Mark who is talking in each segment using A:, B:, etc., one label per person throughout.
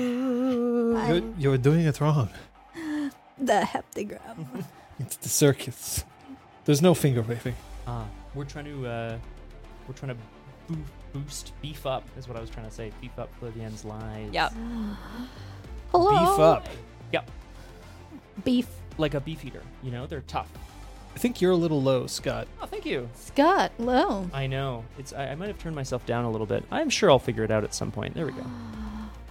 A: You're, you're doing it wrong.
B: The heptagram.
A: It's the circus. There's no finger waving.
C: Uh, we're trying to uh, we're trying to boo- boost, beef up is what I was trying to say. Beef up Flavian's lives.
D: Yep.
B: Hello.
A: Beef up.
B: Beef.
C: Like a beef eater. You know, they're tough.
A: I think you're a little low, Scott.
C: Oh, thank you.
B: Scott, low.
C: I know. It's I, I might have turned myself down a little bit. I'm sure I'll figure it out at some point. There we go.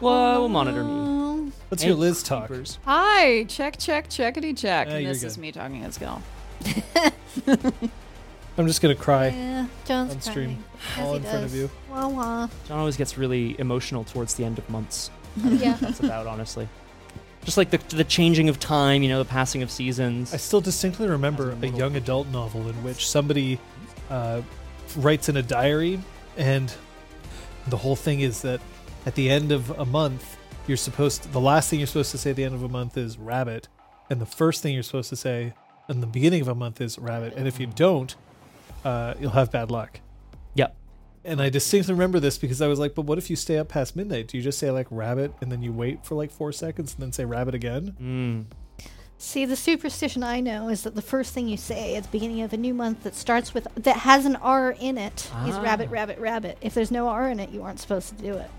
C: Well, monitor me.
B: Um,
A: Let's
C: Hey,
A: hear Liz talk.
C: Keepers.
D: Hi. Check, check, checkity check.
A: Uh,
D: and
A: you're
D: this is
A: good.
D: me talking as Gil.
A: I'm just gonna cry
B: Yeah, John's
A: on stream,
B: crying, as
A: all
B: he
A: in front of
B: does.
A: you.
B: Wah wah.
C: John always gets really emotional towards the end of months.
B: Yeah.
C: That's about honestly. Just like the the changing of time, you know, the passing of seasons.
A: I still distinctly remember
C: As a
A: a
C: little-
A: young adult novel in which somebody uh, writes in a diary, and the whole thing is that at the end of a month, you're supposed the last thing you're supposed to say at the end of a month is rabbit, and the first thing you're supposed to say in the beginning of a month is rabbit, and if you don't, uh, you'll have bad luck.
C: Yep.
A: And I distinctly remember this because I was like, but what if you stay up past midnight? Do you just say like rabbit and then you wait for like four seconds and then say rabbit again?
C: Mm.
B: See, the superstition I know is that the first thing you say at the beginning of a new month that starts with that has an R in it is rabbit,
C: Ah.
B: rabbit, rabbit. If there's no R in it, you aren't supposed to do it.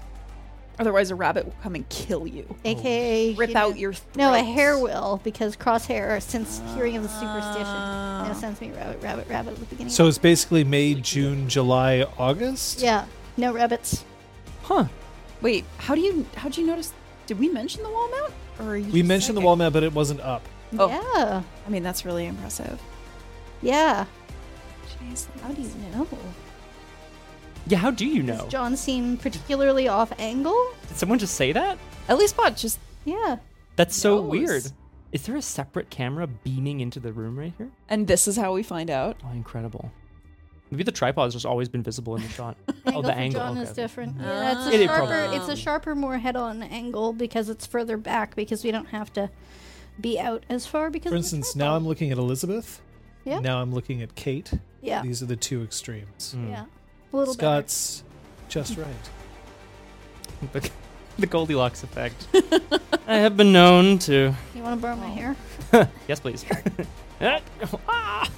D: Otherwise, a rabbit will come and kill you.
A: Oh.
B: AKA
D: Rip
B: you know-
D: out your throat.
B: No, a hair will because crosshair since hearing of the superstition now
D: Ah.
B: sends me rabbit, rabbit, rabbit at the beginning. of
A: So it's basically May, June, July, August.
B: Yeah, no rabbits.
C: Huh.
D: Wait, how do you how'd you notice? Did we mention the wall mount? Or are you
A: We
D: just
A: mentioned the
D: psychic?
A: wall map, but it wasn't up.
D: Oh.
B: Yeah,
D: I mean, that's really impressive.
B: yeah.
D: Jeez,
B: How do you know?
C: Yeah. How do you know?
B: Does John seem particularly off angle?
C: Did someone just say that?
D: At least Bot just
B: Yeah.
C: That's so
D: Knows.
C: weird. Is there a separate camera beaming into the room right here?
D: and this is how we find out.
C: Oh, incredible. Maybe the tripod has just always been visible in the shot. oh,
B: Angle
C: the
B: for
C: angle.
B: John
C: okay.
B: is different. Ah. Yeah, it's a
C: It is
B: sharper.
C: probably-
B: It's a sharper, more head-on angle because it's further back because we don't have to be out as far because.
A: For
B: of the
A: instance, now I'm
B: tripod.
A: looking at Elizabeth.
B: Yeah.
A: Now I'm looking at Kate.
B: Yeah.
A: These are the two extremes.
C: Mm.
B: Yeah. A little bit.
A: Scott's just right.
C: The, the Goldilocks effect. I have been known to. Eh,
B: You want to borrow my hair?
C: Oh Yes, please. ah,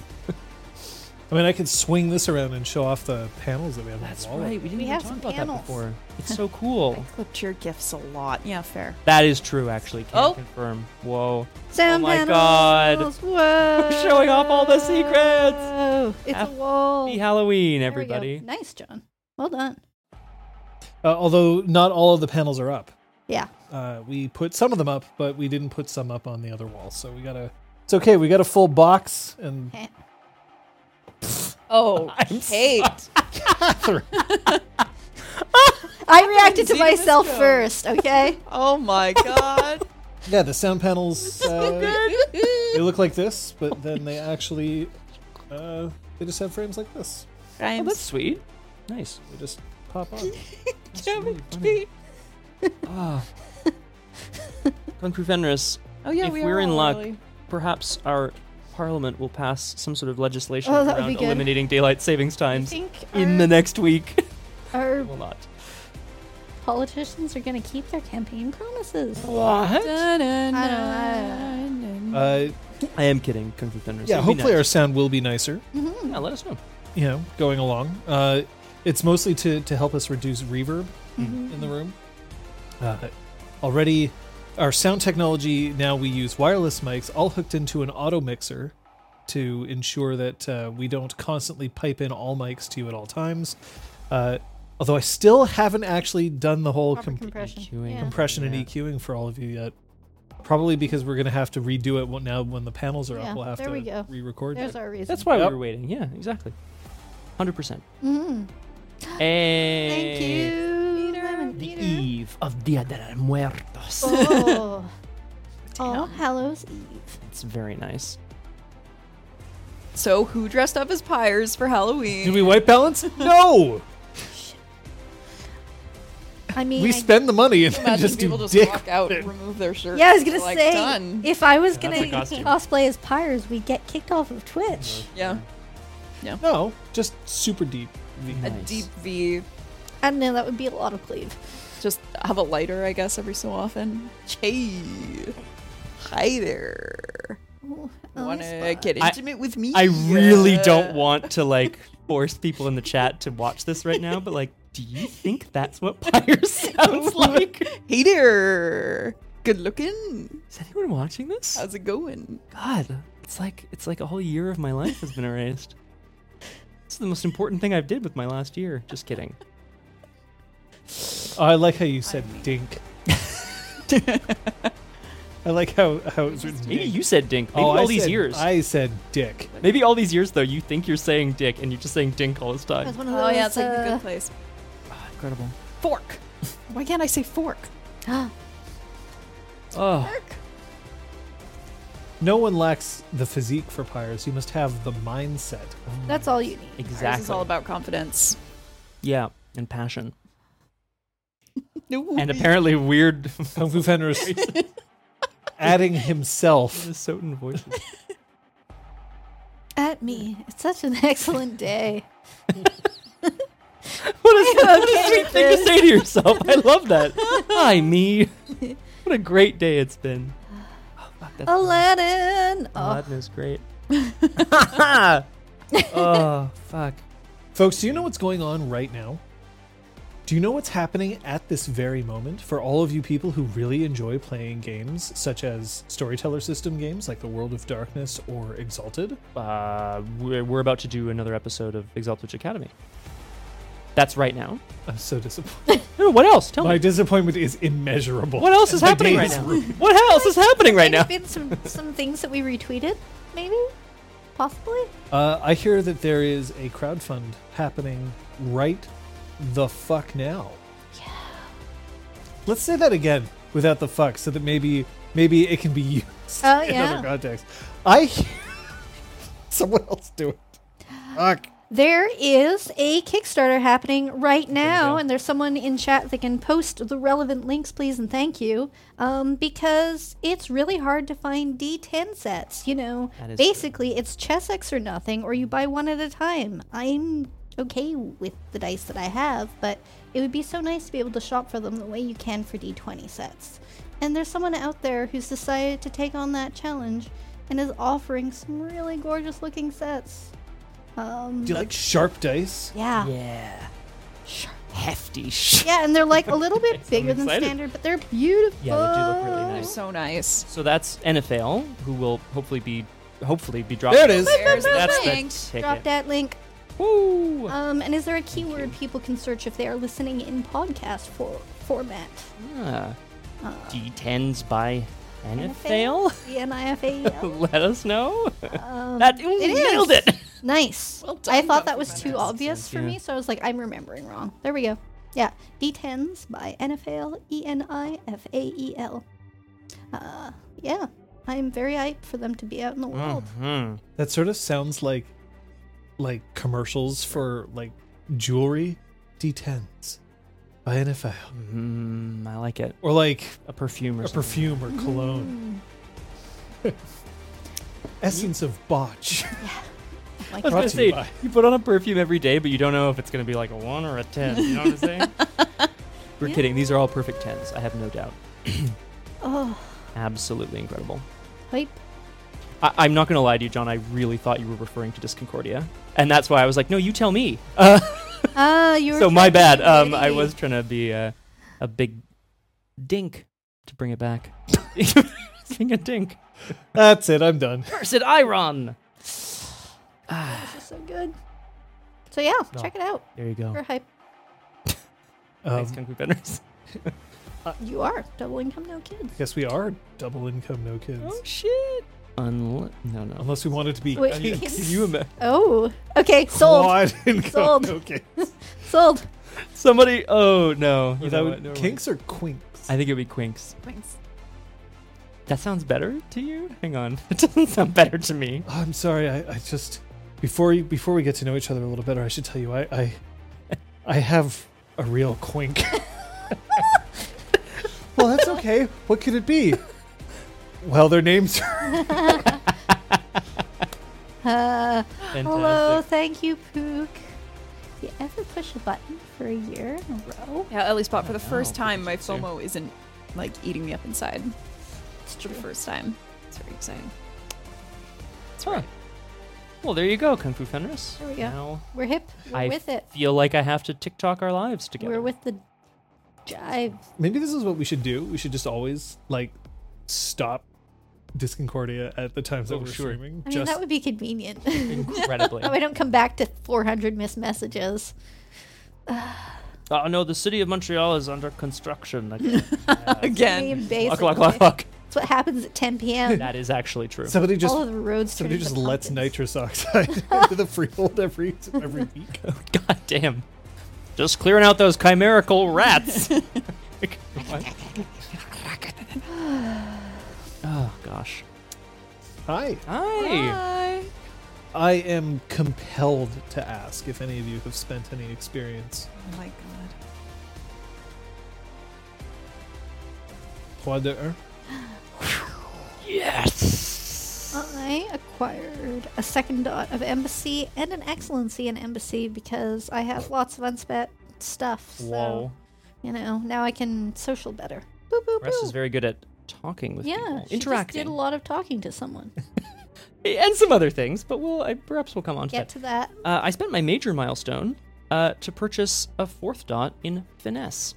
A: I mean, I could swing this around and show off the panels that we have
C: that's
A: on the wall.
C: right. We didn't
B: We
C: even
B: have
C: talk
B: some
C: about that
B: panels.
C: before. It's so cool.
D: Clipped your gifts a lot. Yeah, fair.
C: That is true, actually. Can
D: Oh.
C: confirm. Whoa.
B: Sound
C: oh my
B: panels.
C: God.
B: Whoa.
C: We're showing off all the secrets.
B: Oh, it's
C: Happy
B: a wall.
C: Happy Halloween,
B: There we go.
C: everybody.
B: Nice, John. Well done.
A: Uh, although not all of the panels are up.
B: Yeah.
A: Uh, we put some of them up, but we didn't put some up on the other wall. So we got to. It's okay. We got a full box and
B: Eh.
D: Oh,
C: I'm
D: Kate.
B: I reacted to
D: Zeta Miss
B: myself
D: Jones.
B: first, okay?
D: Oh my god.
A: yeah, the sound panels. Uh, they look like this, but then they actually uh, they just have frames like this.
D: I
C: Oh,
D: am
C: that's sweet. Nice.
A: They just pop
C: Hmm.
A: on. Uh,
C: Kevin Kate. Ah. Kung Fu Fenris,
D: Oh yeah,
C: If
D: we
C: we're
D: are
C: in
D: all
C: luck-
D: really-
C: perhaps our parliament will pass some sort of legislation
B: Oh, that would be
C: around
B: good.
C: eliminating daylight savings
B: I
C: times
B: think
C: in the
B: our,
C: next week.
B: our
C: will not.
B: politicians are going to keep their campaign promises.
C: What?
D: Dun-dun-dun-dun-dun.
A: Uh,
C: I am kidding, Kung Fu Fenris.
A: yeah,
C: It'd be
A: hopefully our
C: nice.
A: sound will be nicer.
B: Mm-hmm.
C: Yeah, let us know.
A: You know, going along. Uh, it's mostly to to help us reduce reverb
B: Mm-hmm.
A: in the room. Uh, already, our sound technology now we use wireless mics, all hooked into an auto mixer. To ensure that uh, we don't constantly pipe in all mics to you at all times. Uh, although I still haven't actually done the whole
B: Proper
A: com-
B: compression.
C: EQing.
B: Yeah.
A: compression
C: Yeah.
A: and EQing for all of you yet. Probably because we're going to have to redo it when- now when the panels are
B: Yeah,
A: up. We'll have
B: there
A: to
B: we go.
A: re-record
B: There's
A: it.
B: our reason.
C: That's why
A: Yep.
C: we were waiting. Yeah, exactly. 100%.
B: Mhm.
C: Hey.
B: Thank you, Lemon
C: The
B: Peter.
C: eve of Dia de los Muertos.
B: Oh. All Hallows Eve.
C: It's very nice.
D: So who dressed up as pyres for Halloween?
A: Did we white balance? no,
B: I mean,
A: we
B: I-
A: spend the money and then
D: Imagine
A: just
D: people
A: do
D: just
A: dick.
D: walk out, and remove their shirts.
B: yeah, I was gonna
D: like,
B: say
D: done.
B: if I was
C: That's
B: gonna
C: a costume.
B: cosplay as pyres, we get kicked off of Twitch.
D: yeah,
A: No, just super deep.
D: a
C: Nice.
D: deep V.
B: I don't know, that would be a lot of cleave.
D: Just have a lighter, I guess, every so often. Hey, hi there.
B: Ooh, I like
D: Want to
B: that.
D: get
C: I-
D: intimate with me?
C: I really
D: Yeah.
C: don't want to like force people in the chat to watch this right now, but like, do you think that's what pyre sounds like?
D: Hey there. Good looking.
C: Is anyone watching this?
D: How's it going?
C: God, it's like it's like a whole year of my life has been erased. This is the most important thing I've did with my last year. Just kidding.
A: Oh, I like how you said dink. I like how, how it was written.
C: Maybe
A: dink.
C: you said dink. Maybe
A: Oh, I
C: all these
A: said-
C: years.
A: I said dick.
C: Maybe all these years though, you think you're saying dick and you're just saying dink all this
B: That's
C: time.
B: one of those,
D: Oh yeah, it's like the
B: uh,
D: good place.
C: Incredible.
D: Fork. Why can't I say fork?
B: uh,
C: Oh,
A: No one lacks the physique for pyres. You must have the mindset.
B: That's all you need.
D: Ours
C: exactly.
D: is all about confidence.
C: yeah, and passion.
D: No.
C: And apparently weird
A: Kung Fu Fender is adding himself.
C: Minnesotan voices.
B: At me. It's such an excellent day.
C: What is that? What a
B: Okay
C: sweet
B: with
C: thing to
B: this.
C: say to yourself. I love that. Hi, me. What a great day it's been. Oh, fuck, that's
B: Aladdin!
C: Oh,
B: Oh,
C: that is great. oh, fuck.
A: Folks, do you know what's going on right now? Do you know what's happening at this very moment for all of you people who really enjoy playing games such as storyteller system games like The World of Darkness or Exalted?
C: Uh, we're, we're about to do another episode of Exalt Witch Academy. That's right now.
A: I'm so disappointed.
C: No, what else? Tell
A: My
C: me.
A: disappointment is immeasurable.
C: What else is
A: My
C: happening
A: day
C: right
A: is
C: now?
A: ruined.
C: What else is happening right
B: Might
C: now?
B: have been some, some things that we retweeted, maybe? Possibly?
A: Uh, I hear that there is a crowdfund happening right the fuck now. Yeah. Let's say that again without the fuck, so that maybe maybe it can be used
B: Oh,
A: in
B: yeah.
A: other contexts. I hear someone else do it. Fuck.
B: There is a Kickstarter happening right now,
C: go.
B: and there's someone in chat that can post the relevant links, please, and thank you. Um, because it's really hard to find D10 sets. You know,
C: That is true.
B: basically, it's Chessex or nothing, or you buy one at a time. I'm okay with the dice that I have, but it would be so nice to be able to shop for them the way you can for D20 sets. And there's someone out there who's decided to take on that challenge and is offering some really gorgeous looking sets. Um,
A: Do you like sharp dice?
B: yeah.
C: Yeah. Hefty sh.
B: Yeah, and they're like a little bit
C: I'm
B: bigger than
C: excited.
B: standard, but they're beautiful.
C: Yeah, they do look really nice.
D: So nice.
C: So that's NFL, who will hopefully be hopefully be dropped.
A: There it is.
D: There's
C: That's
D: the
C: the
D: link.
C: ticket.
B: Drop that link.
C: Woo!
B: Um, and is there a keyword
C: you.
B: people can search if they are listening in podcast for format?
C: Ah.
B: Uh,
C: D10s by NFL.
B: The NIFAEL?
C: Let us know.
B: Um,
C: That ooh,
B: it is.
C: nailed it.
B: Nice.
D: Well
B: I
D: done,
B: thought that
D: Dr.
B: was too
D: Vanessa.
B: obvious for
C: Yeah.
B: me, so I was like, I'm remembering wrong. There we go. Yeah, D10s by NFL, E N I F A E L. Uh, yeah, I'm very hyped for them to be out in the world.
C: Mhm.
A: That sort of sounds like like commercials for like jewelry D10s by NFL
C: Mm, I like it.
A: or like
C: A perfume or
A: a
C: something.
A: perfume or cologne.
B: Mm.
C: Mm.
A: Essence of botch.
B: Like
C: I was
A: Brought
C: gonna
A: to
C: say
A: you by-
C: you put on a perfume every day, but you don't know if it's gonna be like a one or a ten. You know what I'm saying? We're kidding. These are all perfect tens. I have no doubt.
B: Oh,
C: Absolutely incredible.
B: hype.
C: I- I'm not gonna lie to you, John. I really thought you were referring to Disconcordia, and that's why I was like, "No, you tell me." Uh,
B: Ah, you were
C: so my
B: trying to
C: bad.
B: be
C: Um, I
B: witty.
C: was trying to be uh, a big dink to bring it back. Being a dink.
A: That's it. I'm done.
C: Cursed Iron.
B: This is so good. So yeah,
C: No.
B: check it out.
C: There you
B: You're
C: go.
B: hype.
A: Um,
C: Thanks, Kung Fu Benders.
B: You are double income, no kids.
A: Yes, we are double income, no kids.
C: Oh. shit. Unle- no, no.
A: Unless we wanted to be
B: Wait,
A: king-
B: can
C: Can you imagine?
B: Oh, okay, sold,
A: quad income,
B: Sold.
A: no kids.
B: sold.
C: Somebody. Oh no. You
A: That
C: know
A: would-
C: what? Never mind.
A: kinks or quinks?
C: I think it'd be Quinks.
D: Thanks.
C: That sounds better to you. Hang on. It doesn't sound better to me.
A: Oh, I'm sorry. I, I just before you, before we get to know each other a little better, I should tell you I I, I have a real quink. well, that's okay. What could it be? Well, their names are
B: Uh,
C: Fantastic.
B: hello, thank you, Pook. Yeah, ever push a button for a year in a row?
D: Yeah, at least, but for the
C: Oh,
D: first
C: wow,
D: time, my
C: look at you.
D: FOMO isn't like eating me up inside.
B: It's
D: It's the first time. It's very exciting.
C: That's right. Well, there you go, Kung Fu Fenris.
B: There we go.
C: Now
B: We're hip. We're
C: I
B: with it.
C: feel like I have to TikTok our lives together.
B: We're with the jive.
A: Maybe this is what we should do. We should just always like stop Disconcordia at the times
C: Oh,
A: that we're
C: sure.
A: streaming.
B: I mean,
A: just
B: that would be convenient.
C: incredibly.
B: that way I don't come back to 400 missed messages.
C: oh no, the city of Montreal is under construction again.
D: Again.
B: I mean,
C: Luck, luck,
B: basically,
C: luck, luck.
B: That's what happens at 10 p.m.
C: That is actually true.
A: somebody just
B: All of the roads turn
A: somebody
B: into
A: just lets
B: pumpkins.
A: nitrous oxide into the freehold every every week.
C: God damn. Just clearing out those chimerical rats. oh gosh.
A: Hi.
B: Ah.
C: Hi.
D: Bye.
A: I am compelled to ask if any of you have spent any experience.
D: Oh my god.
A: Trois de un.
C: Yes.
B: I acquired a second dot of embassy and an excellency in embassy because I have lots of unspent stuff. So,
C: Whoa.
B: you know, now I can social better. Boop, boop,
C: Rest is
B: boop.
C: very good at talking with people,
B: Yeah, she just
C: interacting,
B: did a lot of talking to someone.
C: and some other things. But we'll I, perhaps we'll come on to
B: Get
C: that.
B: to that.
C: Uh, I spent my major milestone uh, to purchase a fourth dot in finesse.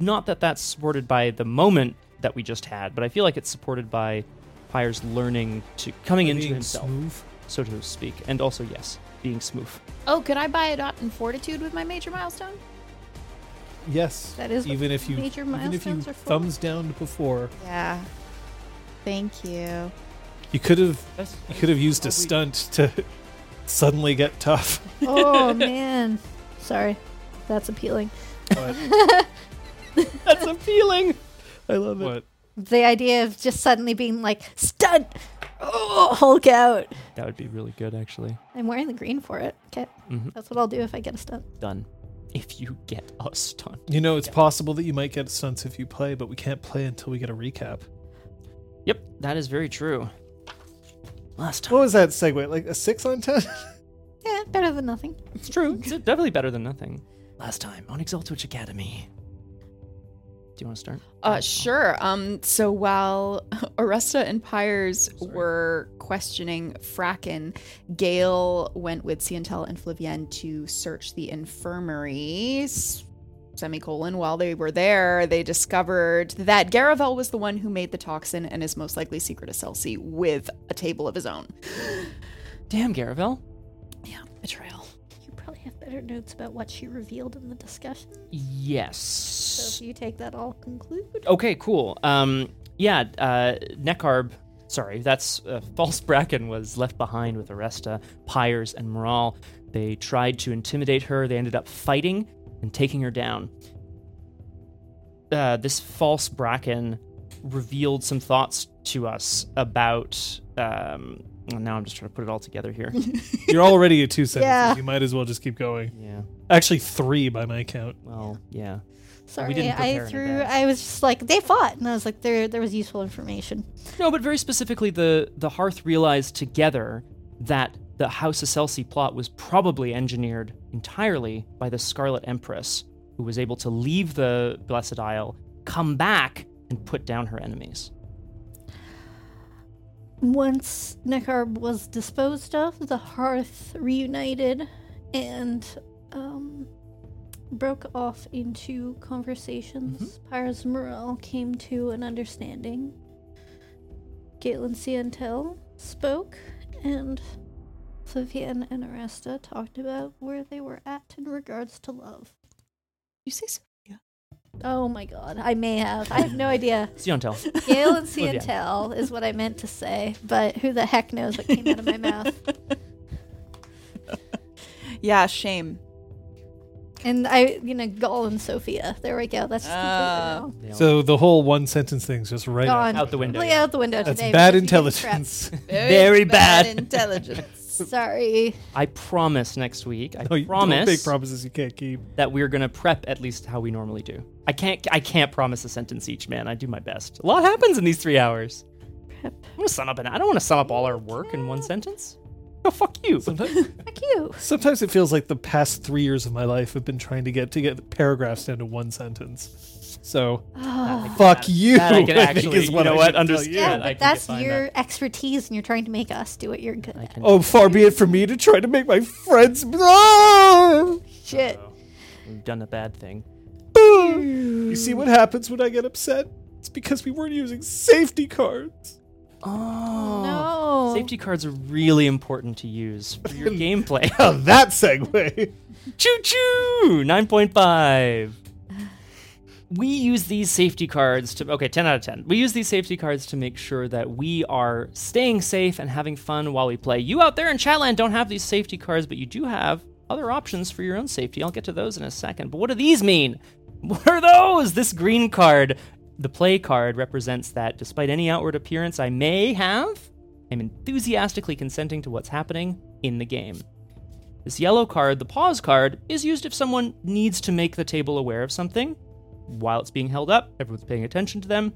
C: Not that that's supported by the moment that we just had, but I feel like it's supported by Pyre's learning to coming into
A: Being
C: himself,
A: smooth.
C: so to speak, and also yes, being smooth.
D: Oh, could I buy a dot in fortitude with my major milestone?
A: Yes.
B: That is what
A: even if you
B: major
A: even if you
B: milestones are for.
A: thumbs down before,
E: Yeah. Thank you.
A: you could have you could have used a stunt to suddenly get tough.
B: Oh, man. Sorry. That's appealing.
A: But
C: That's appealing. I love it.
A: but
B: The idea of just suddenly being like, stunt! Oh, Hulk out.
C: That would be really good, actually.
B: I'm wearing the green for it. Okay.
C: Mhm.
B: That's what I'll do if I get a stunt.
C: Done. If you get a stunt.
A: you know it's possible that you might get stunts if you play, but we can't play until we get a recap.
C: Yep, that is very true. Last time.
A: What was that segue? Like a six on ten?
B: Yeah, better than nothing.
C: It's true. It's definitely better than nothing. Last time on Exaltwitch Academy. Do you want to start?
D: Uh, sure. Um, so while Aresta and Pyres
C: Sorry.
D: were questioning Fracken, Gail went with Cientel and Flavienne to search the infirmary. s- Semicolon. While they were there, they discovered that Garavel was the one who made the toxin and is most likely secret to Celsi with a table of his own.
C: Damn, Garavel.
D: Yeah, betrayal.
B: You probably have better notes about what she revealed in the discussion.
C: Yes.
B: So if you take that, I'll conclude.
C: Okay, cool. Um, yeah, uh, Nekarb, sorry, that's uh, False Bracken was left behind with Aresta, Pyres, and Moral. They tried to intimidate her. They ended up fighting and taking her down. Uh, this False Bracken revealed some thoughts to us about. Um, now I'm just trying to put it all together here.
A: You're already at two sentences.
B: Yeah.
A: You might as well just keep going.
C: yeah.
A: Actually, three by my count.
C: Well, yeah.
B: Sorry,
C: didn't prepare
B: I
C: in
B: threw.
C: advance.
B: I was just like they fought, and I was like, there, there was useful information.
C: No, but very specifically, the the Hearth realized together that the House Aselsi plot was probably engineered entirely by the Scarlet Empress, who was able to leave the Blessed Isle, come back, and put down her enemies.
B: Once Nekarb was disposed of, the Hearth reunited, and um, broke off into conversations.
C: Mm-hmm.
B: Pyres and Morel came to an understanding. Galen Cientel spoke, and Flavian and Aresta talked about where they were at in regards to love.
D: You say so?
B: Oh my god, I may have. I have no idea.
C: Siontel.
B: Gale and
C: Well, yeah.
B: Cientel is what I meant to say, but who the heck knows what came out of my mouth.
D: Yeah, shame.
B: And I, you know, Gaul and Sophia. There we go. That's just
D: Ah.
B: completely wrong.
C: They all-
A: So the whole one sentence thing's just right
B: Gone.
C: out the window.
B: Completely out the window
A: That's
B: today.
A: bad
B: We're just getting crap.
A: intelligence.
D: Very,
C: Very bad.
D: intelligence.
B: Sorry.
C: I promise next week. I
A: No, you
C: promise
A: Don't make promises you can't keep.
C: that we're gonna prep at least how we normally do. I can't. I can't promise a sentence each, man. I do my best. A lot happens in these three hours.
B: Prep.
C: I'm gonna sum up, and I don't want to sum up all our work in one sentence. Oh, fuck you.
A: Sometimes,
B: Fuck you.
A: sometimes it feels like the past three years of my life have been trying to get to get paragraphs down to one sentence. So fuck you.
C: that I can
A: think
C: actually-
A: is
C: you
A: what
C: know
A: I
C: what,
A: should tell
C: understand.
A: you.
B: Yeah,
C: I can
B: but
C: get
B: that's
C: behind
B: your expertise, and you're trying to make us do what you're good at.
C: can-
A: Oh, far be it for me to try to make my friends. Ah!
B: Shit.
C: We've done a bad thing.
A: You see what happens when I get upset? It's because we weren't using safety cards.
C: Oh.
B: No.
C: Safety cards are really important to use for your gameplay.
A: Now that segue.
C: Choo choo! 9.5. We use these safety cards to. Okay, 10 out of 10. We use these safety cards to make sure that we are staying safe and having fun while we play. You out there in Chatland don't have these safety cards, but you do have other options for your own safety. I'll get to those in a second. But what do these mean? What are those? This green card, the play card, represents that despite any outward appearance I may have, I'm enthusiastically consenting to what's happening in the game. This yellow card, the pause card, is used if someone needs to make the table aware of something. While it's being held up, everyone's paying attention to them.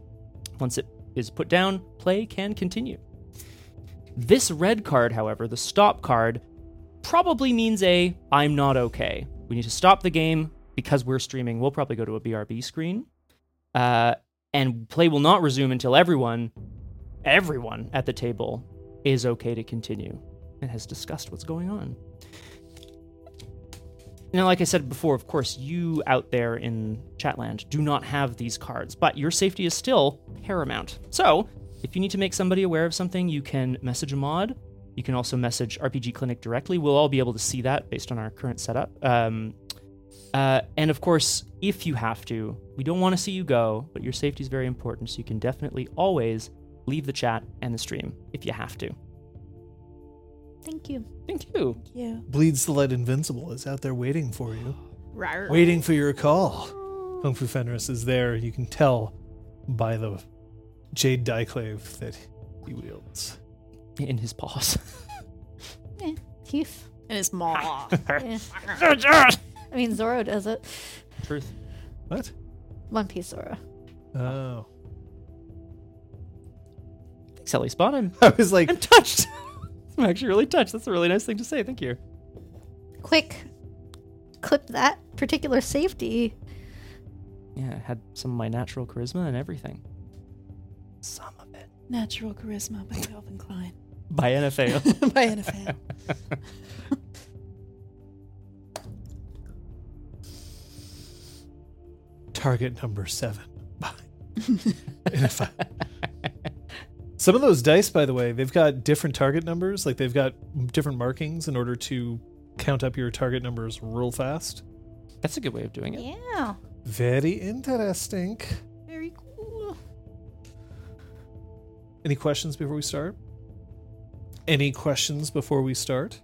C: Once it is put down, play can continue. This red card, however, the stop card, probably means a I'm not okay. We need to stop the game because we're streaming. We'll probably go to a BRB screen. Uh, and play will not resume until everyone, everyone at the table is okay to continue and has discussed what's going on. Now, like I said before, of course, you out there in Chatland do not have these cards, but your safety is still paramount. So, if you need to make somebody aware of something, you can message a mod. You can also message RPG Clinic directly. We'll all be able to see that based on our current setup. Um, uh, and of course, if you have to, we don't want to see you go, but your safety is very important, so you can definitely always leave the chat and the stream if you have to.
B: Thank you.
C: Thank you.
A: Bleeds the Light Invincible is out there waiting for you. Waiting for your call. Kung Fu Fenris is there. You can tell by the jade diclave that he wields.
C: In his paws.
B: Eh, teeth.
D: And his maw.
B: Eh. I mean, Zoro does it.
C: Truth.
A: What?
B: One Piece Zoro.
A: Oh.
C: Thanks, Ellie Spot. I'm
A: I was like,
C: I'm touched. I'm actually really touched. That's a really nice thing to say. Thank you.
B: Quick, clip that particular safety.
C: Yeah, I had some of my natural charisma and everything. Some of it.
E: Natural charisma by Calvin Klein.
C: By NFA.
E: by NFL.
A: target number seven. Bye. And if I- Some of those dice, by the way, they've got different target numbers. Like they've got different markings in order to count up your target numbers real fast.
C: That's a good way of doing it.
B: Yeah.
A: Very interesting.
B: Very cool.
A: Any questions before we start? Any questions before we start?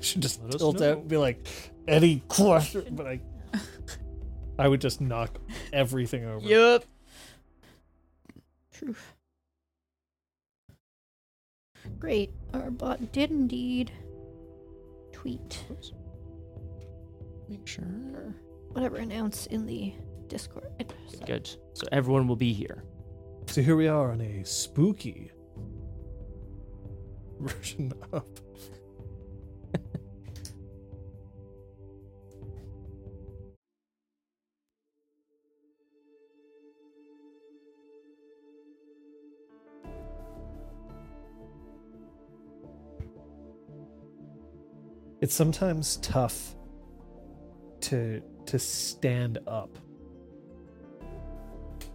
A: Should just
C: Let us
A: tilt
C: know.
A: out and be like, any question? But I, I would just knock everything over.
D: yep.
B: Great. Our bot did indeed tweet
C: Make sure.
B: or whatever announce in the Discord. So,
C: Good. So everyone will be here.
A: So here we are on a spooky version of. It's sometimes tough to to stand up.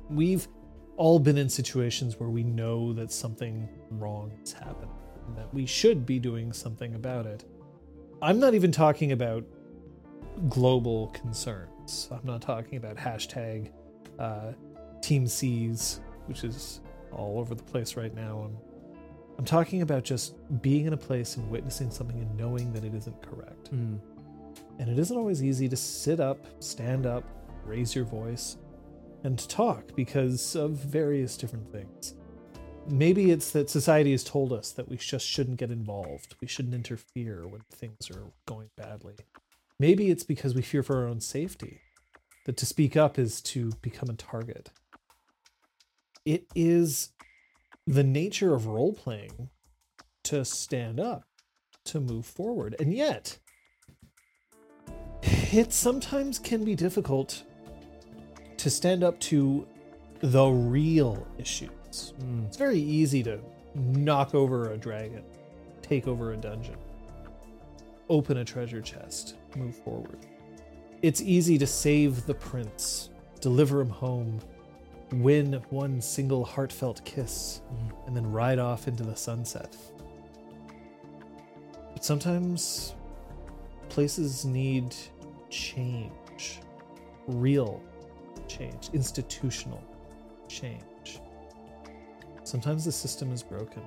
A: We've all been in situations where we know that something wrong has happened and that we should be doing something about it. I'm not even talking about global concerns. I'm not talking about hashtag uh, Team C's, which is all over the place right now. I'm, I'm talking about just being in a place and witnessing something and knowing that it isn't correct.
C: Mm.
A: And it isn't always easy to sit up, stand up, raise your voice, and to talk because of various different things. Maybe it's that society has told us that we just shouldn't get involved, we shouldn't interfere when things are going badly. Maybe it's because we fear for our own safety, that to speak up is to become a target. It is the nature of role playing to stand up, to move forward. And yet, it sometimes can be difficult to stand up to the real issues. It's very easy to knock over a dragon, take over a dungeon, open a treasure chest, move forward. It's easy to save the prince, deliver him home, win one single heartfelt kiss, and then ride off into the sunset. But sometimes places need change, real change, institutional change. Sometimes the system is broken.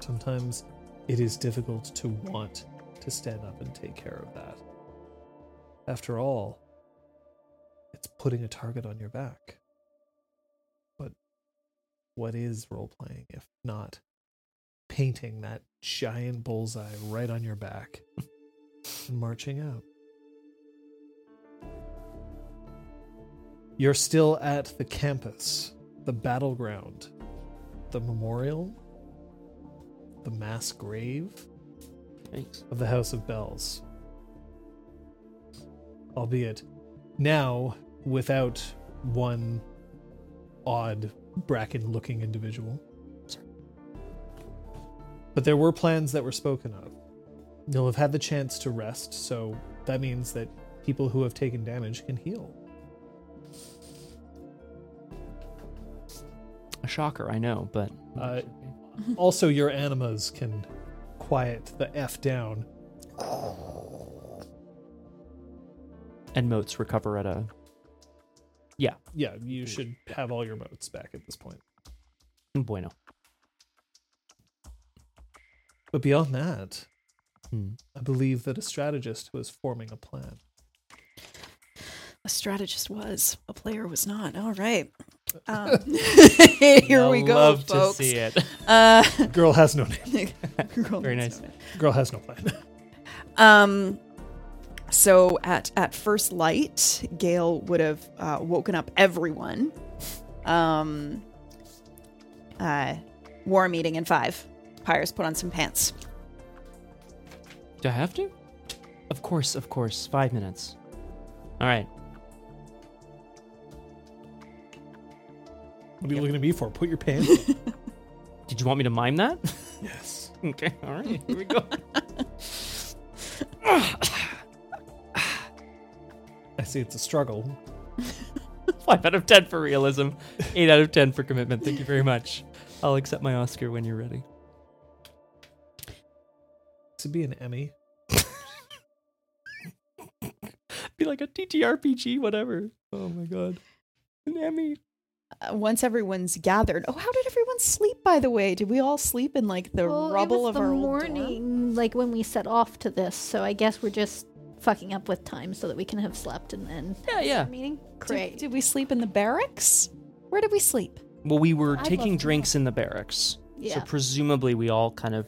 A: Sometimes it is difficult to want to stand up and take care of that. After all, it's putting a target on your back. But what is role playing if not painting that giant bullseye right on your back and marching out? You're still at the campus, the battleground, the memorial, the mass grave
C: Thanks.
A: of the House of Bells. Albeit now without one odd bracken looking individual. But there were plans that were spoken of. You'll have had the chance to rest, so that means that people who have taken damage can heal.
C: A shocker, I know, but
A: Uh, also, your animas can quiet the F down.
C: and motes recover at a. Yeah,
A: Yeah, you should have all your motes back at this point.
C: bueno.
A: But beyond that,
C: Hmm.
A: I believe that a strategist was forming a plan.
E: A strategist was, a player was not. All right. Um, here we go, folks.
C: it.
E: Uh,
A: Girl has no name.
E: girl,
C: Very
E: that's
C: nice.
E: not it.
A: Girl has no plan.
E: Um,
D: So at at first light, Gail would have uh, woken up everyone. Um, uh, war meeting in five. Pyres put on some pants.
C: Do I have to? Of course, of course. Five minutes. All right.
A: What are you looking at me for? Put your pants. on.
C: Did you want me to mime that?
A: yes.
C: okay. All right. Here we go.
A: I see it's a struggle.
C: Five out of ten for realism. Eight out of ten for commitment. Thank you very much. I'll accept my Oscar when you're ready.
A: To be an Emmy.
C: Be like a TTRPG, whatever. Oh my god. An Emmy.
D: Uh, once everyone's gathered, oh, how did everyone sleep? By the way, did we all sleep in like the
B: Well, it
D: rubble
B: was
D: of
B: the
D: our old dorm?
B: morning, like when we set off to this. So I guess we're just fucking up with time so that we can have slept and then
C: Yeah, yeah.
B: meeting.
D: Did-
B: Great.
D: Did, we sleep in the barracks? Where did we sleep?
C: Well, we were
B: I'd love to
C: taking
B: know.
C: drinks in the barracks. So
B: Yeah.
C: presumably we all kind of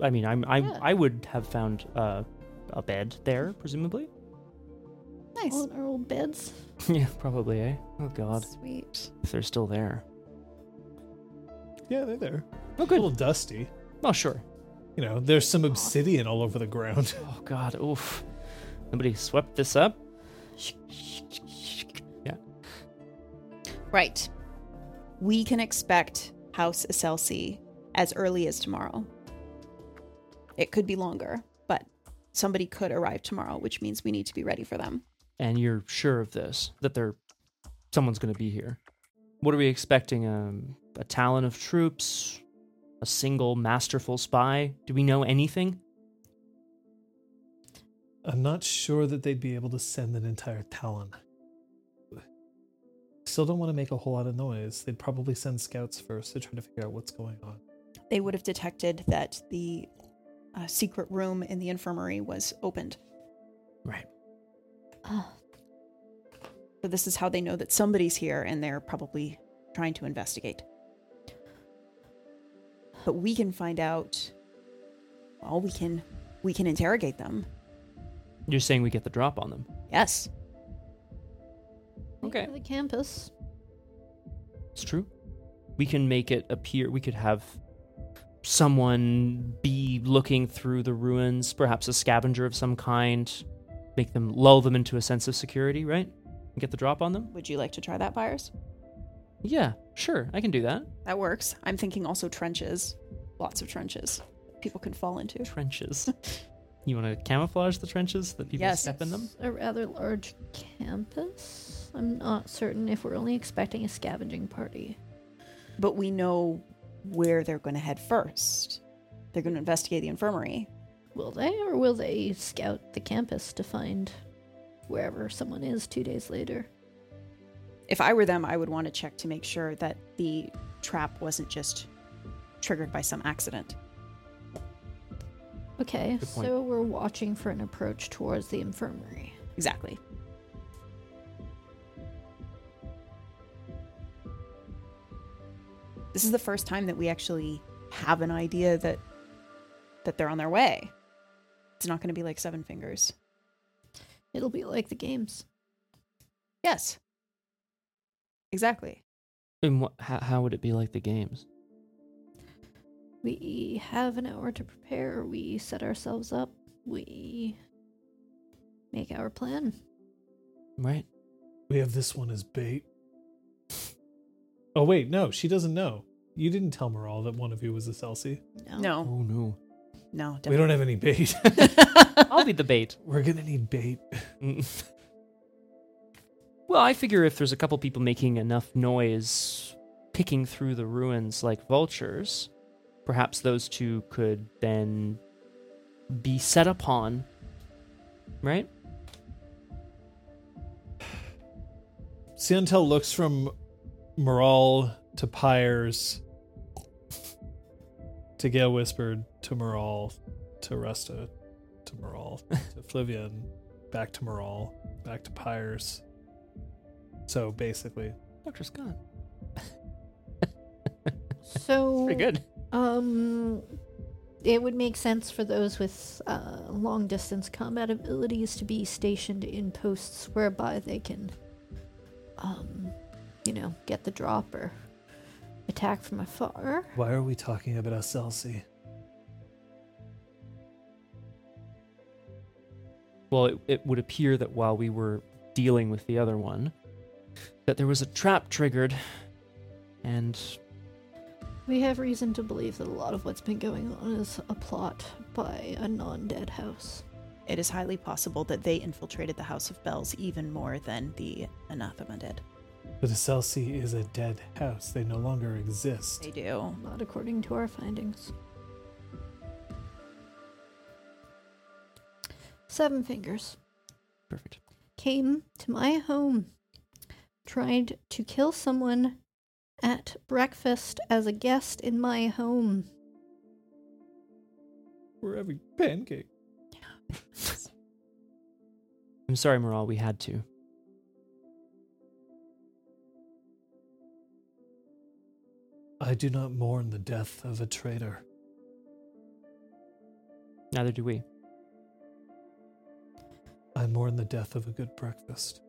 C: I mean, I'm I
B: Yeah.
C: I would have found uh, a bed there, presumably.
D: Nice,
B: All in our old beds.
C: yeah, probably, eh? Oh god.
D: sweet.
C: If they're still there.
A: Yeah, they're there.
C: Oh
A: A
C: good.
A: little dusty.
C: Oh sure.
A: You know, there's some obsidian all over the ground.
C: Oh god, oof. Nobody swept this up?
D: Right. We can expect House SLC as early as tomorrow. It could be longer, but somebody could arrive tomorrow, which means we need to be ready for them.
C: And you're sure of this, that they're someone's gonna be here. What are we expecting? Um a talon of troops? A single masterful spy? Do we know anything?
A: I'm not sure that they'd be able to send an entire Talon. Still don't want to make a whole lot of noise. They'd probably send scouts first to try to figure out what's going on.
E: they would have detected that the uh, secret room in the infirmary was opened.
C: Right.
E: So this is how they know that somebody's here and they're probably trying to investigate. But we can find out well, we can we can interrogate them.
C: You're saying we get the drop on them.
E: Yes.
C: Okay.
B: To The campus.
C: It's true. We can make it appear. We could have someone be looking through the ruins, perhaps a scavenger of some kind, make them lull them into a sense of security, right? And get the drop on them?
E: Would you like to try that, Byers?
C: Yeah, sure, I can do that.
E: That works. I'm thinking also trenches. Lots of trenches people can fall into.
C: Trenches. you want to camouflage the trenches that people
E: Yes.
C: step in them?
B: A rather large campus. I'm not certain if we're only expecting a scavenging party.
E: But we know where they're going to head first. They're going to investigate the infirmary.
B: Will they, or will they scout the campus to find wherever someone is two days later?
E: If I were them, I would want to check to make sure that the trap wasn't just triggered by some accident.
B: Okay,
C: Good point.
B: so we're watching for an approach towards the infirmary.
E: Exactly. This is the first time that we actually have an idea that that they're on their way. It's not going to be like Seven Fingers.
B: It'll be like the games.
E: Yes. Exactly.
C: And what, how, how would it be like the games?
B: We have an hour to prepare. We set ourselves up. We make our plan.
C: Right?
A: We have this one as bait. Oh wait, no, she doesn't know. You didn't tell Moral that one of you was a Celsi.
B: No.
E: No.
C: Oh no.
E: No.
A: We don't have any bait.
C: I'll be the bait.
A: We're gonna need bait.
C: Mm. well, I figure if there's a couple people making enough noise picking through the ruins like vultures, perhaps those two could then be set upon, right?
A: Santel looks from Moral to Pyres to Gale Whispered to Moral to Resta to Moral to Flivian back to Moral back to Pyres. So basically,
C: Dr. Scott.
B: So
C: Pretty good.
B: Um, it would make sense for those with uh, long distance combat abilities to be stationed in posts whereby they can, um, you know, get the drop or attack from afar.
A: why are we talking about a Celsi?
C: Well, it, it would appear that while we were dealing with the other one, that there was a trap triggered, and
B: We have reason to believe that a lot of what's been going on is a plot by a non dead house.
E: It is highly possible that they infiltrated the House of Bells even more than the Anathema did.
A: But a Celsi is a dead house. They no longer
E: They
A: exist.
E: do.
B: Not according to our findings. Seven fingers.
C: perfect.
B: came to my home, tried to kill someone at breakfast as a guest in my home.
A: We're having pancake.
C: I'm sorry, Moral, we had to.
A: I do not mourn the death of a traitor.
C: Neither do we.
A: I mourn the death of a good breakfast.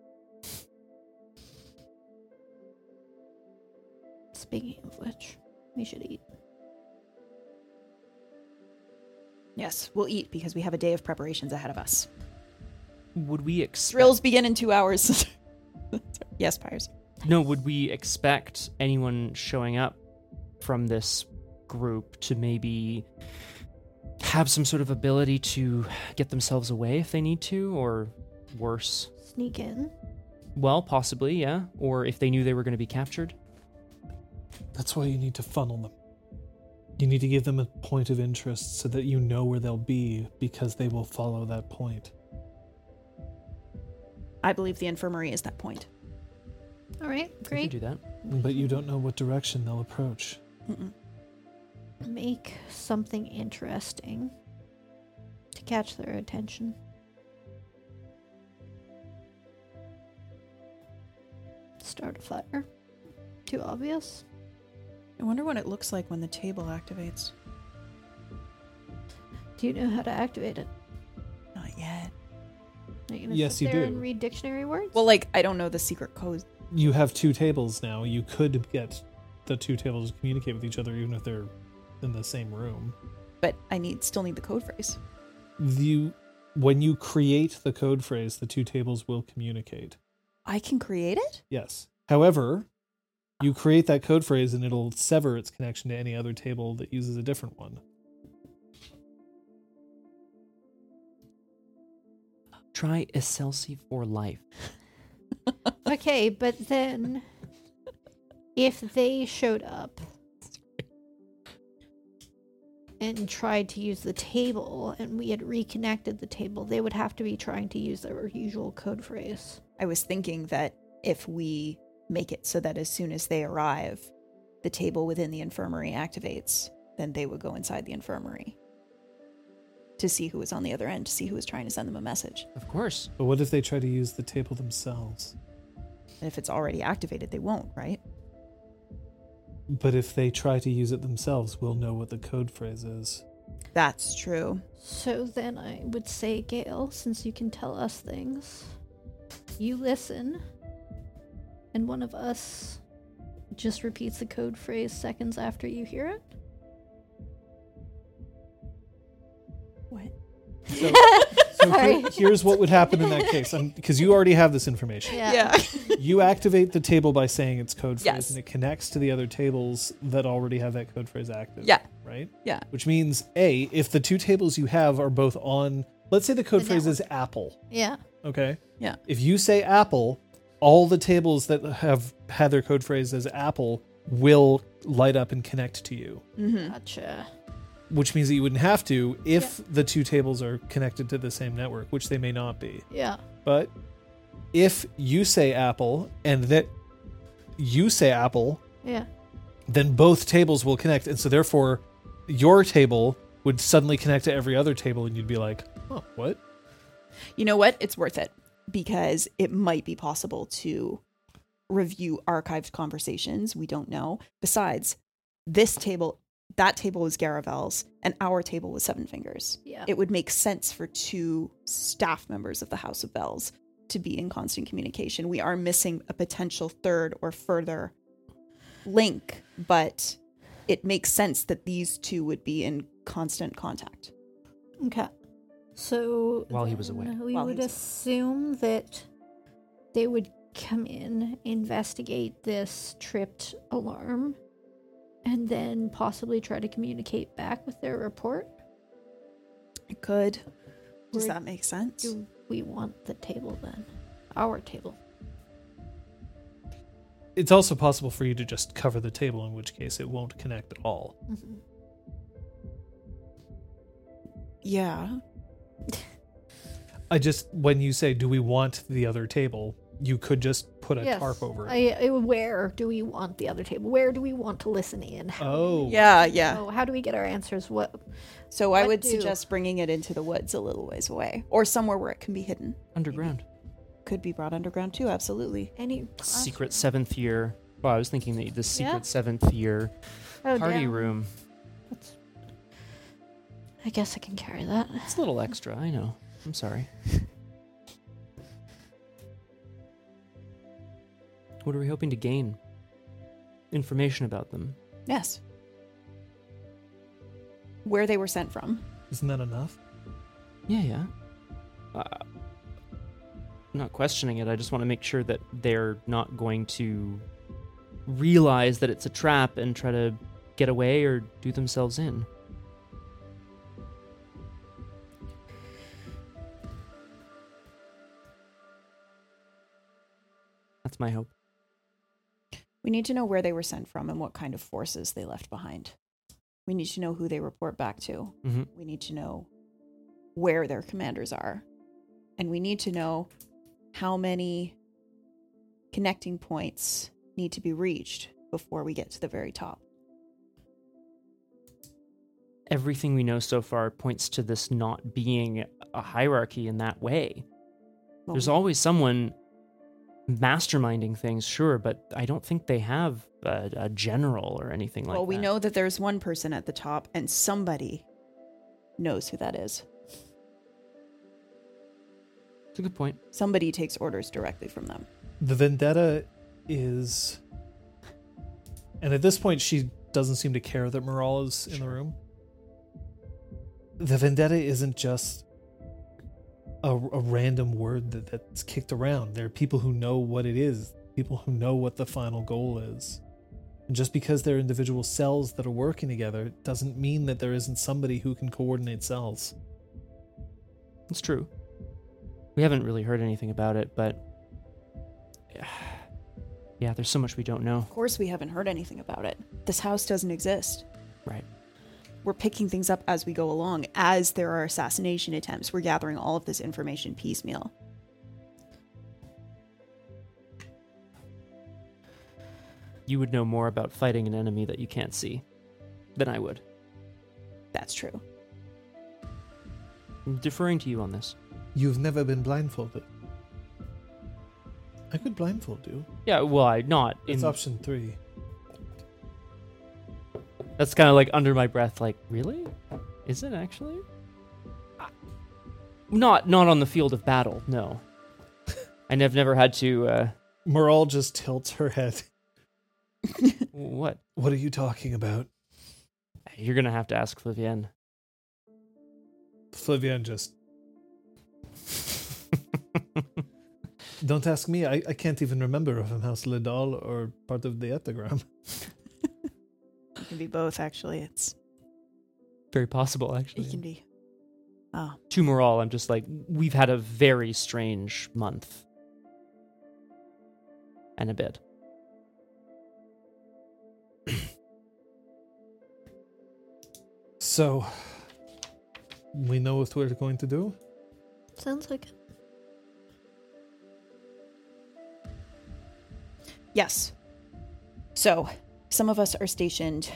B: Speaking of which, we should eat.
E: Yes, we'll eat because we have a day of preparations ahead of us.
C: Would we expect
E: Drills begin in two hours. yes, Pyres.
C: No, would we expect anyone showing up from this group to maybe have some sort of ability to get themselves away if they need to, or worse?
B: Sneak in.
C: Well, possibly, yeah. Or if they knew they were going to be captured.
A: That's why you need to funnel them. You need to give them a point of interest so that you know where they'll be because they will follow that point.
E: I believe the infirmary is that point.
B: All right,
C: We can
B: great.
C: do that.
A: But you don't know what direction they'll approach.
E: Mm-mm.
B: Make something interesting to catch their attention. Start a fire. Too obvious.
E: I wonder what it looks like when the table activates.
B: Do you know how to activate it?
E: Not yet.
B: Are you gonna
A: Yes,
B: sit
A: you
B: there
A: do.
B: and read dictionary words?
E: Well, like, I don't know the secret code.
A: You have two tables now. You could get the two tables to communicate with each other even if they're in the same room.
E: But I need still need the code phrase.
A: The when you create the code phrase, the two tables will communicate.
E: I can create it?
A: Yes. However, you create that code phrase and it'll sever its connection to any other table that uses a different one.
C: Try Excelsi for life.
B: Okay, but then if they showed up and tried to use the table and we had reconnected the table, they would have to be trying to use their usual code phrase.
E: I was thinking that if we make it so that as soon as they arrive, the table within the infirmary activates, then they would go inside the infirmary to see who was on the other end, to see who was trying to send them a message.
C: Of course.
A: But what if they try to use the table themselves?
E: And if it's already activated, they won't, right?
A: But if they try to use it themselves, we'll know what the code phrase is.
E: That's true.
B: So then I would say, Gail, since you can tell us things, you listen, and one of us just repeats the code phrase seconds after you hear it.
E: What?
A: So, so here- here's what would happen in that case, because you already have this information.
B: Yeah.
A: You activate the table by saying its code phrase,
E: Yes.
A: and it connects to the other tables that already have that code phrase active.
E: Yeah.
A: Right.
E: Yeah.
A: Which means a, if the two tables you have are both on, let's say the code
B: The
A: phrase
B: network.
A: is apple.
B: Yeah.
A: Okay.
E: Yeah.
A: If you say apple, all the tables that have had their code phrase as apple will light up and connect to you
E: Mm-hmm.
B: Gotcha.
A: which means that you wouldn't have to if the two tables are connected to the same network, which they may not be.
B: Yeah.
A: But if you say Apple and that you say Apple,
B: Yeah.
A: then both tables will connect. And so therefore your table would suddenly connect to every other table and you'd be like, "Oh, what?"
E: You know what? It's worth it because it might be possible to review archived conversations. We don't know. Besides, this table, that table was Garavel's, and our table was Seven Fingers.
B: Yeah.
E: It would make sense for two staff members of the House of Bells to be in constant communication. We are missing a potential third or further link, but it makes sense that these two would be in constant contact.
B: Okay. So
C: While he was away.
B: then we
E: While he
B: would
E: was away.
B: assume that they would come in, investigate this tripped alarm, and then possibly try to communicate back with their report.
E: It could. Does
B: Or
E: that make sense?
B: Do we want the table then? Our table.
A: It's also possible for you to just cover the table in which case it won't connect at all.
B: Mm-hmm.
E: Yeah.
A: I just when you say, "Do we want the other table?" you could just put a tarp over it.
B: I, I- where do we want the other table? Where do we want to listen in? How,
A: oh.
E: Yeah, Uh, yeah.
B: oh, how do we get our answers? What?
E: So I
B: What
E: would
B: do?
E: suggest bringing it into the woods a little ways away or somewhere where it can be hidden.
C: Underground.
E: Could be brought underground too, absolutely.
B: Any
C: Secret seventh year. Well, I was thinking the, the secret
B: Yeah.
C: seventh year
B: Oh,
C: party
B: damn.
C: room.
B: I guess I can carry that.
C: It's a little extra, I know. I'm sorry. what are we hoping to gain? Information about them.
E: Yes. Where they were sent from.
A: Isn't that enough?
C: Yeah, yeah. Uh, I'm not questioning it. I just want to make sure that they're not going to realize that it's a trap and try to get away or do themselves in. That's my hope.
E: We need to know where they were sent from and what kind of forces they left behind. We need to know who they report back to.
C: hmm
E: We need to know where their commanders are. And we need to know how many connecting points need to be reached before we get to the very top.
C: everything we know so far points to this not being a hierarchy in that way.
E: Well,
C: There's
E: we-
C: always someone masterminding things, sure, but I don't think they have a, a general or anything like
E: well, we
C: that.
E: know that there's one person at the top, and somebody knows who that is.
C: It's a good point.
E: Somebody takes orders directly from them.
A: the vendetta is and at this point she doesn't seem to care that Morale is in the room. The vendetta isn't just a, a random word that, that's kicked around. There are people who know what it is, people who know what the final goal is. And just because they're individual cells that are working together doesn't mean that there isn't somebody who can coordinate cells.
C: It's true. We haven't really heard anything about it, but yeah, there's so much we don't know.
E: Of course, we haven't heard anything about it. This house doesn't exist.
C: Right.
E: We're picking things up as we go along. As there are assassination attempts, we're gathering all of this information piecemeal.
C: You would know more about fighting an enemy that you can't see than I would.
E: That's true.
C: I'm deferring to you on this.
A: You've never been blindfolded. I could blindfold you.
C: Yeah, well, I not in
A: It's option three.
C: That's kind of like under my breath, like, really? Is it actually? Uh, Not not on the field of battle, no. I have never had to. Uh,
A: Morale just tilts her head.
C: what?
A: What are you talking about?
C: You're gonna have to ask Flavienne.
A: Flavian just. Don't ask me. I, I can't even remember if I'm House Lidal or part of the epigram.
E: You can be both, actually. It's
C: Very possible,
E: you
C: actually.
E: can be. Oh,
C: To morale, I'm just like, we've had a very strange month and a bit.
A: So, we know what we're going to do.
B: Sounds like it.
E: Yes. So, some of us are stationed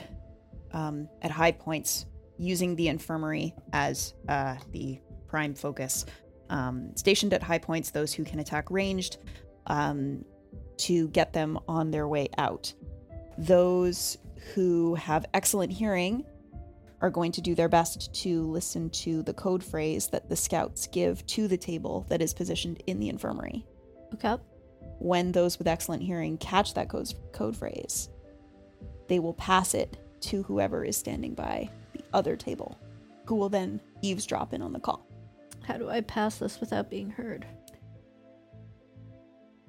E: um, at high points using the infirmary as uh, the prime focus. Um, stationed at high points, those who can attack ranged um, to get them on their way out. Those who have excellent hearing are going to do their best to listen to the code phrase that the scouts give to the table that is positioned in the infirmary
B: Okay.
E: when those with excellent hearing catch that code, code phrase, they will pass it to whoever is standing by the other table, who will then eavesdrop in on the call.
B: How do I pass this without being heard?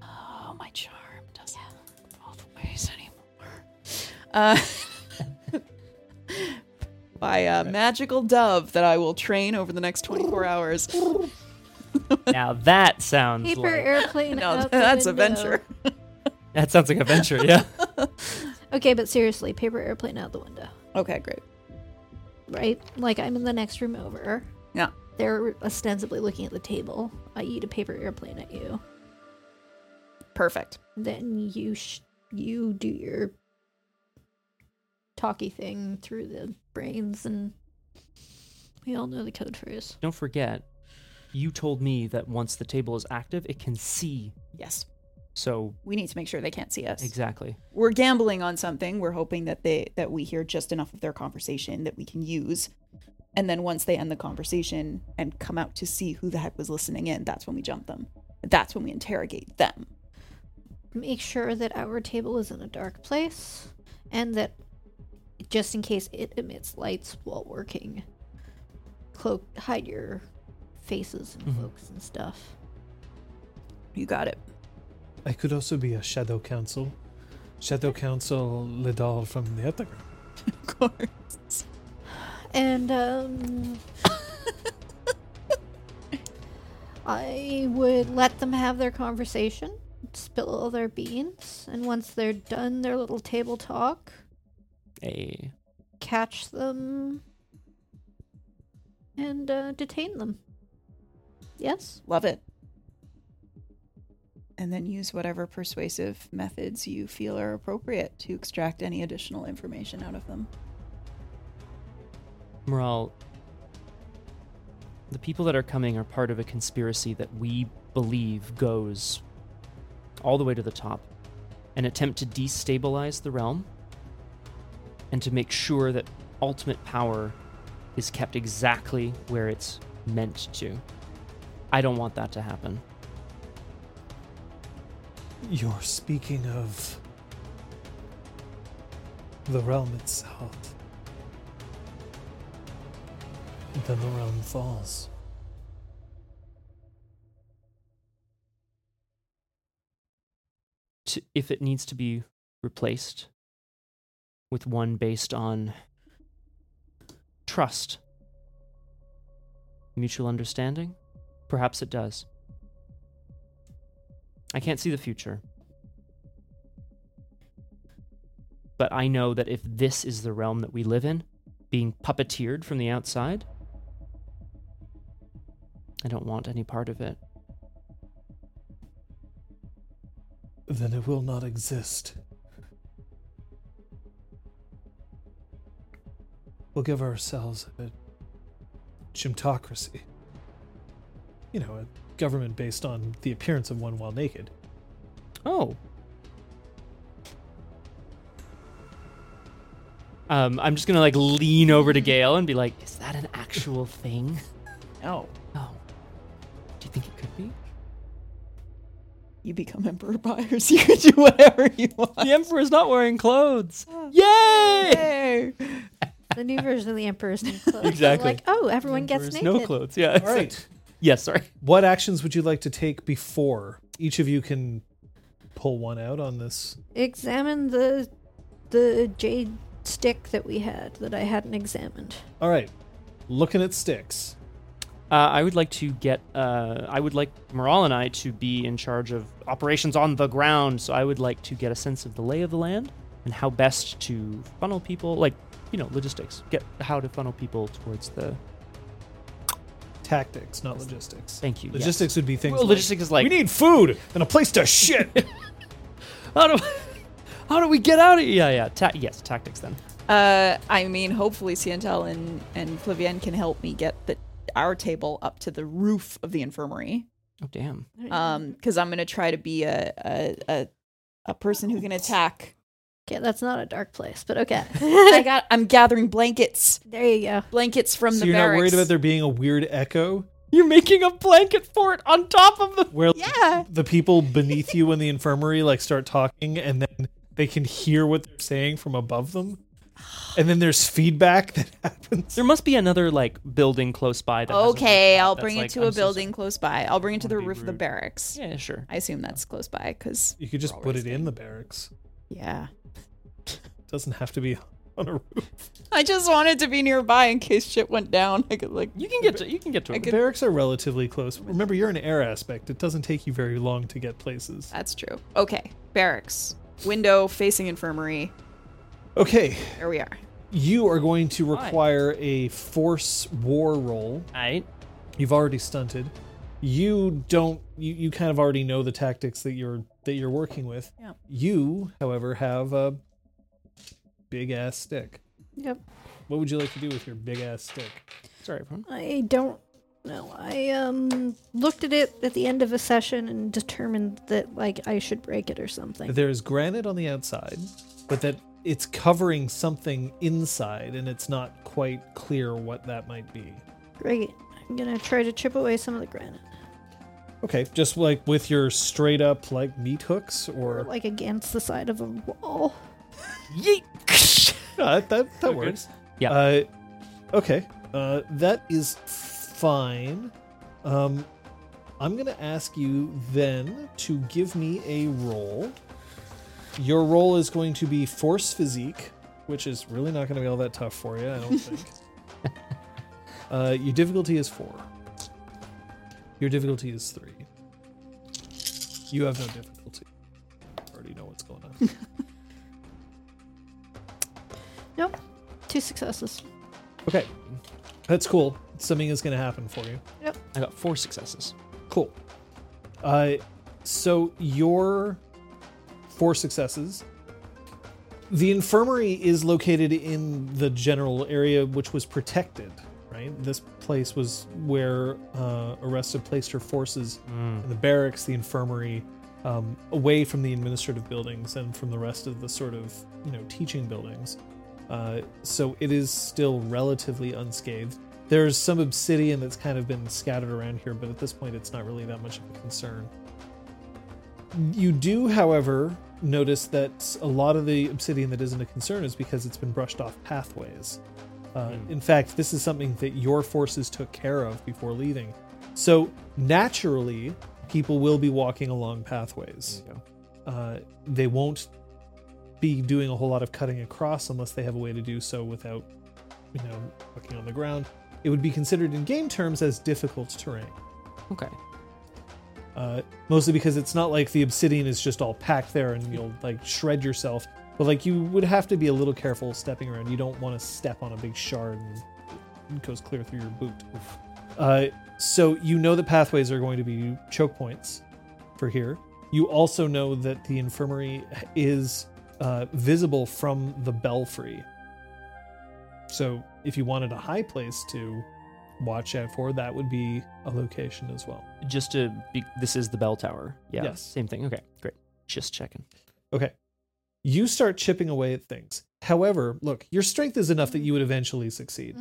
E: Oh, my charm doesn't work both ways anymore. Uh, by a magical dove that I will train over the next 24 hours.
C: now that sounds
B: Paper
C: like
B: airplane.
E: No,
B: out the
E: that's a
B: window.
E: venture.
C: that sounds like a venture, yeah.
B: Okay, but seriously, paper airplane out the window.
E: Okay, great.
B: Right? Like I'm in the next room over.
E: Yeah.
B: They're ostensibly looking at the table. I eat a paper airplane at you.
E: Perfect.
B: Then you sh- you do your talky thing through the brains, and we all know the code phrase.
C: Don't forget, you told me that once the table is active, it can see.
E: Yes.
C: So
E: We need to make sure they can't see us.
C: exactly.
E: we're gambling on something. We're hoping that they that we hear just enough of their conversation that we can use. And then once they end the conversation and come out to see who the heck was listening in, that's when we jump them. That's when we interrogate them.
B: Make sure that our table is in a dark place, and that just in case it emits lights while working, cloak hide your faces and cloaks and stuff.
E: You got it.
A: I could also be a Shadow Council. Shadow Council Lidal from the epigram.
E: Of course.
B: And um I would let them have their conversation, spill all their beans, and once they're done their little table talk,
C: A
B: catch them and uh, detain them. Yes?
E: Love it. And then use whatever persuasive methods you feel are appropriate to extract any additional information out of them.
C: Morale, the people that are coming are part of a conspiracy that we believe goes all the way to the top. An attempt to destabilize the realm and to make sure that ultimate power is kept exactly where it's meant to. I don't want that to happen.
A: You're speaking of the realm itself. Then the realm falls.
C: to, if it needs to be replaced with one based on trust, mutual understanding, perhaps it does. I can't see the future. But I know that if this is the realm that we live in, being puppeteered from the outside, I don't want any part of it.
A: Then it will not exist. We'll give ourselves a gymtocracy. You know, a government based on the appearance of one while naked.
C: Oh. Um, I'm just gonna like lean over to Gail and be like, "Is that an actual thing?"
E: Oh,
C: Oh, do you think it could be?
E: you become emperor buyers. You can do whatever you want.
C: The emperor's not wearing clothes. Yay!
E: Hey.
B: The new version of the Emperor's New Clothes.
C: Exactly.
B: Like, oh, everyone gets
C: Emperor's
B: naked.
C: no clothes. Yeah.
A: All right.
C: Yes. Sorry.
A: What actions would you like to take before each of you can pull one out on this?
B: Examine the the jade stick that we had that I hadn't examined.
A: All right. Looking at sticks.
C: Uh, I would like to get. Uh, I would like Moral and I to be in charge of operations on the ground. So I would like to get a sense of the lay of the land and how best to funnel people, like you know, logistics. Get how to funnel people towards the.
A: Tactics, not logistics.
C: Thank you. yes.
A: Logistics would be things.
C: Well,
A: like,
C: logistics is like
A: we need food and a place to shit.
C: how do how do we get out of yeah yeah ta- yes tactics then
E: Uh, I mean, hopefully Cientel and, and Flavien can help me get the, our table up to the roof of the infirmary.
C: oh damn
E: Um, because I'm gonna try to be a a, a a person who can attack.
B: Okay, that's not a dark place, but okay.
E: I got. I'm gathering blankets.
B: there you go.
E: Blankets from
A: so
E: the
A: you're not
E: barracks.
A: worried about there being a weird echo
C: you're making a blanket fort on top of the
A: where the people beneath you in the infirmary like start talking and then they can hear what they're saying from above them. And then there's feedback that happens.
C: there must be another like building close by that hasn't been
E: Okay,
C: thought
E: I'll
C: that's
E: bring
C: like,
E: it to
C: I'm
E: a
C: so
E: building close by. I'll bring it to the
C: Wouldn't be
E: roof of the
C: rude.
E: barracks.
C: sorry. yeah sure
E: I assume that's close by because
A: You could just put it in the barracks.
E: yeah.
A: It doesn't have to be on a roof.
E: I just wanted to be nearby in case shit went down. I could like
C: you can get to you can get to
E: I
C: it
A: The
E: could-
A: barracks are relatively close. Remember, you're an air aspect. It doesn't take you very long to get places.
E: that's true. Okay, barracks window facing infirmary.
C: Uh,
A: Okay,
E: There we are.
A: you are going to require a force war roll.
C: all right
A: You've already stunted. You don't. You, you kind of already know the tactics that you're that you're working with.
E: Yeah.
A: You, however, have a big ass stick.
B: Yep.
A: What would you like to do with your big ass stick?
C: sorry everyone
B: I don't know. I um looked at it at the end of a session and determined that like I should break it or something.
A: There's granite on the outside, but that it's covering something inside, and it's not quite clear what that might be.
B: Break it. I'm gonna try to chip away some of the granite.
A: Okay, just like with your straight up like meat hooks,
B: Or
A: or
B: like against the side of a wall.
C: yeet
A: Uh, that that works.
C: Yeah.
A: Uh, okay. Uh, that is fine. Um, I'm gonna ask you then to give me a roll. Your roll is going to be force physique, which is really not gonna be all that tough for you, I don't think. uh, your difficulty is four. Your difficulty is three. You have no difficulty. Already know what's going on.
B: Nope. Two successes.
A: Okay. That's cool. Something is going to happen for you.
C: I got four successes
A: Cool. Uh, so your four successes. The infirmary is located in the general area, which was protected. Right, this place was where uh, Arresta placed her forces in the barracks, the infirmary, um, away from the administrative buildings and from the rest of the sort of you know teaching buildings. Uh, so it is still relatively unscathed. There's some obsidian that's kind of been scattered around here, but at this point, it's not really that much of a concern. You do, however, notice that a lot of the obsidian that isn't a concern is because it's been brushed off pathways. Uh, In fact, this is something that your forces took care of before leaving. So naturally, people will be walking along pathways.
C: There you go.
A: Uh, they won't be doing a whole lot of cutting across unless they have a way to do so without, you know, walking on the ground. It would be considered in game terms as difficult terrain
C: Okay.
A: uh, mostly because it's not like the obsidian is just all packed there and you'll like shred yourself. But like you would have to be a little careful stepping around. You don't want to step on a big shard and it goes clear through your boot. Uh, so you know the pathways are going to be choke points for here. You also know that the infirmary is uh, visible from the belfry. So if you wanted a high place to watch out for, that would be a location as well.
C: Just to be, this is the bell tower. Yeah.
A: Yes.
C: Same thing. Okay. Great. Just checking.
A: Okay. You start chipping away at things. However, look, your strength is enough that you would eventually succeed.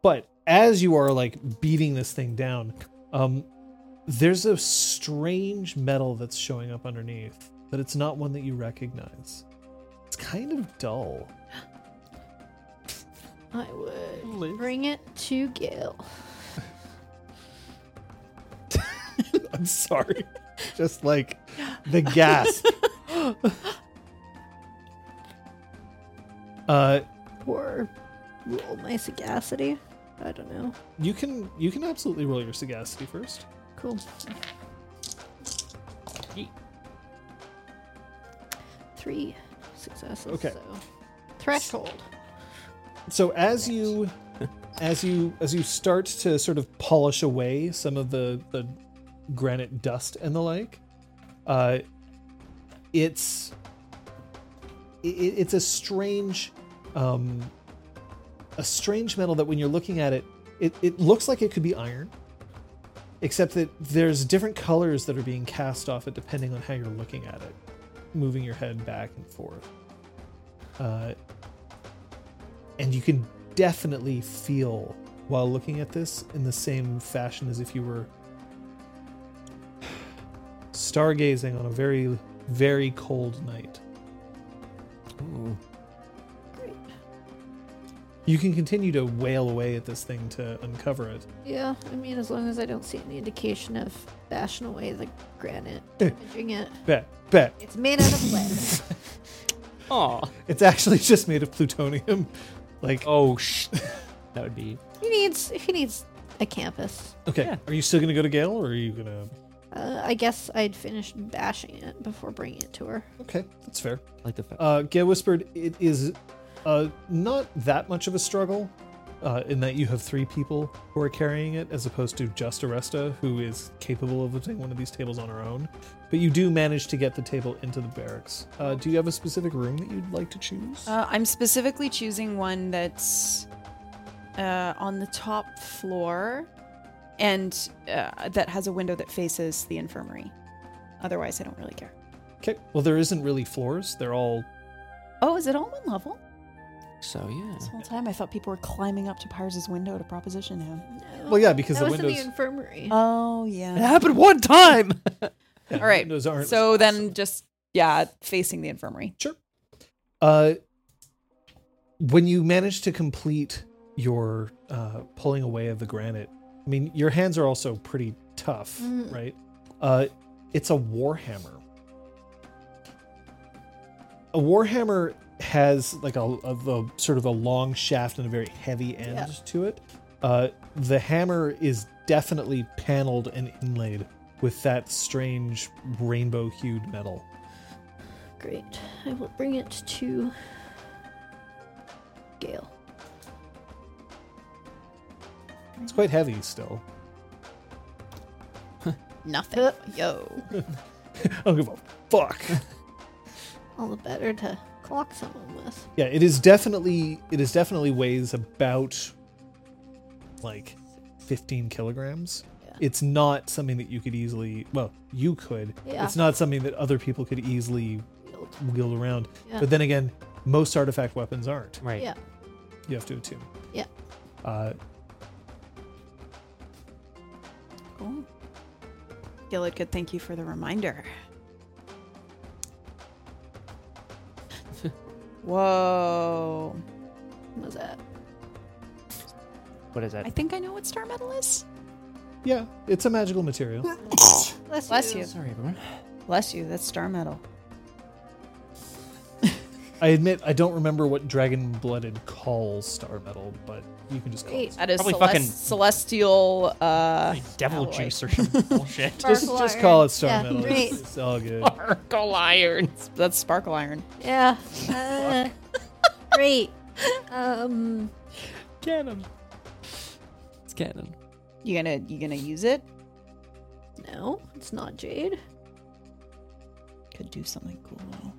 A: But as you are like beating this thing down, um, there's a strange metal that's showing up underneath, but it's not one that you recognize. It's kind of dull.
B: I would bring it to Gil.
A: I'm sorry. Just like the gasp. uh,
B: Or roll my sagacity. I don't know.
A: you can you can absolutely roll your sagacity first.
B: Cool.
C: Yeet.
B: Three successes.
A: Okay.
B: So. Threshold.
A: so as you as you as you start to sort of polish away some of the the granite dust and the like uh it's it, it's a strange um a strange metal that when you're looking at it, it it looks like it could be iron except that there's different colors that are being cast off it depending on how you're looking at it moving your head back and forth uh and you can definitely feel while looking at this in the same fashion as if you were stargazing on a very very cold night
C: Ooh.
B: Great.
A: you can continue to wail away at this thing to uncover it
B: Yeah, I mean, as long as I don't see any indication of bashing away the granite, damaging it.
A: bet bet
B: It's made out of lead.
C: Aw.
A: it's actually just made of plutonium like
C: Oh, sh. that would be.
B: he needs. He needs a campus.
A: okay
C: yeah.
A: are you still gonna go to gale or are you gonna
B: Uh, I guess I'd finished bashing it before bringing it to her.
A: okay that's fair
C: I like the fact.
A: Uh, Gale whispered, "It is uh, not that much of a struggle, uh, in that you have three people who are carrying it, as opposed to just Aresta, who is capable of lifting one of these tables on her own. But you do manage to get the table into the barracks. Uh, do you have a specific room that you'd like to choose?
E: Uh, I'm specifically choosing one that's uh, on the top floor and uh, that has a window that faces the infirmary. Otherwise, I don't really care.
A: Okay. Well, there isn't really floors; they're all
E: Oh, is it all one level?
C: so yeah.
E: This whole time, I thought people were climbing up to Pires' window to proposition him.
A: well, yeah, because
B: that
A: the
B: was
A: windows. Uh.
B: in the infirmary.
E: Oh,
C: It
E: yeah.
C: happened one time.
A: yeah,
E: All right,
A: windows aren't
E: So then just, yeah, facing the infirmary.
A: Sure. Uh, when you manage to complete your uh, pulling away of the granite, I mean, your hands are also pretty tough,
B: Mm.
A: right? Uh, it's a warhammer. A warhammer has like a, a- a sort of a long shaft and a very heavy end
B: Yeah.
A: to it. Uh, the hammer is definitely paneled and inlaid with that strange rainbow-hued metal.
B: Great. I will bring it to Gale.
A: It's
B: Mm.
A: quite heavy still.
E: Nothing. Yo.
A: I don't give a fuck.
B: All the better to clock someone with.
A: yeah, it is definitely it is definitely weighs about like 15 kilograms.
B: Yeah.
A: It's not something that you could easily well, you could.
B: Yeah.
A: It's not something that other people could easily
B: Wield.
A: wield around.
B: Yeah.
A: But then again, most artifact weapons aren't.
C: right.
B: Yeah.
A: You have to attune.
B: Yeah.
A: Uh,
E: Cool. Gillard, good. Thank you for the reminder.
D: Whoa.
B: What was that?
C: What is
D: I
C: that?
D: think I know what star metal is.
A: Yeah, it's a magical material.
B: Bless,
D: Bless you.
C: Sorry, everyone.
E: Bless you. That's star metal.
A: I admit I don't remember what dragon blooded calls star metal, but you can just call it.
E: That is
C: Probably
E: celest-
C: fucking-
E: celestial. Uh,
C: Devil
E: alloy.
C: juice or some bullshit.
A: Just,
B: Sparkle
A: just
B: iron.
A: call it star
B: Yeah,
A: metal.
B: great.
A: It's, it's all good.
C: Sparkle iron.
E: That's sparkle iron.
B: Yeah. Uh, great. Um,
C: Cannon. It's cannon.
E: You gonna you gonna use it?
B: no, it's not jade.
E: Could do something cool. though.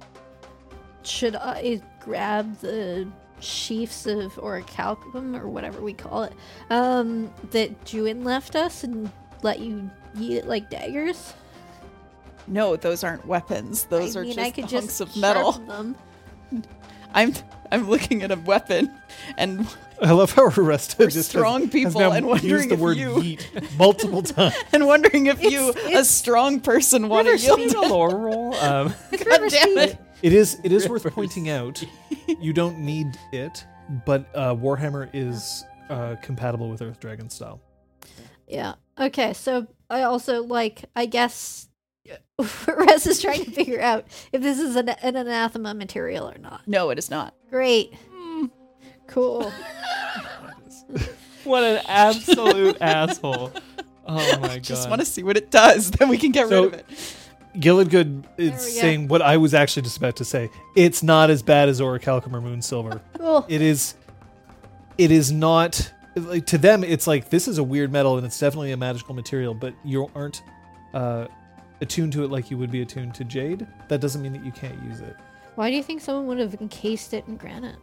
B: Should I grab the sheafs of orichalcum or whatever we call it um, that Juin left us and let you eat it like daggers?
E: No, those aren't weapons. Those
B: I
E: are
B: mean,
E: just
B: I could
E: hunks
B: just
E: of metal.
B: sharpen them.
E: I'm I'm looking at a weapon, and
A: I love how Arresta
E: We're
A: just
E: strong
A: has,
E: people
A: has now
E: and wondering
A: used the
E: if
A: word
E: you-
A: yeet multiple times.
E: and wondering if you,
B: It's-
E: a
B: it's-
E: strong person, want to yield.
C: a lore roll. Um,
B: It's rubber
E: damn it.
B: sheep.
A: It is it is worth pointing out you don't need it, but uh, Warhammer is uh, compatible with Earth Dragon style.
B: Yeah. Okay. So I also like. I guess Rez is trying to figure out if this is an, an anathema material or not.
E: No, it is not.
B: Great.
E: Hmm,
B: Cool.
C: what an absolute asshole. Oh my god.
E: Just want to see what it does. Then we can get
A: So-
E: rid of it.
A: Gilligood
B: There we
A: is
B: go.
A: saying what I was actually just about to say. It's not as bad as Orichalcum or Moon Silver.
B: Cool.
A: It is it is not like to them it's like this is a weird metal and it's definitely a magical material, but you aren't uh, attuned to it like you would be attuned to jade. That doesn't mean that you can't use it.
B: Why do you think someone would have encased it in granite?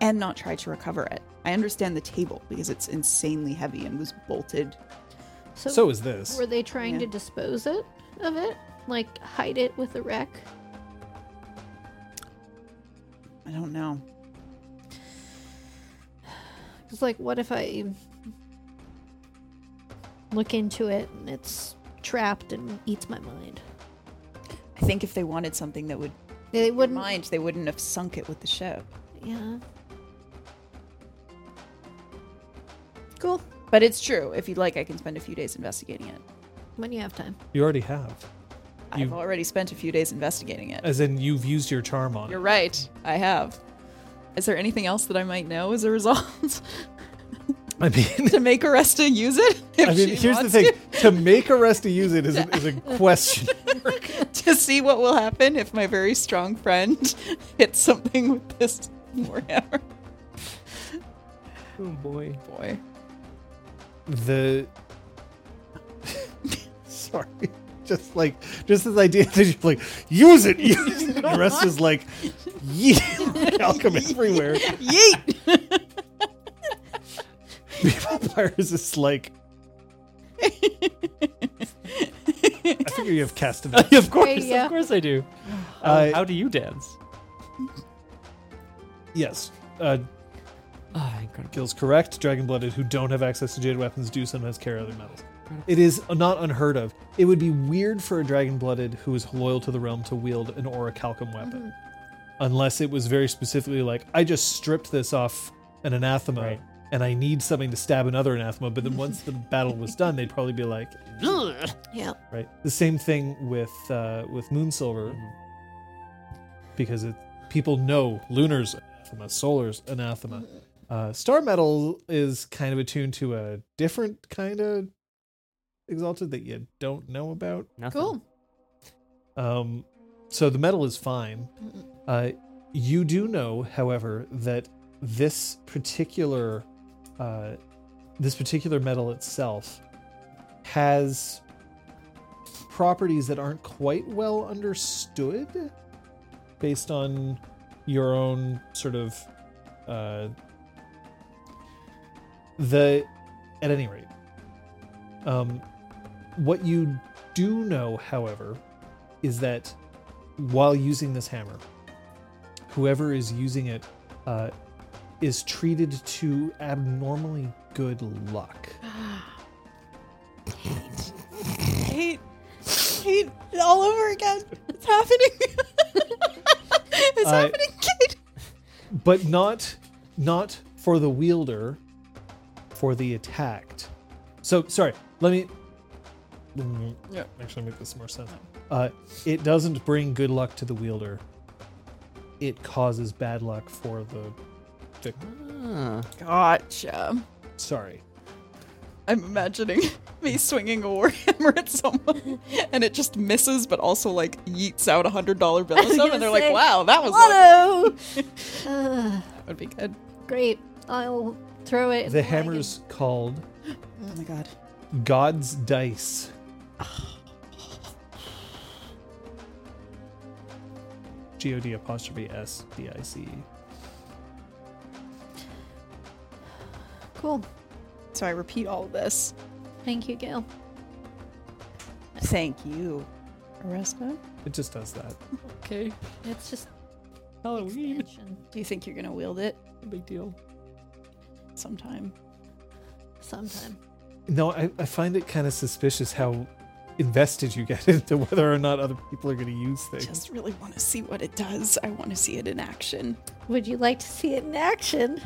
E: and not try to recover it. I understand the table because it's insanely heavy and was bolted.
B: So,
A: So is this.
B: were they trying to dispose it of it? Like hide it with a wreck?
E: I don't know.
B: Because like, what if I look into it and it's trapped and eats my mind?
E: I think if they wanted something that would
B: They
E: wouldn't
B: wouldn't.
E: mind, they wouldn't have sunk it with the ship.
B: Yeah. Cool.
E: But it's true. If you'd like, I can spend a few days investigating it.
B: When you have time.
A: You already have.
E: I've
A: You- Uh,
E: already spent a few days investigating it.
A: As in you've used your charm on it.
E: You're right. I have. Is there anything else that I might know as a result
A: I mean
E: to make Aresta use it? if
A: I mean,
E: she
A: here's the
E: wants
A: thing: to make Arresta use it is, is a question.
E: to see what will happen if my very strong friend hits something with this warhammer.
C: Oh boy.
E: Boy,
A: the sorry, just like just this idea that you're like use it, use it. And Arresta's like, yeet, Malcolm everywhere.
E: yeet!
A: People players is like. I figure you have cast of
C: of course,
B: yeah.
C: of course I do.
A: Uh,
C: Oh, how do you dance?
A: yes. Uh,
C: Ah, incredible.
A: Gil's correct. Dragon blooded who don't have access to jade weapons do sometimes carry other metals. It is not unheard of. It would be weird for a dragon blooded who is loyal to the realm to wield an orichalcum weapon. Unless it was very specifically like, I just stripped this off an anathema
C: Right.
A: and I need something to stab another anathema. But then once the battle was done, they'd probably be like,
B: Yeah.
A: right? The same thing with uh, with Moonsilver, because it people know Lunar's anathema, Solar's anathema. Uh, Star Metal is kind of attuned to a different kind of exalted that you don't know about.
C: Nothing.
B: Cool.
A: Um, so the metal is fine. Uh, you do know, however, that this particular uh, this particular metal itself has properties that aren't quite well understood based on your own sort of uh, the at any rate um, what you do know however is that while using this hammer, whoever is using it uh, is treated to abnormally good luck.
E: Hate, hate all over again. It's happening.
D: is
A: Uh,
D: happening, Kate?
A: but not not for the wielder for the attacked so sorry let me yeah actually make this more sense uh, it doesn't bring good luck to the wielder it causes bad luck for the victim
C: Ah.
D: Gotcha.
A: sorry
D: I'm imagining me swinging a warhammer at someone, and it just misses, but also like yeets out a hundred dollar bill.
B: I was gonna
D: And they're like,
B: say,
D: "Wow, that was lucky."
B: Lotto! Ugh,
D: that would be good."
B: great. I'll throw it. in
A: the
B: wagon.
A: hammer's called
D: Oh my god.
A: god's dice god apostrophe s d i c e
B: Cool.
D: So I repeat all of this.
B: Thank you, Gail.
E: Thank you.
D: Arresta.
A: it just does that
C: Okay.
B: It's just
C: Halloween.
B: expansion
E: Do you think you're gonna wield it
C: Big deal.
E: sometime?
B: sometime.
A: No, I, I find it kind of suspicious how invested you get into whether or not other people are going to use things.
E: Just really want to see what it does. I want to see it in action.
B: Would you like to see it in action?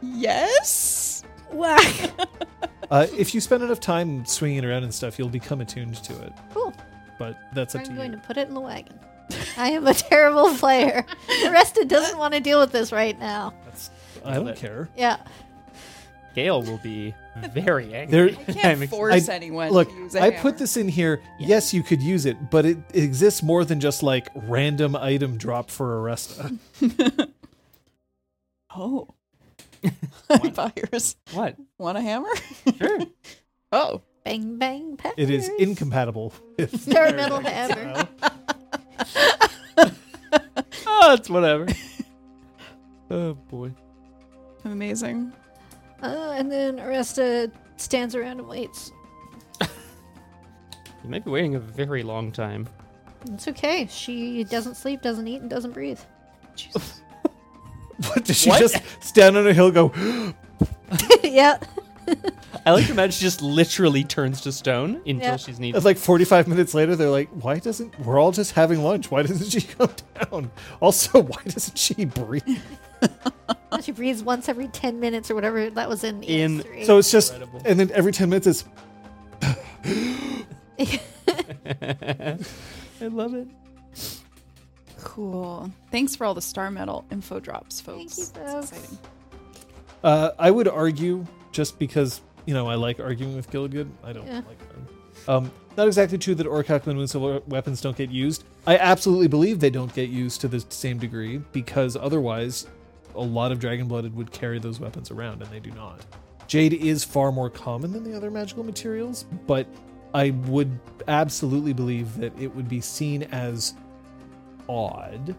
E: Yes.
B: Wow.
A: Uh, if you spend enough time swinging it around and stuff, you'll become attuned to it.
B: Cool.
A: But that's up
B: I'm
A: to
B: going
A: you.
B: to put it in the wagon. I am a terrible player. Arrested doesn't want to deal with this right now.
A: That's, I don't care.
B: Yeah.
C: Gail will be very angry.
A: There,
C: I'm
D: Can't
C: ex-
D: force
A: I-
D: anyone.
A: look,
D: to use a
A: I
D: hammer.
A: put this in here. Yes, you could use it, but it, it exists more than just like random item drop for Arresta.
E: Oh,
D: Buyers
C: What?
D: want a hammer?
C: Sure.
D: Oh,
B: Bang bang peppers.
A: It is incompatible with
B: experimental forever.
C: oh, it's whatever. oh boy.
D: amazing.
B: Uh, and then Arresta stands around and waits.
C: You might be waiting a very long time.
B: It's okay. She doesn't sleep, doesn't eat, and doesn't breathe.
A: What does she just stand on a hill? and Go.
B: yeah.
C: I like to imagine she just literally turns to stone until
B: Yeah.
C: she's needed.
A: It's like 45 minutes later, they're like, why doesn't, we're all just having lunch. Why doesn't she come down? Also, why doesn't she breathe?
B: She breathes once every 10 minutes or whatever that was in, E
C: In-
B: EX3.
A: So it's just,
C: Incredible.
A: and then every 10 minutes it's,
C: I love it.
D: Cool. Thanks for all the star metal info drops, folks.
B: Thank you,
D: That's
B: folks.
D: exciting.
A: uh, I would argue, just because, you know, I like arguing with Gilligood. I don't
B: Yeah.
A: like them. Um, not exactly true that Orcock and Moonsilver weapons don't get used. I absolutely believe they don't get used to the same degree because otherwise, a lot of Dragon Blooded would carry those weapons around, and they do not. Jade is far more common than the other magical materials, but I would absolutely believe that it would be seen as odd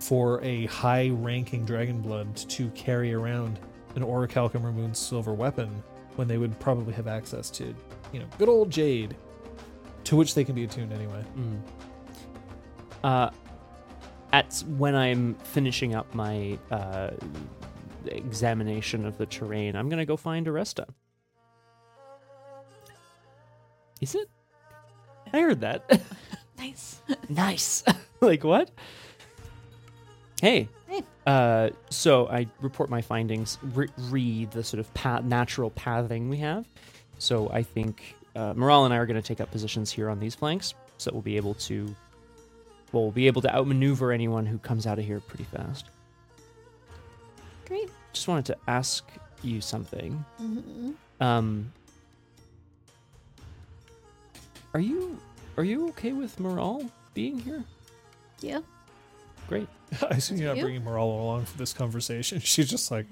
A: for a high ranking Dragon Blood to carry around an Orichalcum or Moon Silver weapon when they would probably have access to, you know, good old Jade, to which they can be attuned anyway.
C: Uh, at when I'm finishing up my uh, examination of the terrain, I'm gonna go find Aresta. Is it? I heard that.
B: nice.
C: nice. like what? Hey.
B: Hey.
C: Uh, so I report my findings, re- read the sort of path, natural pathing we have. So I think uh, Morale and I are going to take up positions here on these flanks, so that we'll be able to, well, we'll be able to outmaneuver anyone who comes out of here pretty fast.
B: Great.
C: Just wanted to ask you something.
B: hmm
C: Um, are you are you okay with Morale being here?
B: Yeah.
C: Great.
A: I assume you're not
B: You?
A: bringing Morale along for this conversation. She's just like,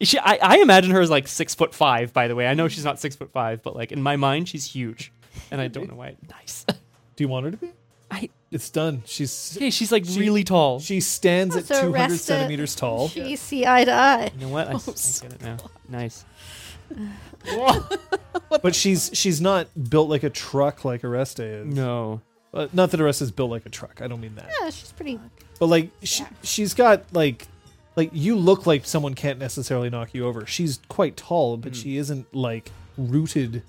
C: She, I, I imagine her as like six foot five. By the way, I know she's not six foot five, but like in my mind, she's huge, and I don't know why. Nice.
A: do you want her to be?
C: I
A: It's done. She's
C: okay. She's like
A: She-
C: really tall.
A: she stands at
B: So
A: 200
B: Resta-
A: centimeters tall.
B: She see eye to eye.
C: you know what? I, s- I get it now. Nice. Whoa.
A: But she's she's not built like a truck like Aresta is.
C: no.
A: Uh, not that Aresta's built like a truck. I don't mean that.
B: Yeah, she's pretty.
A: But like she, she's got like like you look like someone can't necessarily knock you over. She's quite tall, but she isn't like rooted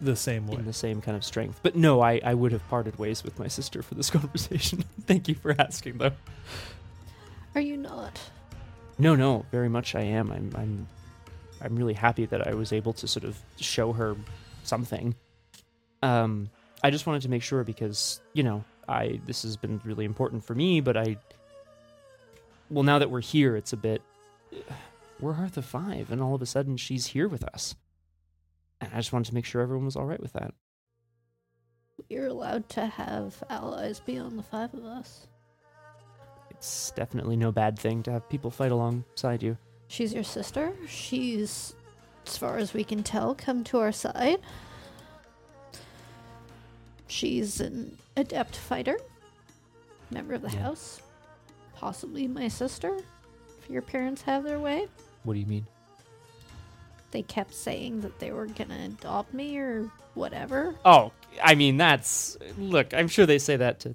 A: the same way.
C: in the same kind of strength. But no, I, I would have parted ways with my sister for this conversation. Thank you for asking, though.
B: Are you not?
C: No, no, very much I am. I'm, I'm, I'm really happy that I was able to sort of show her something. Um, I just wanted to make sure because you know, I this has been really important for me, but I, well, now that we're here, it's a bit. We're Hearth of Five, and all of a sudden she's here with us. And I just wanted to make sure everyone was all right with that.
B: You're allowed to have allies beyond the five of us.
C: It's definitely no bad thing to have people fight alongside you.
B: She's your sister. She's, as far as we can tell, come to our side. She's an adept fighter, member of the
C: Yeah.
B: house, possibly my sister, if your parents have their way.
C: What do you mean?
B: They kept saying that they were gonna adopt me or whatever.
C: Oh, I mean, that's. Look, I'm sure they say that to.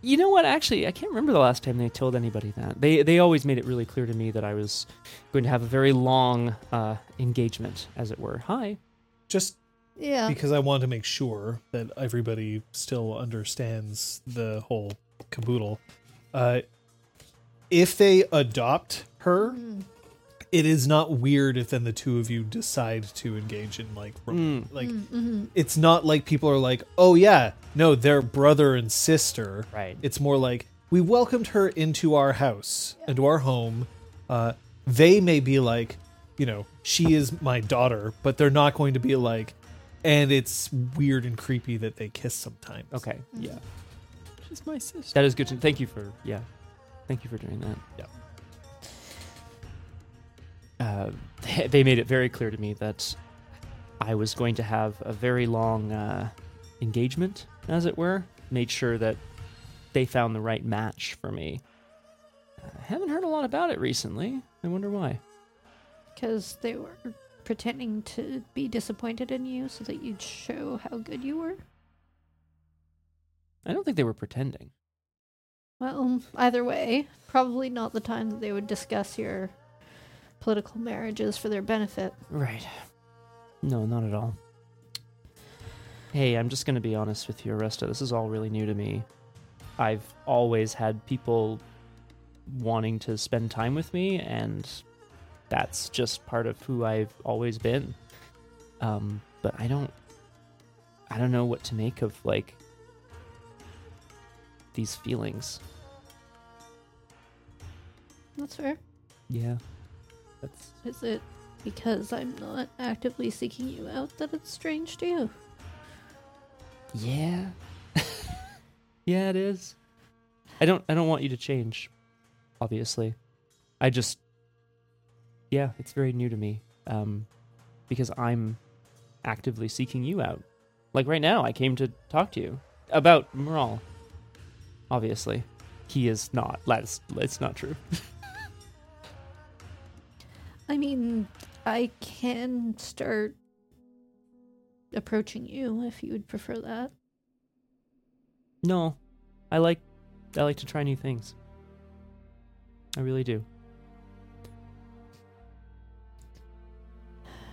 C: You know what? Actually, I can't remember the last time they told anybody that. They they always made it really clear to me that I was going to have a very long uh, engagement, as it were. Hi.
A: Just
B: Yeah.
A: because I want to make sure that everybody still understands the whole caboodle. Uh, if they adopt her,
B: Mm-hmm.
A: it is not weird if then the two of you decide to engage in like
C: Mm. Hmm.
A: rom- like
B: Mm. Mm-hmm.
A: it's not like people are like, oh yeah, no, they're brother and sister.
C: Right.
A: It's more like we welcomed her into our house, into our home. Uh, they may be like, you know, she is my daughter, but they're not going to be like, and it's weird and creepy that they kiss sometimes.
C: Okay.
B: Mm-hmm.
C: Yeah.
E: She's my sister.
C: That is good to. Thank you for. Yeah. Thank you for doing that. uh, they made it very clear to me that I was going to have a very long uh, engagement, as it were. Made sure that they found the right match for me. I haven't heard a lot about it recently. I wonder why.
B: Because they were pretending to be disappointed in you so that you'd show how good you were.
C: I don't think they were pretending.
B: Well, either way, probably not the time that they would discuss your political marriages for their benefit.
C: Right. No, not at all. Hey, I'm just going to be honest with you, Aresta. This is all really new to me. I've always had people wanting to spend time with me, and that's just part of who I've always been. Um, but I don't, I don't know what to make of like these feelings.
B: That's fair.
C: Yeah, that's
B: Is it because I'm not actively seeking you out that it's strange to you?
C: Yeah. yeah, it is. I don't I don't want you to change, obviously. I just Yeah, it's very new to me. Um because I'm actively seeking you out. Like right now, I came to talk to you about Moral. Obviously. He is not. That's it's not true.
B: I mean, I can start approaching you if you would prefer that.
C: No. I like I like to try new things. I really do.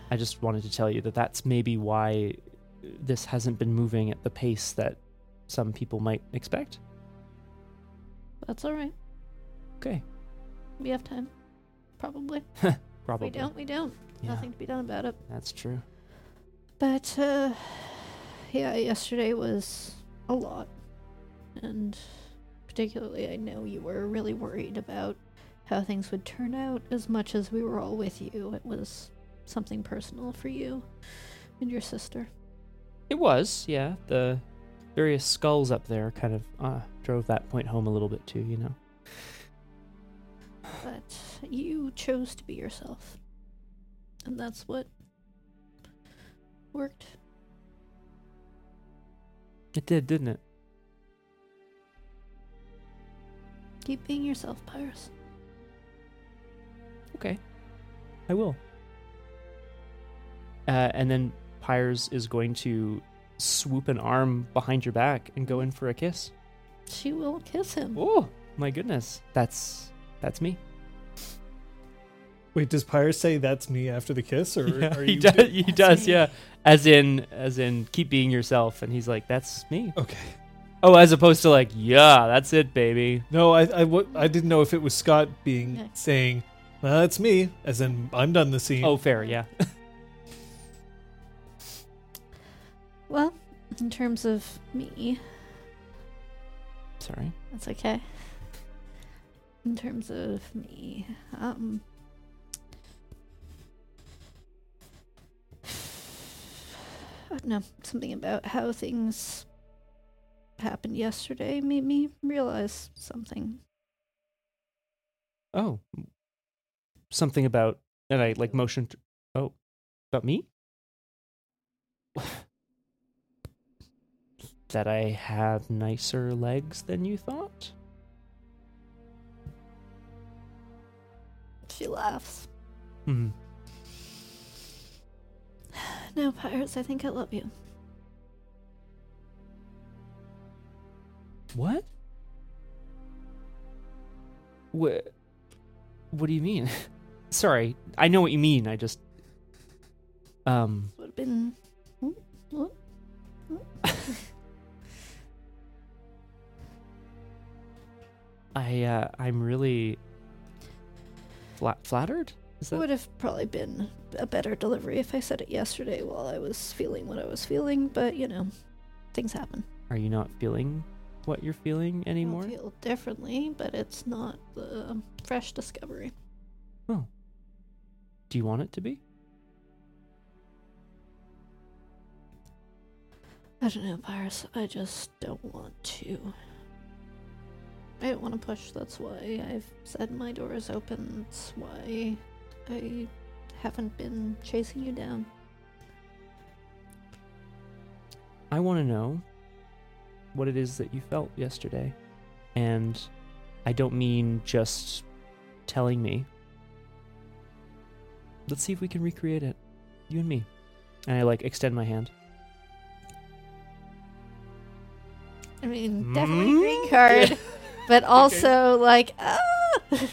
C: I just wanted to tell you that that's maybe why this hasn't been moving at the pace that some people might expect.
B: That's all right.
C: Okay,
B: We have time. Probably. If
C: probably.
B: We don't. We don't.
C: Yeah,
B: Nothing to be done about it.
C: That's true.
B: But uh yeah, yesterday was a lot. And particularly I know you were really worried about how things would turn out as much as we were all with you. It was something personal for you and your sister.
C: It was, yeah. The various skulls up there kind of uh, drove that point home a little bit too, you know.
B: But you chose to be yourself. And that's what worked.
C: It did, didn't it?
B: Keep being yourself, Pyrus.
C: Okay. I will. Uh, and then Pyres is going to swoop an arm behind your back and go in for a kiss.
B: She will kiss him.
C: Oh, my goodness. That's that's me.
A: Wait, does Pyre say that's me after the kiss, or
C: Yeah,
A: are
C: he
A: you?
C: does.
A: doing-
C: He does. Yeah. As in, as in, keep being yourself. And he's like, "That's me."
A: Okay.
C: Oh, as opposed to like, "Yeah, that's it, baby."
A: No, I, I, wa- I didn't know if it was Scott being
B: No.
A: saying, "Well, "That's me," as in I'm done the scene.
C: Oh, fair. Yeah.
B: Well, in terms of me,
C: Sorry.
B: That's okay. In terms of me, um, I don't know something about how things happened yesterday made me realize something.
C: Oh, something about, and I like motioned. Oh, about me? that I have nicer legs than you thought.
B: She laughs.
C: Hmm.
B: No, Pirates, I think I love you.
C: What? What? What do you mean? Sorry, I know what you mean. I just, um,
B: Would have been
C: I, uh, I'm really flat flattered. Is that
B: would have probably been a better delivery if I said it yesterday while I was feeling what I was feeling. But you know, things happen.
C: Are you not feeling what you're feeling
B: I'll
C: anymore?
B: feel differently, but it's not the fresh discovery.
C: Do you want it to be?
B: I don't know, Pyrus. I just don't want to. I don't want to push. That's why I've said my door is open. That's why I haven't been chasing you down.
C: I want to know what it is that you felt yesterday. And I don't mean just telling me. Let's see if we can recreate it. You and me. And I like extend my hand.
B: I mean,
C: Mm-hmm.
B: definitely green card, but also like ah.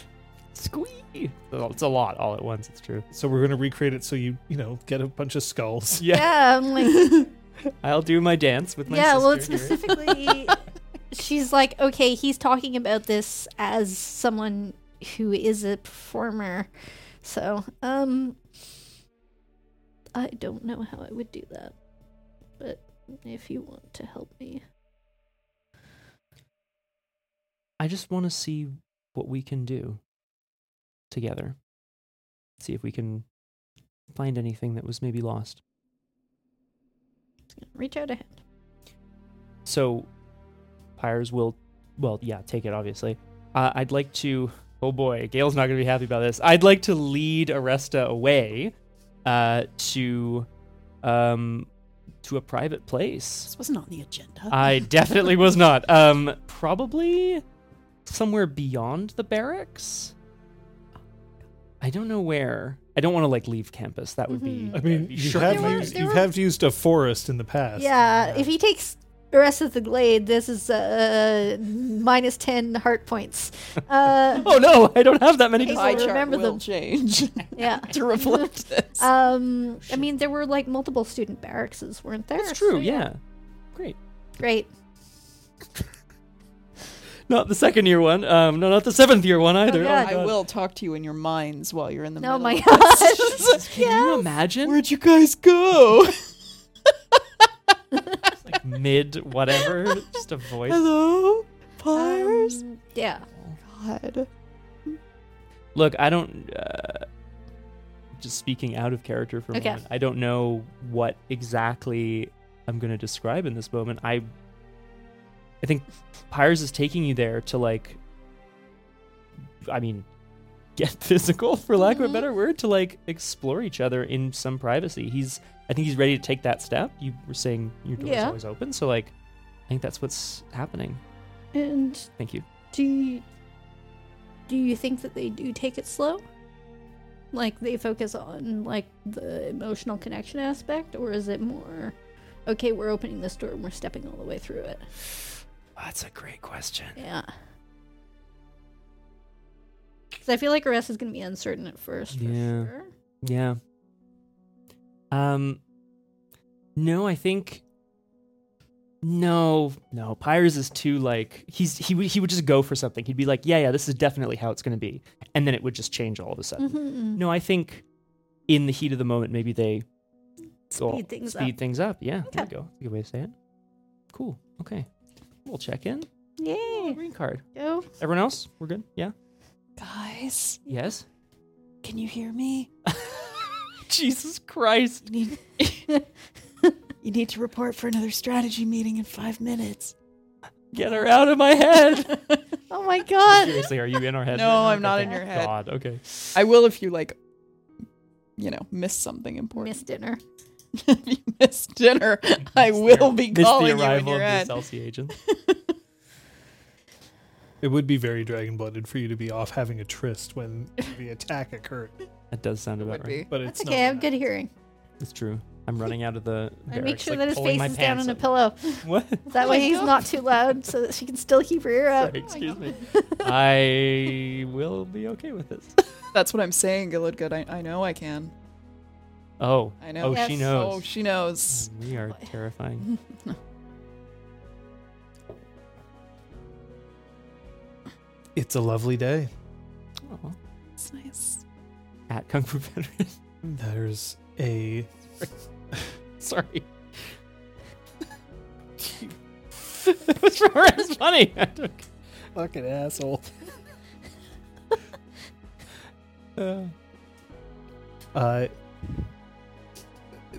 C: Squee! Oh, It's a lot all at once, it's true.
A: So we're gonna recreate it so you, you know, get a bunch of skulls.
B: Yeah, I'm like,
C: I'll do my dance with my
B: yeah. Well, it's
C: sister here.
B: specifically, she's like, okay, he's talking about this as someone who is a performer. So, um, I don't know how I would do that, but if you want to help me,
C: I just want to see what we can do together. See if we can find anything that was maybe lost.
B: reach out a hand.
C: So, Pyres will, well, yeah, take it, obviously. Uh, I'd like to, oh boy, Gail's not going to be happy about this. I'd like to lead Aresta away uh, to, um, to a private place.
E: This wasn't on the agenda.
C: I definitely was not. Um, probably somewhere beyond the barracks. I don't know where. I don't want to like leave campus. That would
B: Mhm.
C: be.
A: I
C: that
A: mean,
C: would be
A: Mm-hmm. you
C: short
B: There
A: have
B: were-
A: used
B: there
A: you
B: were-
A: have used a forest in the past.
B: Yeah, if he takes the rest of the glade, this is uh minus ten heart points. Uh,
C: Oh no! I don't have that many.
B: Hey,
C: dis-
B: I remember
E: will
B: them.
E: change
B: yeah.
E: to reflect this.
B: Um, I mean, there were like multiple student barrackses, weren't there?
C: That's true.
B: So,
C: Yeah. Great.
B: Great. Um,
C: Not the second year one. Um, no, not the seventh year one either. Oh
B: God.
E: I will talk to you in your minds while you're in the
B: Oh
E: middle.
B: my
E: of
B: gosh.
E: this.
C: Can you imagine
E: Where'd you guys go?
C: mid whatever? Just a voice.
E: Hello, Pyres.
B: Um, yeah.
E: Um, God.
C: Look, I don't. Uh, just speaking out of character for a
B: Okay.
C: moment, I don't know what exactly I'm going to describe in this moment. I, I think Pyres is taking you there to like. I mean, get physical, for lack of
B: Mhm.
C: a better word, to like explore each other in some privacy. He's, I think he's ready to take that step. You were saying your door's
B: Yeah.
C: always open, so like, I think that's what's happening.
B: And
C: Thank you.
B: do you, do you think that they do take it slow? Like they focus on like the emotional connection aspect, or is it more, okay, we're opening this door and we're stepping all the way through it?
C: That's a great question.
B: Yeah. 'Cause 'Cause I feel like arrest is going to be uncertain at first. For
C: Yeah.
B: Sure.
C: Yeah. Um No, I think no, no. Pyres is too like he's he would he would just go for something. He'd be like, "Yeah, yeah, this is definitely how it's going to be." And then it would just change all of a
F: Mm-hmm.
C: sudden.
B: Mhm.
C: No, I think in the heat of the moment maybe they so-
F: Speed things
C: speed
F: up.
C: things up. Yeah, there you go. That's a good way to say it. Cool. Okay. We'll check in.
B: Yay.
C: Green card.
B: Go.
C: Everyone else? We're good? Yeah?
E: Guys,
C: Yes?
E: can you hear me?
C: Jesus Christ.
E: You need You need to report for another strategy meeting in 5 minutes.
C: Get her out of my head.
B: Oh my god.
C: Seriously, are you in our head?
E: No,
C: right now?
E: I'm not
C: Okay.
E: in your head.
C: God, okay.
E: I will if you like you know, miss something important.
B: Missed dinner.
E: if you miss dinner, I
C: Miss
E: will
C: the-
E: be
C: miss the
E: calling you in
C: arrival
E: your
C: of
E: head.
C: this LC agent.
A: It would be very dragon blooded for you to be off having a tryst when the attack occurred,
C: That does sound about
E: Would
C: right.
E: be.
A: but
B: That's
A: it's
B: okay. I
A: not
B: have good hearing.
C: It's true. I'm running out of the.
B: I make
C: barracks,
B: sure
C: like,
B: that his
C: pulling
B: face
C: my
B: is down
C: pants
B: on a
C: up.
B: pillow.
C: What?
B: That way he's not too loud so that she can still keep her ear up. Oh
C: Sorry, excuse me. I will be okay with this.
E: That's what I'm saying, Gilladgood. I, I know I can.
C: Oh.
E: I know.
C: Oh, she
B: Yes.
C: knows.
E: Oh, she knows.
C: we are terrifying.
A: It's a lovely day.
C: Aw.
E: It's nice.
C: At Kung Fu Veteran.
A: There's a
C: Sorry. What's wrong? It's funny.
A: fucking asshole.
C: Uh,
A: Uh,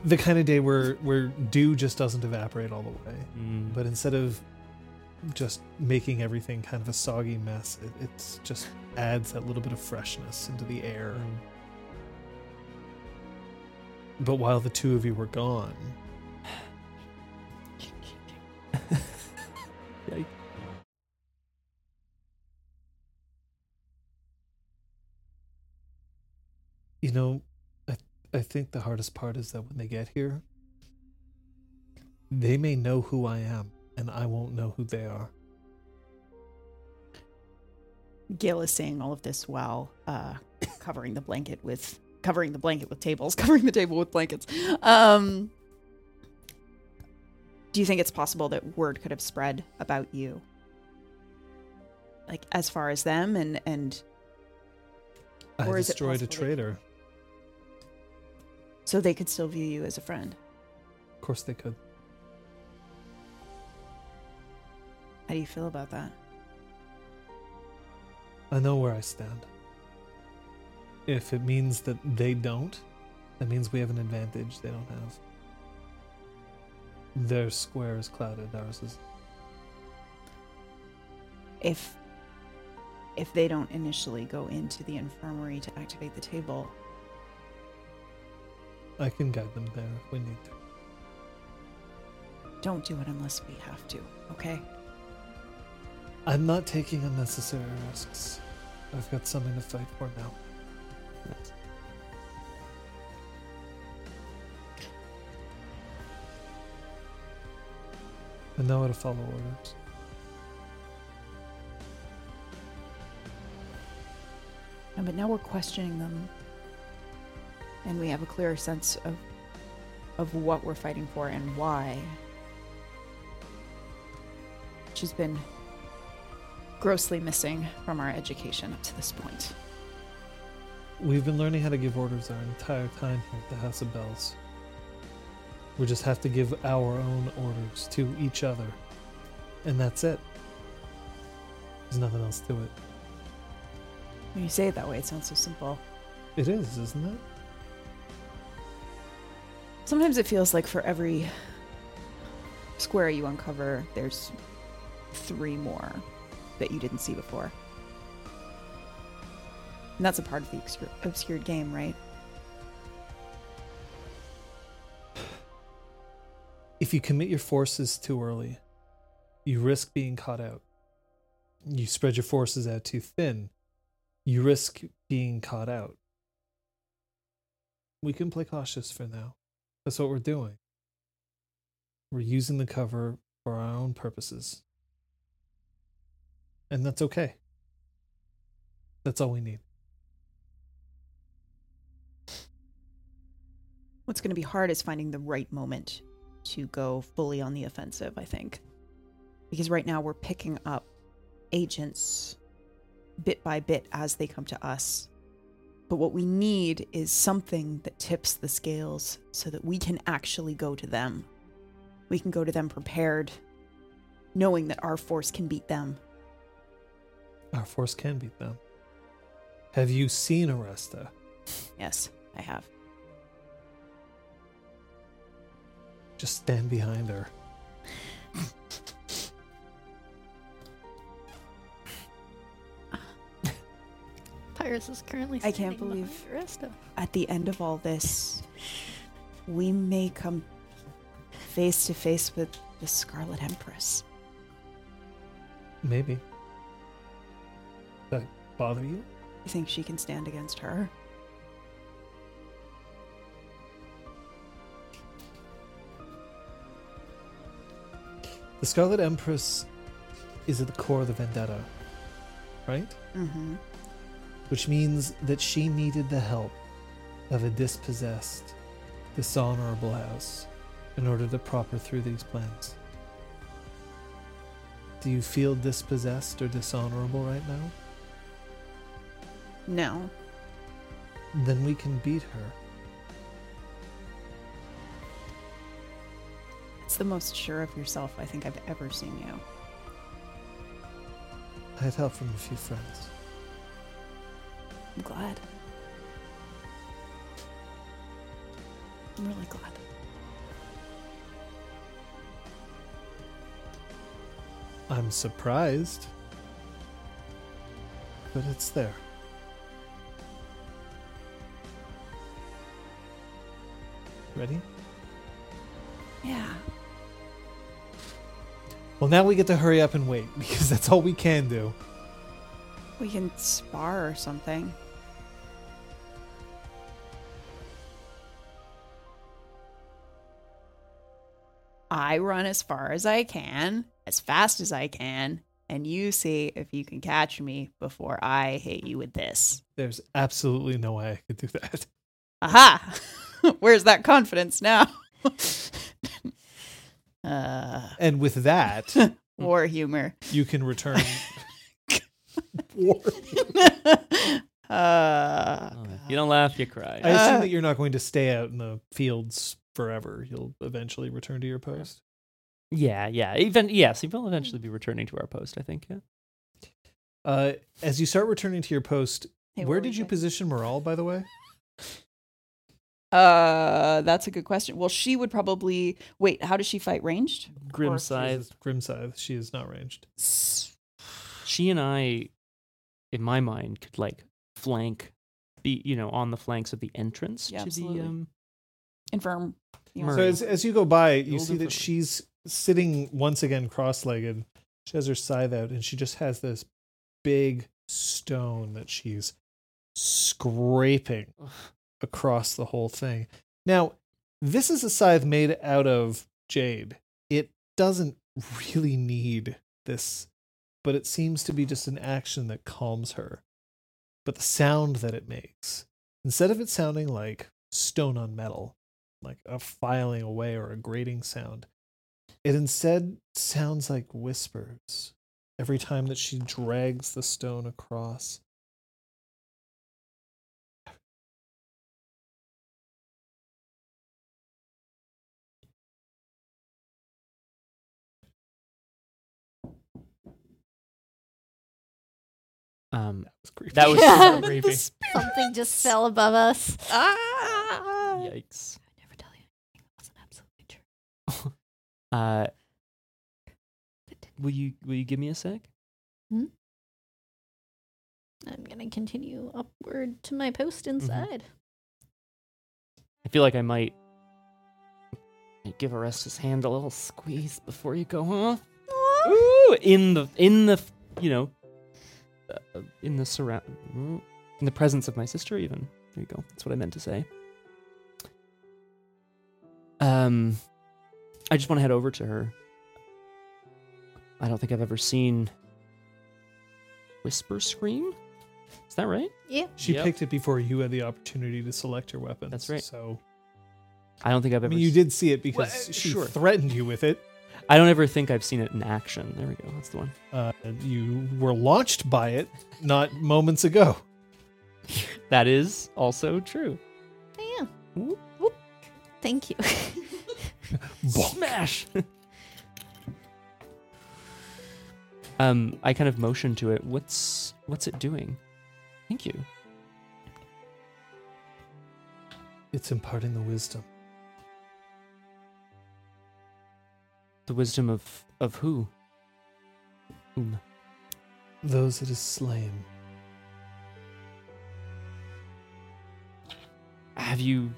A: the kind of day where where dew just doesn't evaporate all the way,
C: mm.
A: but instead of just making everything kind of a soggy mess, it it's just adds that little bit of freshness into the air.
C: Mm.
A: But while the two of you were gone,
C: Yike.
A: you know, I I think the hardest part is that when they get here, they may know who I am, and I won't know who they are.
E: Gail is saying all of this while uh, covering the blanket with covering the blanket with tables, covering the table with blankets. Um, do you think it's possible that word could have spread about you, like as far as them and and
A: I
E: Or is it
A: destroyed a
E: possible that-
A: traitor.
E: so they could still view you as a friend?
A: Of course they could.
E: How do you feel about that?
A: I know where I stand. If it means that they don't, that means we have an advantage they don't have. Their square is clouded, ours is.
E: If if they don't initially go into the infirmary to activate the table,
A: I can guide them there if we need to.
E: don't do it unless we have to. Okay.
A: I'm not taking unnecessary risks. I've got something to fight for now.
C: That's-
A: I know how to follow orders.
E: No, but now we're questioning them, and we have a clearer sense of of what we're fighting for and why. She's been grossly missing from our education up to this point.
A: We've been learning how to give orders our entire time here at the House of Bells. We just have to give our own orders to each other. And that's it. There's nothing else to it.
E: When you say it that way, it sounds so simple.
A: It is, isn't it?
E: Sometimes it feels like for every square you uncover, there's three more that you didn't see before. And that's a part of the obscure, obscured game, right?
A: If you commit your forces too early, you risk being caught out. You spread your forces out too thin, you risk being caught out. We can play cautious for now. That's what we're doing. We're using the cover for our own purposes. And that's okay. That's all we need.
E: What's going to be hard is finding the right moment to go fully on the offensive, I think. Because right now we're picking up agents bit by bit as they come to us. But what we need is something that tips the scales so that we can actually go to them. We can go to them prepared, knowing that our force can beat them.
A: Our force can beat them. Have you seen Aresta?
E: Yes, I have.
A: Just stand behind her.
B: Pyrus is currently.
E: I can't
B: standing behind
E: believe-
B: Arista.
E: At the end of all this, we may come face to face with the Scarlet Empress.
A: Maybe. Does that bother you?
E: You think she can stand against her?
A: The Scarlet Empress is at the core of the Vendetta, right?
E: Mm-hmm.
A: Which means that she needed the help of a dispossessed, dishonorable house in order to prop her through these plans. Do you feel dispossessed or dishonorable right now?
E: No.
A: Then we can beat her.
E: It's the most sure of yourself I think I've ever seen you.
A: I had help from a few friends.
E: I'm glad. I'm really glad.
A: I'm surprised. But it's there. Ready?
E: Yeah.
A: Well, now we get to hurry up and wait because that's all we can do.
E: We can spar or something. I run as far as I can, as fast as I can, and you see if you can catch me before I hit you with this.
A: There's absolutely no way I could do that.
E: Aha! Where's that confidence now? uh,
A: And with that,
E: war humor.
A: you can return. War.
E: uh,
C: You don't laugh, you cry.
A: Oh, I assume that you're not going to stay out in the fields forever. You'll eventually return to your post.
C: yeah, yeah. Even yes, he will eventually
E: Mm.
C: be returning to our post. I think. Yeah.
A: Uh, as you start returning to your post,
E: Hey,
A: where
E: what
A: did
E: was
A: you
E: I-
A: position morale, by the way?
E: Uh, that's a good question. Well, she would probably wait. How does she fight ranged?
C: Grim
A: Or-
C: scythe.
A: Grim scythe. She is not ranged.
C: She and I, in my mind, could like flank, be you know on the flanks of the entrance
E: Yeah,
C: to
E: absolutely.
C: the um.
E: Infirm. You
A: So
C: Murray.
A: as, as you go by,
C: You'll
A: you see
C: do
A: that
C: for-
A: she's sitting once again cross-legged. She has her scythe out, and she just has this big stone that she's scraping across the whole thing. Now, this is a scythe made out of jade. It doesn't really need this, but it seems to be just an action that calms her. But the sound that it makes, instead of it sounding like stone on metal, like a filing away or a grating sound. It instead sounds like whispers every time that she drags the stone across.
C: Um.
A: That was creepy.
C: That was
B: Yeah.
C: creepy.
B: Something just fell above us.
E: Ah!
C: Yikes.
B: I never tell you anything that wasn't absolutely true.
C: Uh. Will you will you give me a sec?
B: I'm gonna continue upward to my post
C: Mm-hmm.
B: inside.
C: I feel like I might I give Orestes' hand a little squeeze before you go off. Ooh, in the in the you know uh, in the surround in the presence of my sister. Even there you go. That's what I meant to say. Um, I just want to head over to her. I don't think I've ever seen whisper scream. Is that right?
B: Yeah.
A: she
C: Yep.
A: picked it before you had the opportunity to select your weapon.
C: That's right.
A: So
C: I don't think I've
A: I
C: ever.
A: mean, you
C: s-
A: did see it because
C: Well, uh,
A: she
C: sure.
A: threatened you with it.
C: I don't ever think I've seen it in action. There we go. That's the one.
A: Uh, you were launched by it not moments ago.
C: That is also true.
B: Yeah.
C: Whoop.
B: Whoop. Thank you.
C: Smash. um, I kind of motion to it. What's what's it doing? Thank you.
A: It's imparting the wisdom.
C: The wisdom of of who? Whom?
A: Those it is slain.
C: Have you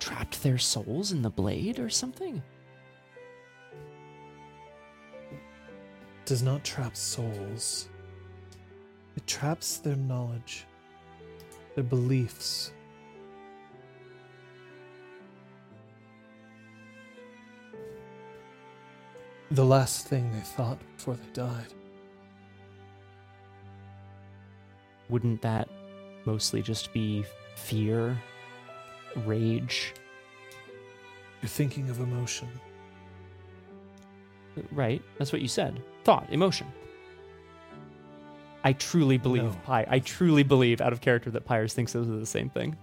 C: trapped their souls in the blade or something?
A: does not trap souls. It traps their knowledge, their beliefs. The last thing they thought before they died.
C: Wouldn't that mostly just be fear, rage?
A: You're thinking of emotion.
C: Right? That's what you said. Thought, emotion. I truly believe
A: No.
C: Pyre. I truly believe out of character that Pyres thinks those are the same thing.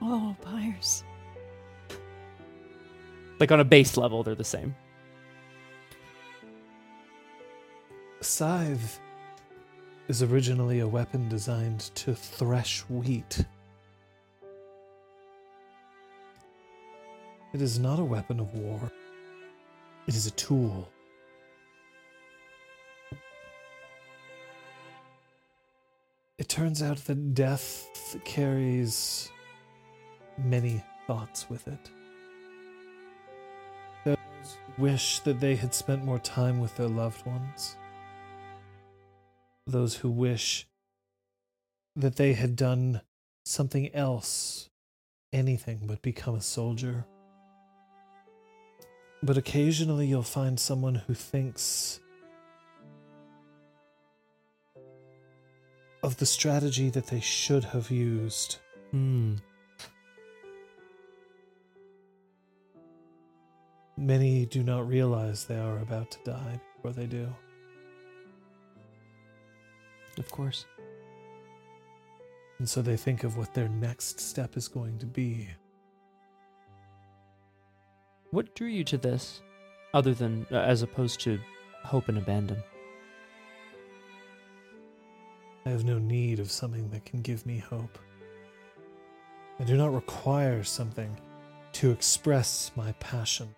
E: Oh, Pyres.
C: Like on a base level, they're the same.
A: A scythe is originally a weapon designed to thresh wheat. It is not a weapon of war. It is a tool. It turns out that death carries many thoughts with it. Those who wish that they had spent more time with their loved ones those who wish that they had done something else, anything but become a soldier. But occasionally you'll find someone who thinks of the strategy that they should have used.
C: Hmm.
A: Many do not realize they are about to die before they do.
C: Of course.
A: And so they think of what their next step is going to be.
C: What drew you to this, other than uh, as opposed to hope and abandon?
A: I have no need of something that can give me hope. I do not require something to express my passion.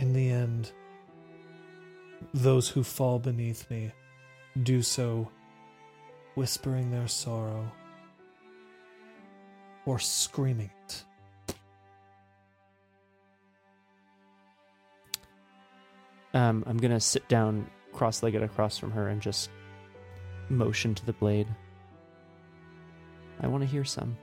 A: In the end, those who fall beneath me do so whispering their sorrow or screaming it.
C: Um, I'm gonna sit down, cross-legged across from her, and just motion to the blade. I want to hear some.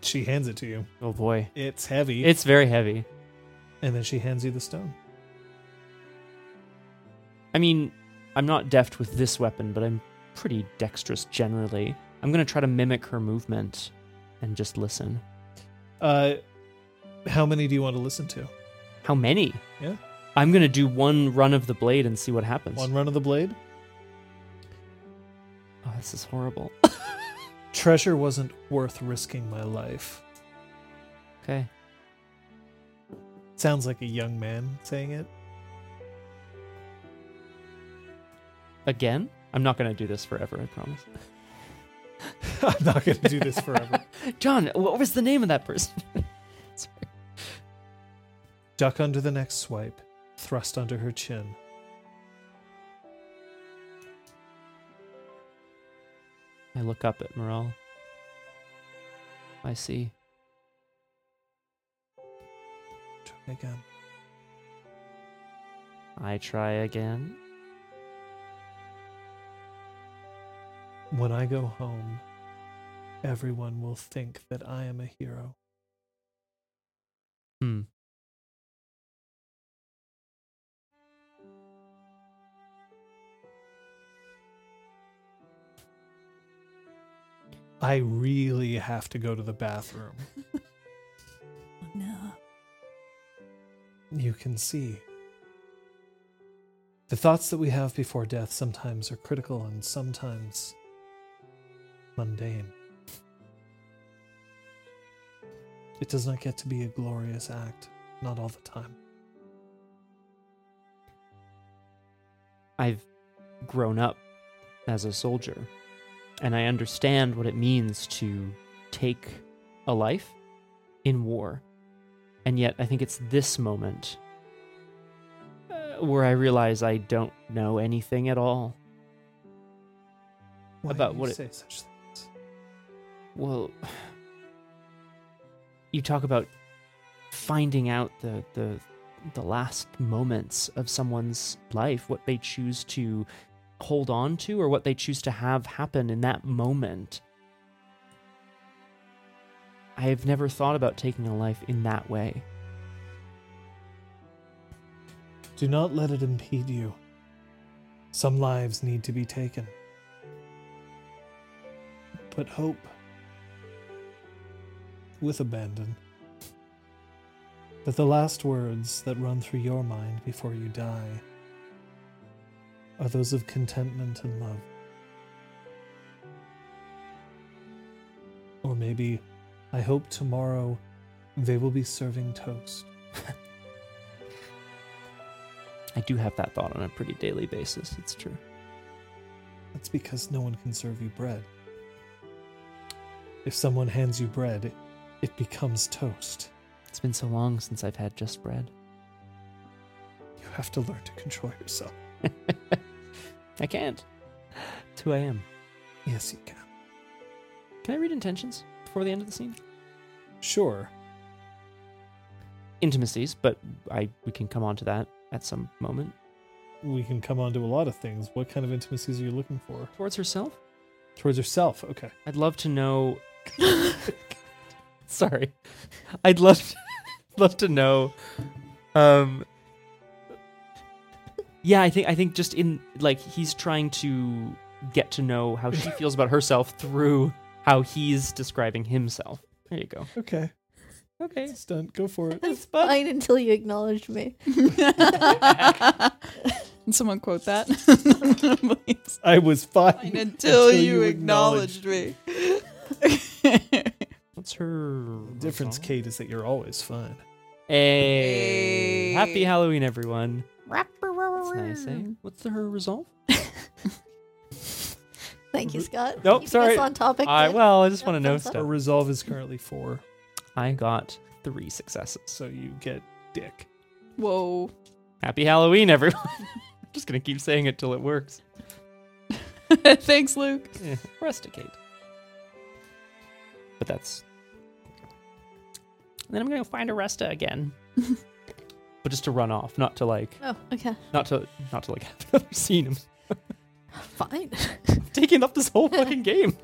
A: She hands it to you.
C: Oh boy,
A: It's heavy.
C: it's very heavy.
A: and then she hands you the stone.
C: I mean, I'm not deft with this weapon, but I'm pretty dexterous generally. I'm gonna try to mimic her movement and just listen.
A: Uh, how many do you want to listen to?
C: How many?
A: Yeah.
C: I'm gonna do one run of the blade and see what happens.
A: One run of the blade?
C: Oh, this is horrible.
A: Treasure wasn't worth risking my life.
C: Okay.
A: Sounds like a young man saying it.
C: Again? I'm not gonna do this forever. I promise.
A: I'm not going to do this forever.
C: John, what was the name of that person?
A: Duck under the next swipe, thrust under her chin.
C: I look up at Morel. I see.
A: Try again.
C: I try again.
A: When I go home, everyone will think that I am a hero.
C: Hmm.
A: I really have to go to the bathroom.
E: No.
A: You can see. The thoughts that we have before death sometimes are critical and sometimes mundane. It does not get to be a glorious act, not all the time.
C: I've grown up as a soldier, and I understand what it means to take a life in war. And yet, I think it's this moment uh, where I realize I don't know anything at all.
A: Why
C: About
A: do you
C: what it-
A: say such things?
C: Well, you talk about finding out the the the last moments of someone's life, what they choose to hold on to or what they choose to have happen in that moment. I have never thought about taking a life in that way.
A: Do not let it impede you. Some lives need to be taken. But hope, with abandon, that the last words that run through your mind before you die are those of contentment and love. Or maybe, I hope tomorrow they will be serving toast.
C: I do have that thought on a pretty daily basis, it's true.
A: That's because no one can serve you bread. If someone hands you bread, it becomes toast.
C: It's been so long since I've had just bread.
A: You have to learn to control yourself.
C: I can't. It's who I am.
A: Yes, you can.
C: Can I read intentions before the end of the scene?
A: Sure.
C: Intimacies, but I we can come on to that at some moment.
A: We can come on to a lot of things. What kind of intimacies are you looking for?
C: Towards herself?
A: Towards yourself. Okay.
C: I'd love to know Sorry. I'd love to, love to know um Yeah, I think I think just in like he's trying to get to know how she feels about herself through how he's describing himself. There you go.
A: Okay.
C: Okay.
A: Stunt. Go for it.
B: It's fine until you acknowledge me.
D: Can someone quote that? Please.
A: I was fine.
D: Until, you,
A: you
D: acknowledged me.
C: What's her
A: The difference, Kate, is that you're always fine.
D: Hey.
C: Hey. Happy Halloween, everyone. That's nice, eh? What's the, her resolve?
B: Thank you, Scott.
C: Mm-hmm. Nope,
B: Keeping
C: sorry.
B: us on topic.
C: I
B: there.
C: well, I just
B: That
C: want to know
B: sounds
A: Our
C: stuff.
A: resolve is currently four,
C: I got three successes.
A: so you get dick.
D: Whoa.
C: Happy Halloween, everyone. just gonna keep saying it till it works.
D: Thanks, Luke.
C: Yeah, Rusticate. But that's. And then I'm gonna go find Aresta again. but just to run off, not to like,
B: Oh, okay.
C: not to, not to like have another scene. I'm
B: Fine.
C: taking up this whole fucking game.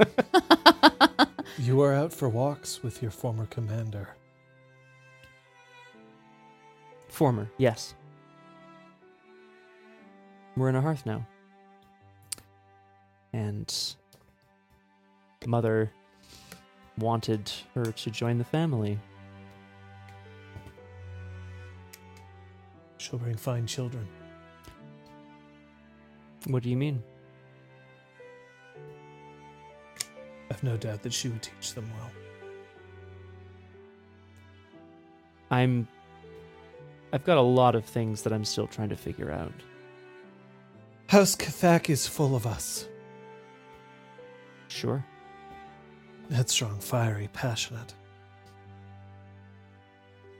A: You are out for walks with your former commander.
C: Former, yes. We're in a hearth now. And mother wanted her to join the family.
A: She'll bring fine children.
C: What do you mean?
A: I've no doubt that she would teach them well.
C: I'm I've got a lot of things that I'm still trying to figure out.
A: House Kathak is full of us.
C: Sure.
A: Headstrong, fiery, passionate.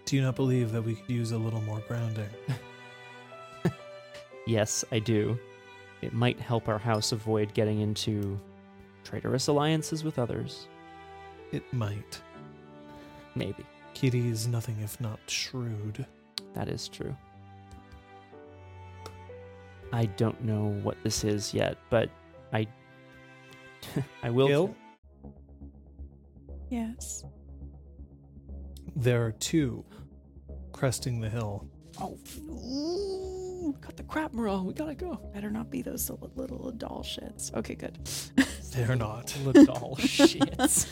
A: Do you not believe that we could use a little more grounding?
C: Yes, I do. It might help our house avoid getting into traitorous alliances with others.
A: It might.
C: Maybe.
A: Kitty is nothing if not shrewd.
C: That is true. I don't know what this is yet, but I I will
A: Gil?
E: Yes.
A: There are two cresting the hill.
E: Oh, ooh, got the crap morale. We gotta go. Better not be those little, little doll shits. Okay, good.
A: They're not.
C: Liddell oh, shit.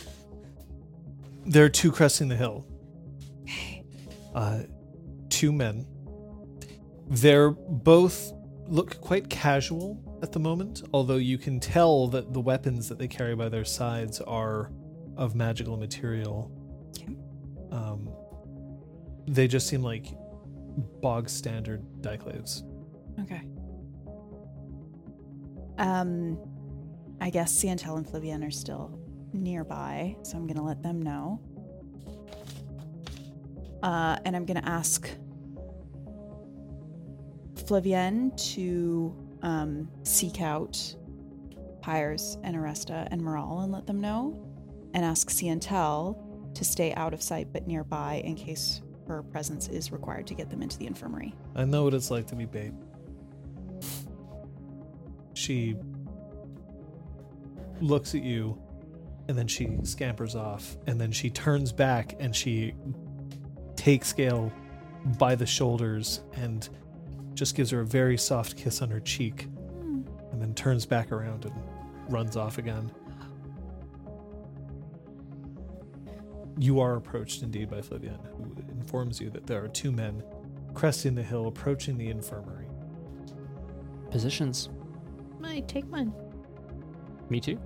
A: They're two cresting the hill. Uh, two men. They're both look quite casual at the moment, although you can tell that the weapons that they carry by their sides are of magical material.
E: Okay.
A: Um, they just seem like bog standard diclaves.
E: Okay. Um, I guess Santel and Flavian are still nearby, so I'm gonna let them know. Uh, and I'm gonna ask Flavian to um, seek out Pyres and Aresta and Moral and let them know, and ask Santel to stay out of sight but nearby in case her presence is required to get them into the infirmary.
A: I know what it's like to be bait. She looks at you and then she scampers off and then she turns back and she takes Gale by the shoulders and just gives her a very soft kiss on her cheek and then turns back around and runs off again. You are approached indeed by Flavian, who informs you that there are two men cresting the hill approaching the infirmary.
C: Positions.
B: I take mine.
C: Me too.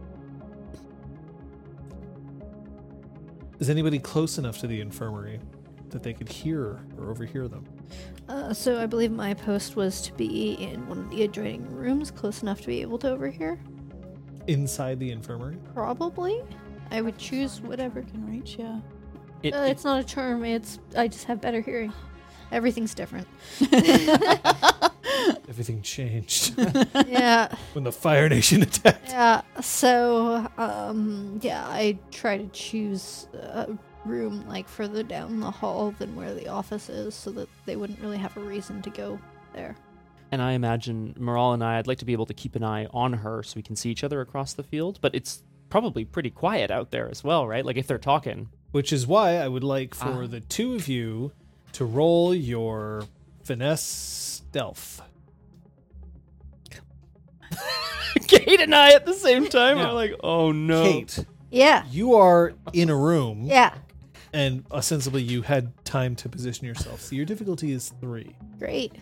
A: Is anybody close enough to the infirmary that they could hear or overhear them?
B: Uh, so I believe my post was to be in one of the adjoining rooms, close enough to be able to overhear.
A: Inside the infirmary?
B: Probably. I would choose whatever.
E: Can reach you.
C: It,
B: Uh, it's not a term. It's I just have better hearing. Everything's different.
A: Everything changed
B: yeah,
A: when the Fire Nation attacked.
B: yeah. So, um, yeah, I try to choose a room like further down the hall than where the office is, so that they wouldn't really have a reason to go there.
C: and I imagine Moral and I, I'd like to be able to keep an eye on her so we can see each other across the field, but it's probably pretty quiet out there as well, right? Like if they're talking.
A: Which is why I would like for
C: Ah.
A: the two of you to roll your finesse stealth.
C: Kate and I at the same time
A: Yeah.
C: are like, oh no.
A: Kate,
B: Yeah,
A: you are in a room,
B: yeah.
A: and ostensibly you had time to position yourself, so your difficulty is three.
B: Great.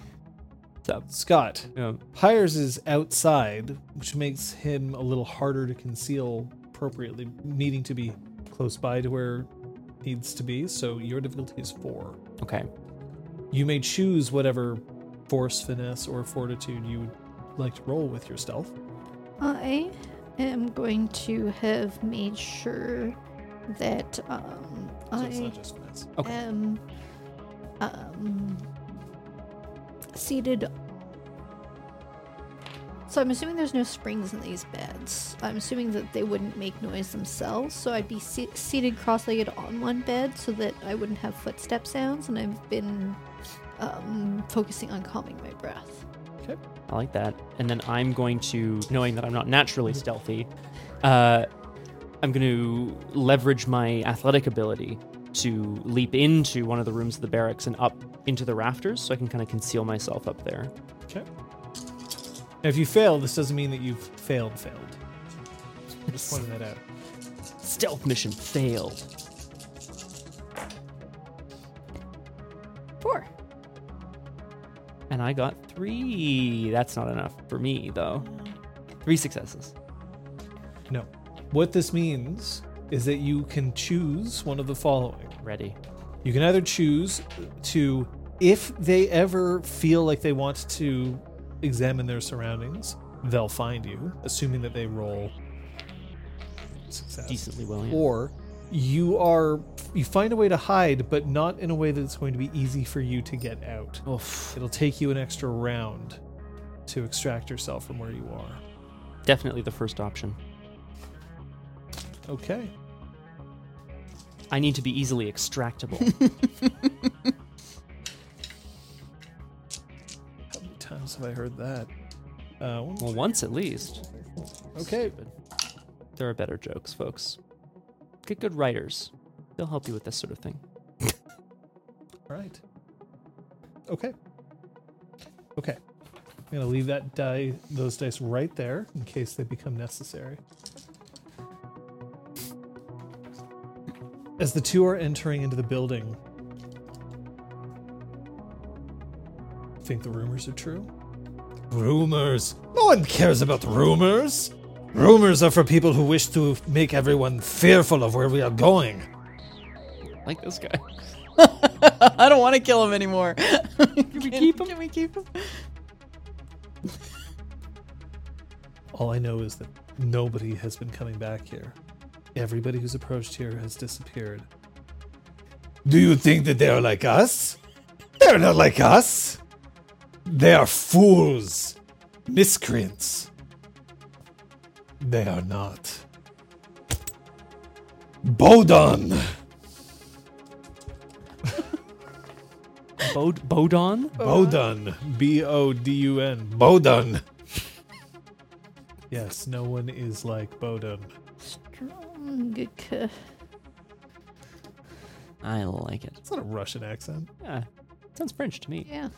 A: Scott,
C: Yeah.
A: Pyres is outside, which makes him a little harder to conceal appropriately, needing to be close by to where needs to be. So your difficulty is four.
C: Okay.
A: You may choose whatever force, finesse, or fortitude you would like to roll with your stealth.
B: I am going to have made sure that um,
A: So
B: I
A: it's not just finesse.
C: Okay.
B: am um, seated. So I'm assuming there's no springs in these beds. I'm assuming that they wouldn't make noise themselves. So I'd be se- seated cross-legged on one bed so that I wouldn't have footstep sounds, and I've been um, focusing on calming my breath.
C: I like that. And then I'm going to, knowing that I'm not naturally stealthy, uh, I'm going to leverage my athletic ability to leap into one of the rooms of the barracks and up into the rafters so I can kind of conceal myself up there.
A: Okay. Now, if you fail, this doesn't mean that you've failed, failed. Just pointing that out.
C: Stealth mission failed.
B: Four.
C: And I got three. That's not enough for me, though. Three successes.
A: No. What this means is that you can choose one of the following.
C: Ready.
A: You can either choose to, if they ever feel like they want to examine their surroundings, they'll find you, assuming that they roll success.
C: Decently willing.
A: Or you are you find a way to hide, but not in a way that's going to be easy for you to get out.
C: Oof.
A: It'll take you an extra round to extract yourself from where you are.
C: Definitely the first option.
A: Okay.
C: I need to be easily extractable.
A: How many times have I heard that? Uh, one-
C: well, once at least.
A: okay.
C: Stupid. There are better jokes, folks. Get good writers. They'll help you with this sort of thing.
A: All right. Okay. Okay. I'm gonna leave that die, those dice right there in case they become necessary. As the two are entering into the building, think the rumors are true? Rumors? No one cares about rumors! Rumors are for people who wish to make everyone fearful of where we are going.
C: Like this guy.
D: I don't want to kill him anymore.
C: Can we keep him?
D: Can we keep him?
A: All I know is that nobody has been coming back here. Everybody who's approached here has disappeared. Do you think that they are like us? They're not like us. They are fools, miscreants. They are not. Bodon!
C: Bod- Bodon?
A: Bodon. B O D U N. Bodon. Yes, no one is like Bodon.
B: Strong.
C: I like it.
A: It's not a Russian accent.
C: Yeah. Sounds French to me.
B: Yeah.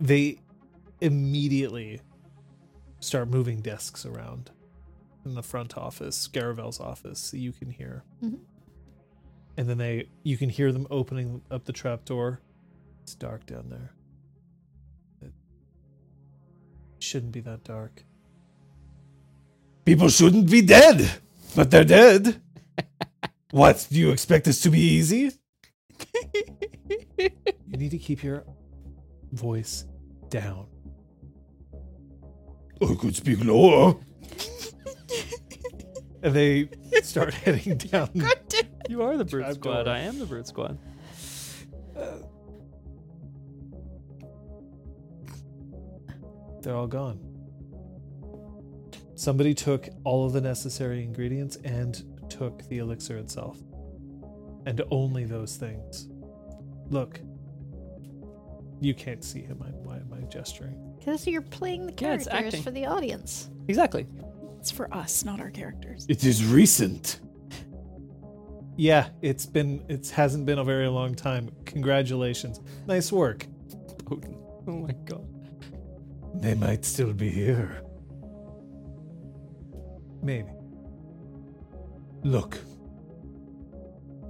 A: they immediately start moving desks around in the front office, Garavel's office, so you can hear.
B: Mhm.
A: And then they you can hear them opening up the trapdoor. It's dark down there. It shouldn't be that dark. People shouldn't be dead, but they're dead. what, do you expect this to be easy? you need to keep your voice down. I Oh, could speak lower. and they start heading down.
C: You are the Brute
A: Trapdoor.
C: Squad. I am the Brute Squad.
A: They're all gone. Somebody took all of the necessary ingredients and took the elixir itself. And only those things. Look. You can't see him. I, why am I gesturing?
B: Because you're playing the
C: Yeah, it's
B: characters
C: acting.
B: for the audience.
C: Exactly.
E: It's for us, not our characters.
A: It is recent. Yeah, it's been it hasn't been a very long time. Congratulations. Nice work.
C: Bodon. Oh my god.
A: They might still be here. Maybe. Look.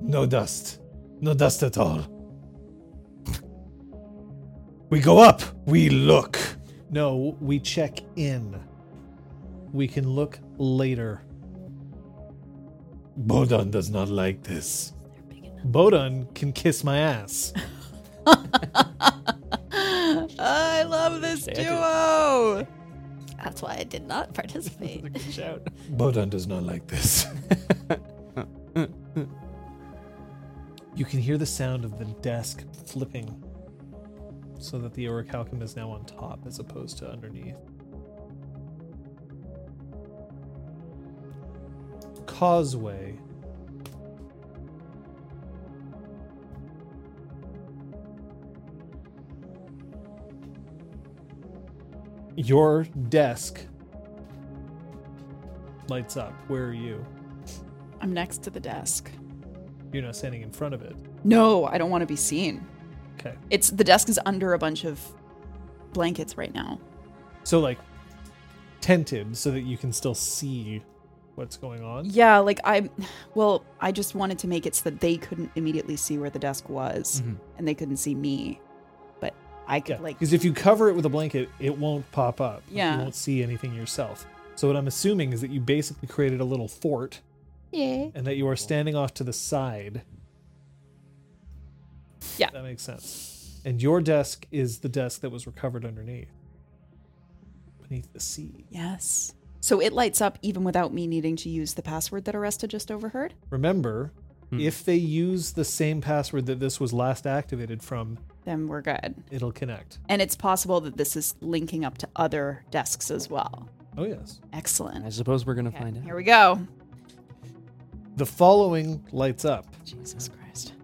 A: No dust. No dust at all. we go up. We look. No, we check in. We can look later. Bodan does not like this. Bodan can kiss my ass.
D: I love this
C: I do.
D: duo.
B: That's why I did not participate.
C: Good shout.
A: Bodan does not like this. you can hear the sound of the desk flipping so that the orichalcum is now on top as opposed to underneath. Causeway. Your desk lights up. Where are you?
E: I'm next to the desk.
A: You're not standing in front of it.
E: No, I don't want to be seen.
A: Okay.
E: It's the desk is under a bunch of blankets right now.
A: So like tented so that you can still see what's going on.
E: Yeah, like I, well, I just wanted to make it so that they couldn't immediately see where the desk was, and they couldn't see me, but I could
A: Yeah.
E: like
A: Because if you cover it with a blanket, it won't pop up.
E: Yeah.
A: You won't see anything yourself. So what I'm assuming is that you basically created a little fort
B: yeah.
A: and that you are standing off to the side.
E: Yeah.
A: That makes sense. And your desk is the desk that was recovered underneath. Beneath the sea.
E: yes. So it lights up even without me needing to use the password that Aresta just overheard.
A: Remember,
E: Hmm.
A: if they use the same password that this was last activated from,
E: Then we're good.
A: it'll connect.
E: And it's possible that this is linking up to other desks as well.
A: Oh, yes.
E: Excellent.
C: I suppose we're gonna find out.
E: Here we go.
A: The following lights up.
E: Jesus Christ.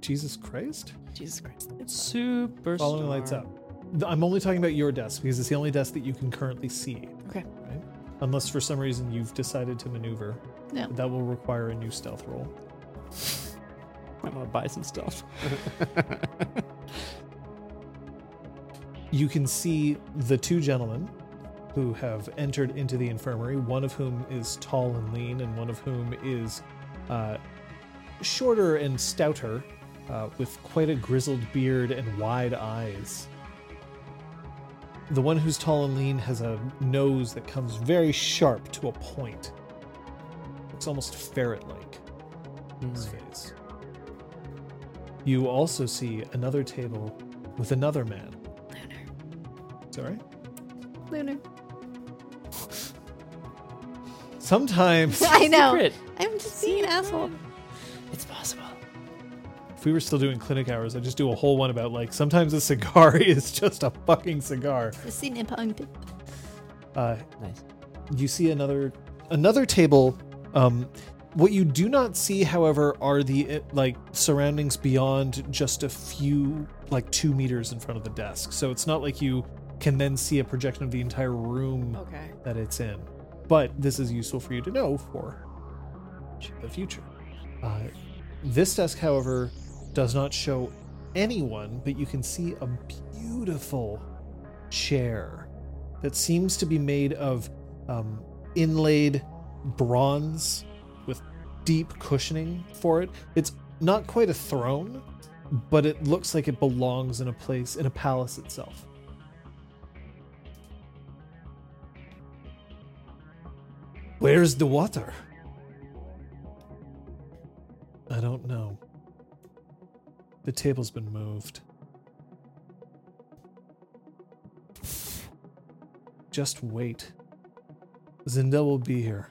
A: Jesus Christ?
E: Jesus Christ.
C: Super.
A: Following lights up. Th- I'm only talking about your desk because it's the only desk that you can currently see.
E: Okay.
A: Right? Unless for some reason you've decided to maneuver.
B: No.
A: That will require a new stealth roll.
C: I want to buy some stuff.
A: You can see the two gentlemen who have entered into the infirmary, one of whom is tall and lean, and one of whom is uh, shorter and stouter, uh, with quite a grizzled beard and wide eyes. The one who's tall and lean has a nose that comes very sharp to a point. Looks almost ferret like. His face. You also see another table with another man. Sorry?
B: Lunar.
A: Sometimes,
B: I know.
C: Secret.
B: I'm just being an asshole.
C: It's possible.
A: if we were still doing clinic hours, I'd just do a whole one about like sometimes a cigar is just a fucking cigar.
B: Just sitting in punk.
A: Uh,
C: Nice.
A: you see another another table um what you do not see however are the uh, like surroundings beyond just a few like two meters in front of the desk so it's not like you can then see a projection of the entire room
D: Okay.
A: that it's in but this is useful for you to know for the future uh, this desk however does not show anyone but you can see a beautiful chair that seems to be made of um, inlaid bronze with deep cushioning for it. It's not quite a throne, but it looks like it belongs in a place, in a palace itself. Where's the water? I don't know. The table's been moved. Just wait. Zindel will be here.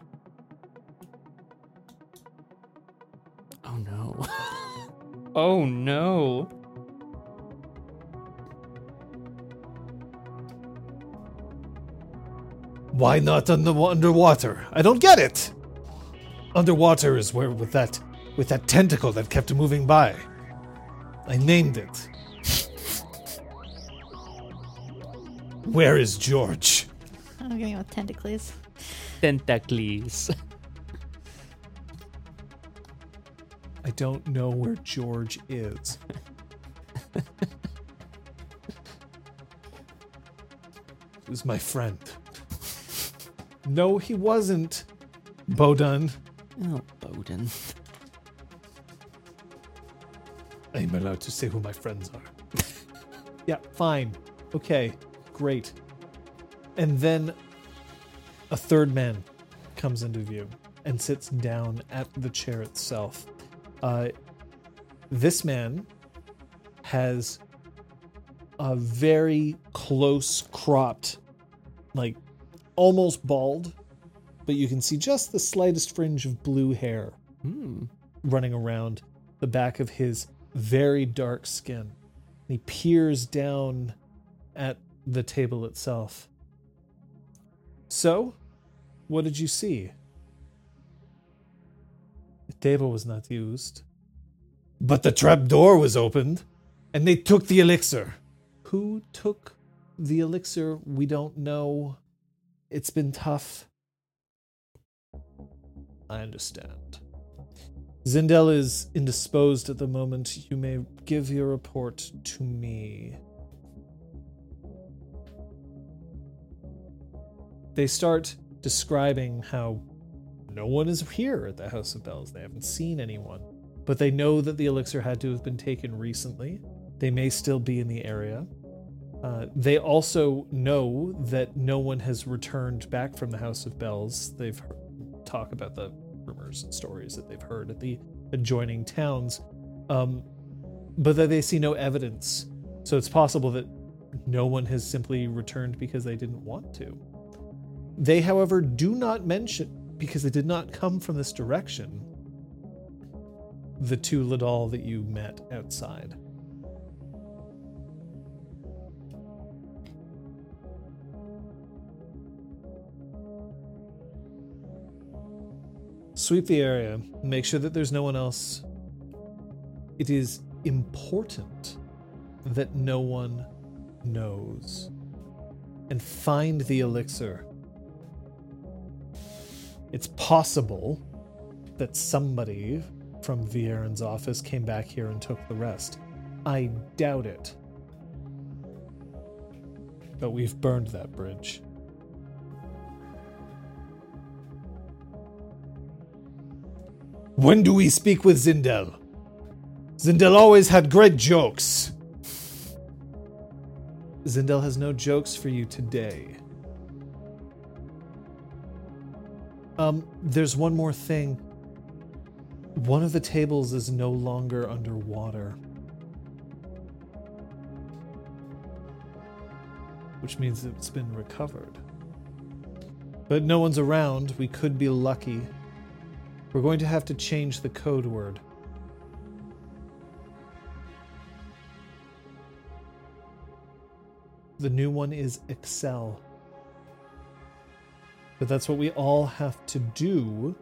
F: Oh no.
C: Oh no.
A: Why not under- underwater? I don't get it. Underwater is where with that with that tentacle that kept moving by. I named it. Where is George?
B: I'm going to go with Tentacles.
C: Tentacles.
A: I don't know where George is. he was my friend. No, he wasn't. Bodun.
F: Oh, Bowden.
A: I'm allowed to say who my friends are. yeah, fine. Okay, great. And then a third man comes into view and sits down at the chair itself. Uh, this man has a very close cropped, like almost bald, but you can see just the slightest fringe of blue hair
F: Hmm.
A: running around the back of his very dark skin. And he peers down at the table itself. So, what did you see? The table was not used. But the trap door was opened, and they took the elixir. Who took the elixir? We don't know. It's been tough. I understand. Zindel is indisposed at the moment. You may give your report to me. They start describing how no one is here at the House of Bells. They haven't seen anyone. But they know that the elixir had to have been taken recently. They may still be in the area. Uh, they also know that no one has returned back from the House of Bells. They've heard talk about the rumors and stories that they've heard at the adjoining towns, um, but that they see no evidence. So it's possible that no one has simply returned because they didn't want to. They, however, do not mention, because they did not come from this direction, the two Lidal that you met outside. Sweep the area. Make sure that there's no one else. It is important that no one knows. And find the elixir. It's possible that somebody from Vieran's office came back here and took the rest. I doubt it. But we've burned that bridge. When do we speak with Zindel? Zindel always had great jokes. Zindel has no jokes for you today. Um, there's one more thing. One of the tables is no longer underwater. Which means it's been recovered. But no one's around. We could be lucky. We're going to have to change the code word. The new one is Excel. But that's what we all have to do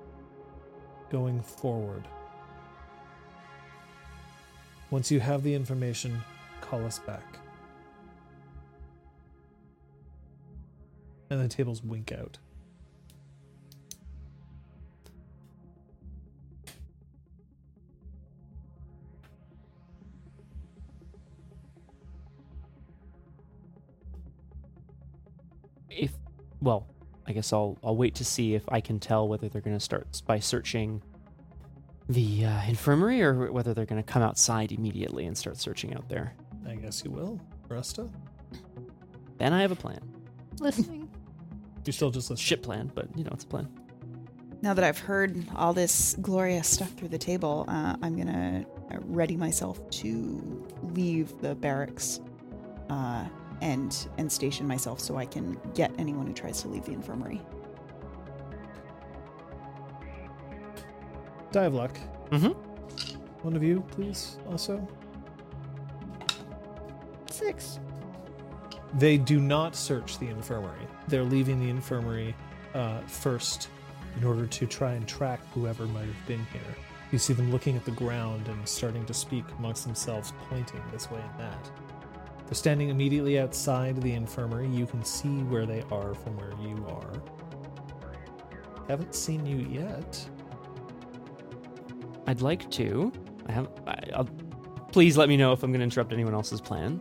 A: going forward. Once you have the information, call us back. And the tables wink out.
C: if well i guess i'll i'll wait to see if i can tell whether they're going to start s- by searching the uh, infirmary or whether they're going to come outside immediately and start searching out there
A: I guess you will. Rusta?
C: then i have a plan
B: Listening.
A: You're still just listening.
C: shit plan but you know it's a plan
E: Now that I've heard all this glorious stuff through the table, uh, I'm gonna ready myself to leave the barracks uh, and and station myself so I can get anyone who tries to leave the infirmary.
A: Die of luck.
C: Mhm.
A: One of you, please, also.
B: Six.
A: They do not search the infirmary. They're leaving the infirmary uh, first in order to try and track whoever might have been here. You see them looking at the ground and starting to speak amongst themselves, pointing this way and that. They're standing immediately outside the infirmary. You can see where they are from where you are. Haven't seen you yet.
C: i'd like to i have I, i'll please let me know if i'm going to interrupt anyone else's plan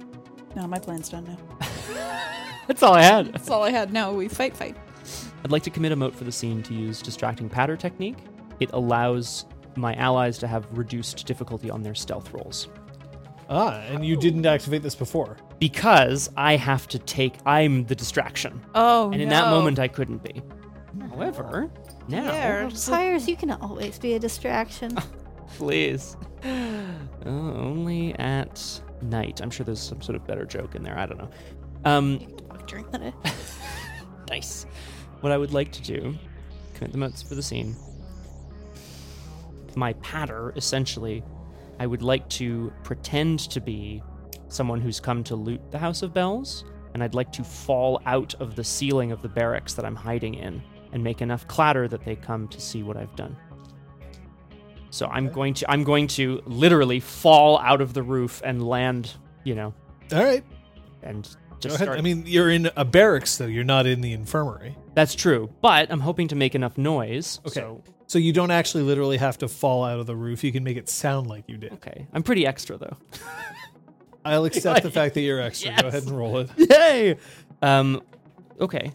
E: No, my plan's done now.
C: that's all i had
E: That's all I had. No, we fight, fight.
C: I'd like to commit a mote for the scene to use distracting patter technique. It allows my allies to have reduced difficulty on their stealth rolls.
A: Ah, and you didn't activate this before.
C: Because I have to take I'm the distraction.
D: Oh,
C: and in that moment I couldn't be. However, now
B: Fires, you can always be a distraction.
C: please. Oh, only at night. I'm sure there's some sort of better joke in there. I don't know. Um
B: During the
C: Nice. What I would like to do, commit the motes for the scene. My patter, essentially, I would like to pretend to be someone who's come to loot the House of Bells, and I'd like to fall out of the ceiling of the barracks that I'm hiding in and make enough clatter that they come to see what I've done. So I'm going to I'm going to literally fall out of the roof and land, you know,
A: All right.
C: and just
A: Go ahead.
C: start
A: I mean, you're in a barracks, though. You're not in the infirmary.
C: That's true, but I'm hoping to make enough noise.
A: Okay.
C: So,
A: So you don't actually literally have to fall out of the roof. You can make it sound like you did.
C: okay. I'm pretty extra though.
A: I'll accept the fact that you're extra. Go ahead and roll it.
C: Yay! Um, okay.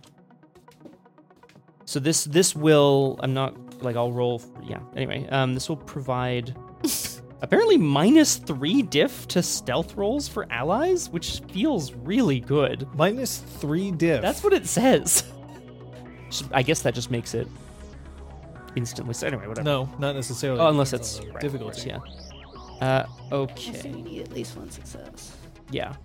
C: So this this will I'm not like I'll roll yeah. Anyway, um, this will provide apparently minus three diff to stealth rolls for allies, which feels really good.
A: Minus three diff.
C: That's what it says. Just- I guess that just makes it instantly. So anyway, whatever.
A: No, not necessarily.
C: Oh, unless
A: Depends
C: it's
A: on the
C: right, of course,
A: difficulty.
C: yeah. Uh,
B: I say
C: okay.
B: we need at least one success.
C: Yeah.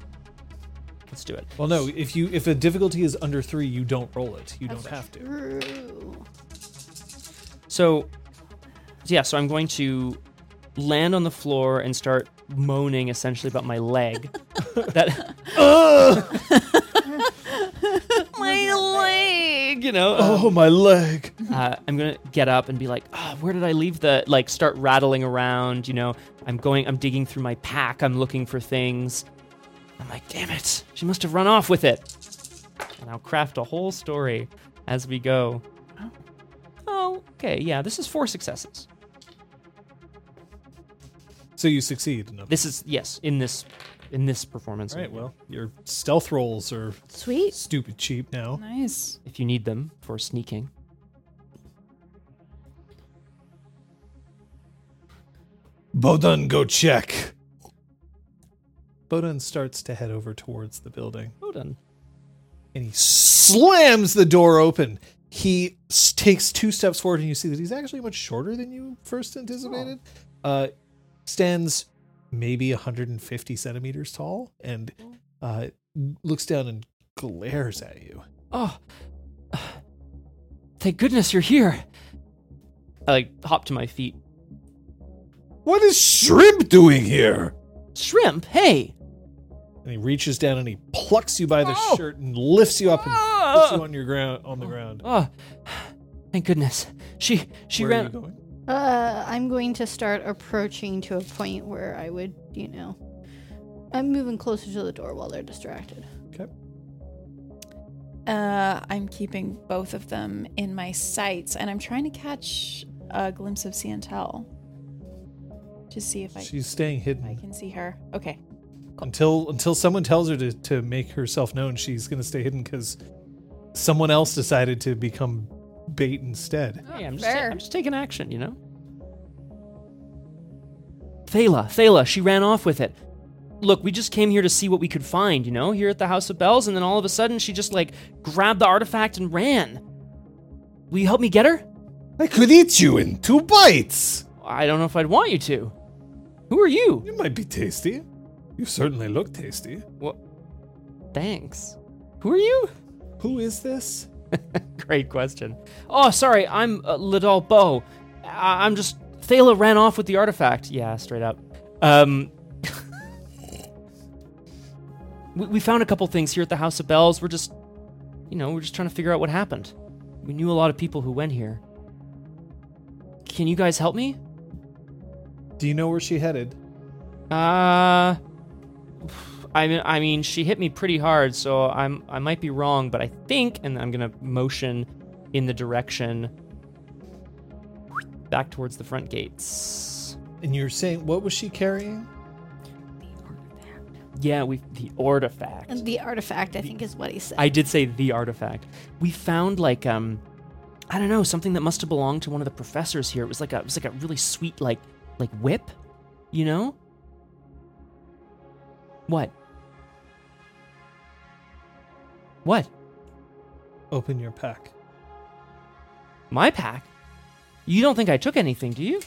C: Let's do it.
A: Well, no. If you if a difficulty is under three, you don't roll it. You don't have to.
B: True.
C: So, yeah, so I'm going to land on the floor and start moaning essentially about my leg. that, my leg, you know. um,
A: Oh, my leg.
C: uh, I'm gonna get up and be like, oh, where did I leave the? Like, start rattling around. You know, I'm going, I'm digging through my pack. I'm looking for things. I'm like, damn it, she must have run off with it. And I'll craft a whole story as we go. Oh, okay, yeah, this is four successes.
A: So you succeed. No.
C: This is yes in this in this performance.
A: All right. Well, your stealth rolls are
B: Sweet.
A: stupid cheap now.
E: Nice.
C: if you need them for sneaking.
A: Bodun, go check. Bodun starts to head over towards the building
F: Well done.
A: and he slams the door open. He s- takes two steps forward, and you see that he's actually much shorter than you first anticipated. Uh, stands maybe 150 centimeters tall and uh, looks down and glares at you.
F: Oh, thank goodness you're here.
C: I like hop to my feet.
A: What is Shrimp doing here?
F: Shrimp, hey!
A: And he reaches down and he plucks you by the
F: Ow!
A: shirt and lifts you up and puts you
F: Oh. Ah!
A: on your ground on the ground.
F: Oh, thank goodness. She she
A: Where are you
F: ran.
A: going?
B: Uh, I'm going to start approaching to a point where I would, you know, I'm moving closer to the door while they're distracted.
E: Uh, I'm keeping both of them in my sights, and I'm trying to catch a glimpse of Santel to see if I,
A: She's staying
E: if I
A: hidden
E: can see her. Okay.
A: until until someone tells her to, to make herself known. She's going to stay hidden because someone else decided to become bait instead.
C: Hey, I'm just, ta-
D: fair.
C: I'm just taking action, you know? Thela, Thela, she ran off with it. Look, we just came here to see what we could find, you know, here at the House of Bells, and then all of a sudden she just like grabbed the artifact and ran. Will you help me get her?
A: I could eat you in two bites.
C: I don't know if I'd want you to. Who are you?
A: You might be tasty. You certainly look tasty.
C: What? Thanks. Who are you?
A: Who is this?
C: Great question. Oh, sorry, I'm uh, Lidal Bo. I- I'm just. Thela ran off with the artifact. Yeah, straight up. Um, we-, we found a couple things here at the House of Bells. We're just, you know, we're just trying to figure out what happened. We knew a lot of people who went here. Can you guys help me?
A: Do you know where she headed?
C: Uh, I mean, I mean, she hit me pretty hard, so I'm I might be wrong, but I think, and I'm gonna motion in the direction back towards the front gates.
A: And you're saying what was she carrying?
C: Yeah, we the artifact.
B: And the artifact, I think, is what he said.
C: I did say the artifact. We found like um, I don't know, something that must have belonged to one of the professors here. It was like a it was like a really sweet like like whip, you know. What? What?
A: Open your pack.
C: My pack? You don't think I took anything, do you?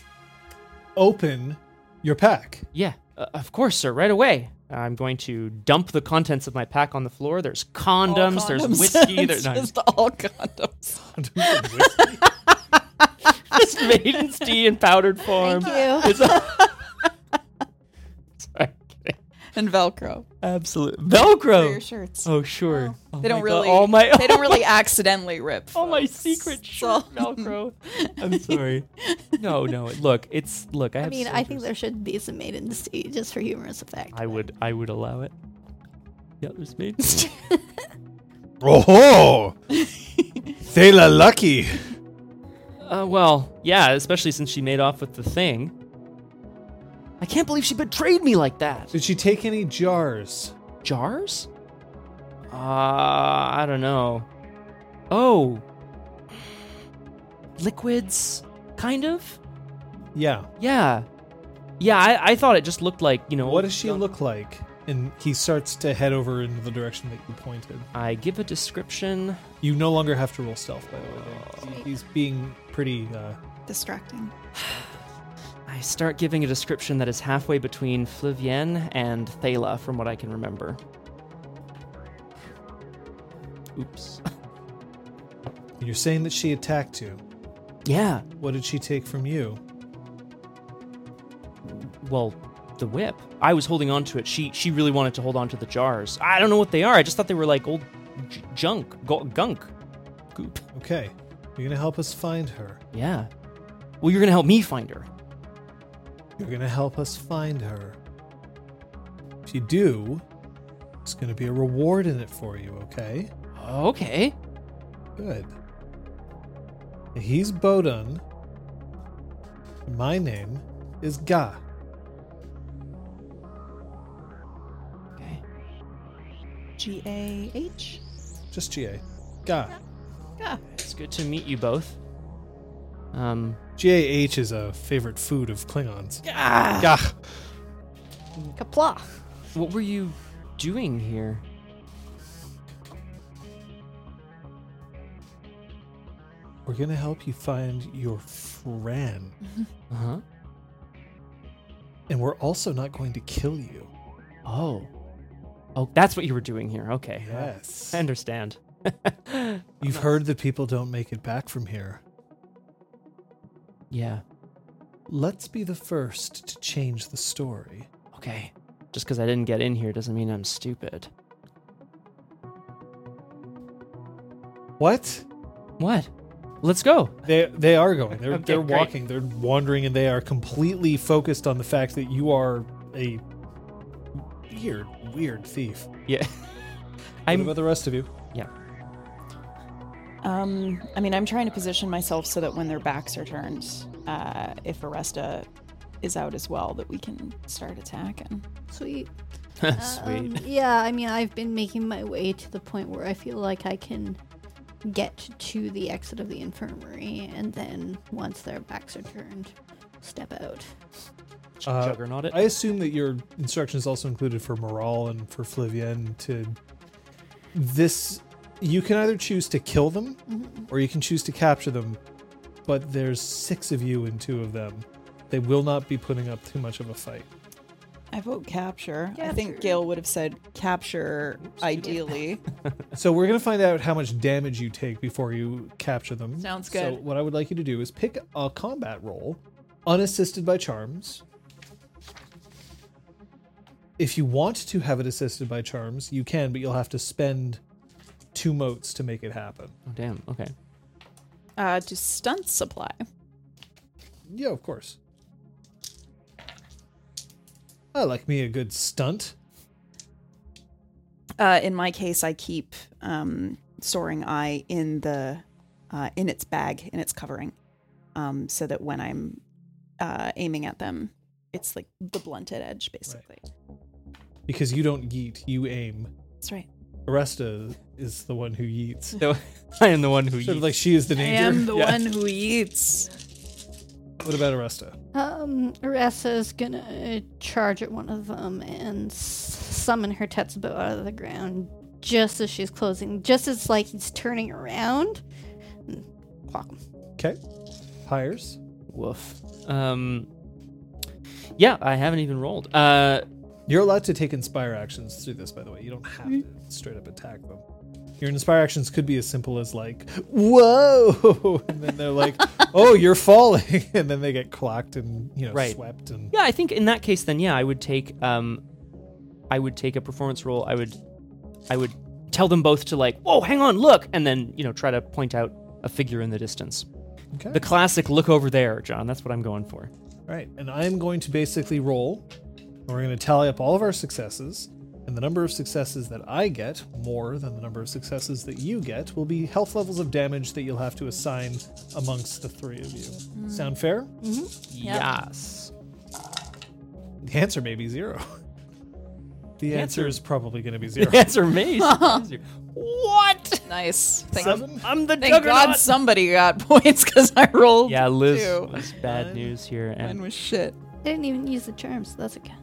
A: Open your pack.
C: Yeah, uh, of course, sir. Right away. I'm going to dump the contents of my pack on the floor. There's condoms. There's whiskey. There's no,
E: just all condoms.
C: just maiden's tea in powdered form.
B: Thank you.
C: It's all- Sorry, kidding.
E: And Velcro.
C: Absolute
E: For your
C: Velcro.
E: shirts.
C: Oh sure. Oh my
E: They don't
C: God,
E: really.
C: All my Oh.
E: they don't really accidentally rip.
C: all my
E: folks.
C: secret
E: So-
C: shirt Velcro. I'm sorry. No, no. Look, it's look. I,
B: I
C: have
B: mean, I think
C: soldiers.
B: there should be some maiden sea just for humorous effect.
C: I would. I would allow it. Yeah, there's me.
A: Oh, Thela lucky.
C: Uh, well, yeah, especially since she made off with the thing. I can't believe she betrayed me like that.
A: Did she take any jars?
C: Jars? Uh, I don't know. Oh. Liquids, kind of?
A: Yeah.
C: Yeah. Yeah, I, I thought it just looked like, you know.
A: What does she
C: look?
A: look like? And he starts to head over into the direction that you pointed.
C: I give a description.
A: You no longer have to roll stealth, by the way. He- He's being pretty. Uh,
E: Distracting.
C: I start giving a description that is halfway between Flivienne and Thela, from what I can remember. Oops.
A: you're saying that she attacked you.
C: Yeah.
A: What did she take from you?
C: well the whip i was holding on to it she she really wanted to hold on to the jars i don't know what they are i just thought they were like old j- junk go- gunk goop
A: Okay, you're gonna help us find her.
C: yeah well you're gonna help me find her
A: You're gonna help us find her. If you do, there's gonna be a reward in it for you. Okay.
C: okay
A: Good. He's Bodun. My name is Ga.
C: okay
E: G A H.
A: Just G A. Ga.
E: Yeah.
C: it's good to meet you both Um,
A: GAH is a favorite food of Klingons.
C: ah,
A: Gah.
B: Kapla.
C: what were you doing here?
A: We're going to help you find your friend.
C: Uh
A: Uh-huh.
C: huh.
A: And we're also not going to kill you.
C: Oh. Oh, that's what you were doing here. Okay.
A: Yes.
C: I understand.
A: You've heard that people don't make it back from here.
C: Yeah.
A: Let's be the first to change the story.
C: Okay. Just because I didn't get in here doesn't mean I'm stupid.
A: What?
C: What? Let's go.
A: They they are going. They're
C: Okay,
A: they're
C: great.
A: walking. They're wandering, and they are completely focused on the fact that you are a weird weird thief.
C: Yeah.
A: i
C: I'm.
A: what about the rest of you?
E: Um, I mean, I'm trying to position myself so that when their backs are turned, uh, if Aresta is out as well, that we can start attacking.
B: Sweet.
C: Sweet.
B: Um, yeah, I mean, I've been making my way to the point where I feel like I can get to the exit of the infirmary, and then once their backs are turned, step out.
A: uh,
C: Juggernaut it.
A: I assume that your instructions also included for morale and for Flivian to this. You can either choose to kill them,
B: Mm-hmm.
A: or you can choose to capture them. But there's six of you and two of them. They will not be putting up too much of a fight.
E: I vote capture. I
B: Capture.
E: think Gail would have said capture ideally.
A: So we're gonna find out how much damage you take before you capture them.
E: Sounds
A: So
E: good.
A: what I would like you to do is pick a combat roll, unassisted by charms. If you want to have it assisted by charms, you can, but you'll have to spend two motes to make it happen.
C: oh, damn. Okay.
E: uh, to stunt supply.
A: Yeah, of course. I like me a good stunt.
E: Uh, in my case, I keep um, soaring eye in the uh, in its bag in its covering, um, so that when I'm uh, aiming at them, it's like the blunted edge, basically.
A: Because you don't yeet, you aim.
E: That's right.
A: Aresta is the one who yeets.
C: So I am the one who.
A: Sort of
C: yeets.
A: like she is the danger.
E: the one who eats.
A: What about Aresta?
B: Um, Arasa's gonna charge at one of them and s- summon her Tetsubo out of the ground just as she's closing, just as like he's turning around. Hmm. And clock him.
A: Okay. Hires.
C: Woof. Um. Yeah, I haven't even rolled. Uh,
A: You're allowed to take inspire actions through this, by the way. You don't have to straight up attack them. Your inspire actions could be as simple as like, "Whoa!" and then they're like, "Oh, you're falling," and then they get clocked and you know
C: Right.
A: swept and
C: yeah, I think in that case, then yeah, I would take um, I would take a performance roll. I would, I would tell them both to like, whoa, hang on, look, and then you know try to point out a figure in the distance.
A: okay,
C: The classic look over there, John. That's what I'm going for.
A: right. And I'm going to basically roll. And we're going to tally up all of our successes, and the number of successes that I get more than the number of successes that you get will be health levels of damage that you'll have to assign amongst the three of you. Sound fair?
C: Yes.
A: The answer may be zero. The answer,
C: answer-
A: is probably going to be zero.
C: Answer me.
E: What? Nice. Thank,
A: Seven.
C: I'm the
E: thank God
C: juggernaut.
E: somebody got points because I rolled.
C: Yeah, Liz
E: two.
C: was bad news here,
E: Mine
C: and
E: was shit.
B: I didn't even use the charms, so that's okay.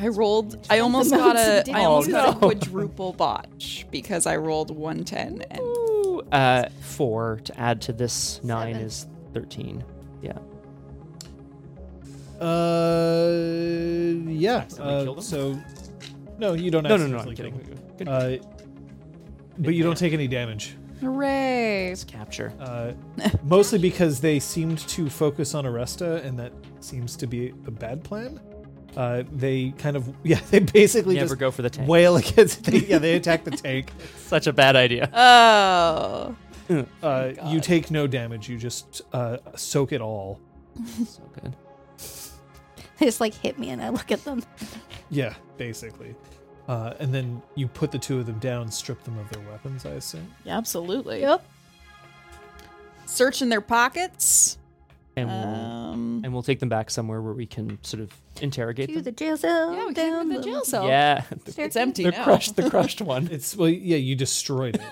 E: I rolled. I almost
B: mountain
E: got a.
B: did
E: I almost
B: it.
E: got a quadruple botch because I rolled one ten and
C: Ooh, uh, four to add to this nine
B: Seven.
C: is thirteen. Yeah.
A: Uh, yeah.
C: Accidentally
A: Uh,
C: killed him?
A: so, no, you don't.
C: No, no, no.
A: accidentally
C: I'm
A: kill
C: kidding.
A: him.
C: Good
A: Uh, but you don't take any damage.
D: Hooray.
C: capture.
A: Uh, mostly because they seemed to focus on Aresta, and that seems to be a bad plan. Uh, they kind of, yeah, they basically
C: Never
A: just
C: go for the tank.
A: wail against. They, yeah, they attack the tank.
C: Such a bad idea.
E: oh.
A: Uh, you take no damage. You just uh, soak it all.
C: so good.
B: They just like hit me and I look at them.
A: Yeah, basically. Uh, and then you put the two of them down, strip them of their weapons, I assume.
E: Yeah, absolutely.
B: Yep.
E: Search in their pockets.
C: And we'll,
E: Um.
C: and we'll take them back somewhere where we can sort of interrogate
B: To
C: them.
B: the jail cell.
E: Yeah, we came
B: down
E: from the jail cell.
C: yeah.
E: It's empty
C: the
E: now.
C: crushed, the crushed one.
A: It's well, yeah, you destroyed it.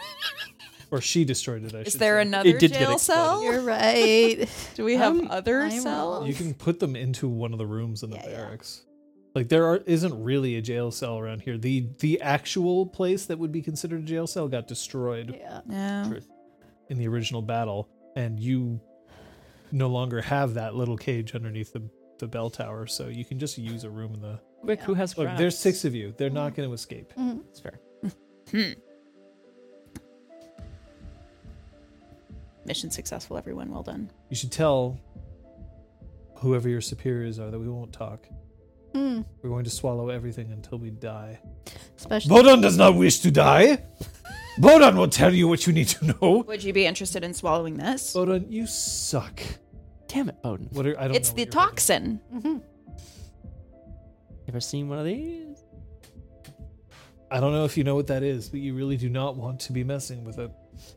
A: or she destroyed it. I
D: Is
A: should
D: there
A: say.
D: another
A: It did get
D: jail
A: exploded.
D: cell?
B: You're right.
E: Do we have
C: Um,
E: other
B: I'm
E: cells?
B: wrong.
A: You can put them into one of the rooms in the
B: Yeah, yeah.
A: barracks. Like there are isn't really a jail cell around here. The the actual place that would be considered a jail cell got destroyed
B: yeah.
D: No.
A: Truth. in the original battle, and you no longer have that little cage underneath the, the bell tower, so you can just use a room in the
C: Quick, who has
A: Look,
C: crabs?
A: there's six of you. They're
B: Mm.
A: not gonna escape.
C: That's fair.
E: Mission successful, everyone. Well done.
A: You should tell whoever your superiors are that we won't talk.
B: Mm.
A: We're going to swallow everything until we die.
B: Especially.
A: Bodan does not wish to die. Bodan will tell you what you need to know.
E: Would you be interested in swallowing this?
A: Bodan, you suck.
F: Damn it, Bowden.
A: What are I don't
E: It's
A: know what
E: the
A: you're holding.
E: toxin.
B: Mhm.
F: Ever seen one of these?
A: I don't know if you know what that is, but you really do not want to be messing with it.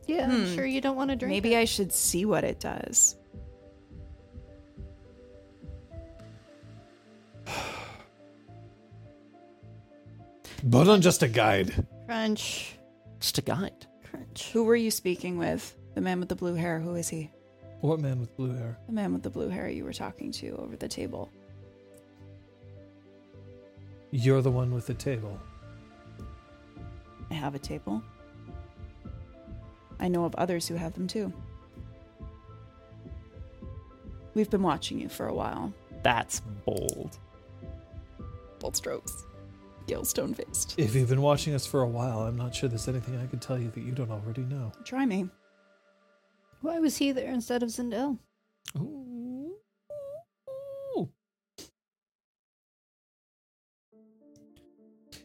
B: Yeah, I'm
E: Hmm.
B: sure you don't want to drink.
E: Maybe
B: it.
E: I should see what it does.
A: Bodan just a guide.
B: crunch,
F: Just a guide.
B: crunch.
E: Who were you speaking with? The man with the blue hair. Who is he?
A: What man with blue hair?
E: The man with the blue hair you were talking to over the table.
A: You're the one with the table.
E: I have a table. I know of others who have them too. We've been watching you for a while.
F: That's bold.
E: Bold strokes. Gale stone faced.
A: If you've been watching us for a while, I'm not sure there's anything I could tell you that you don't already know.
E: Try me.
B: Why was he there instead of Zindel?
F: Ooh.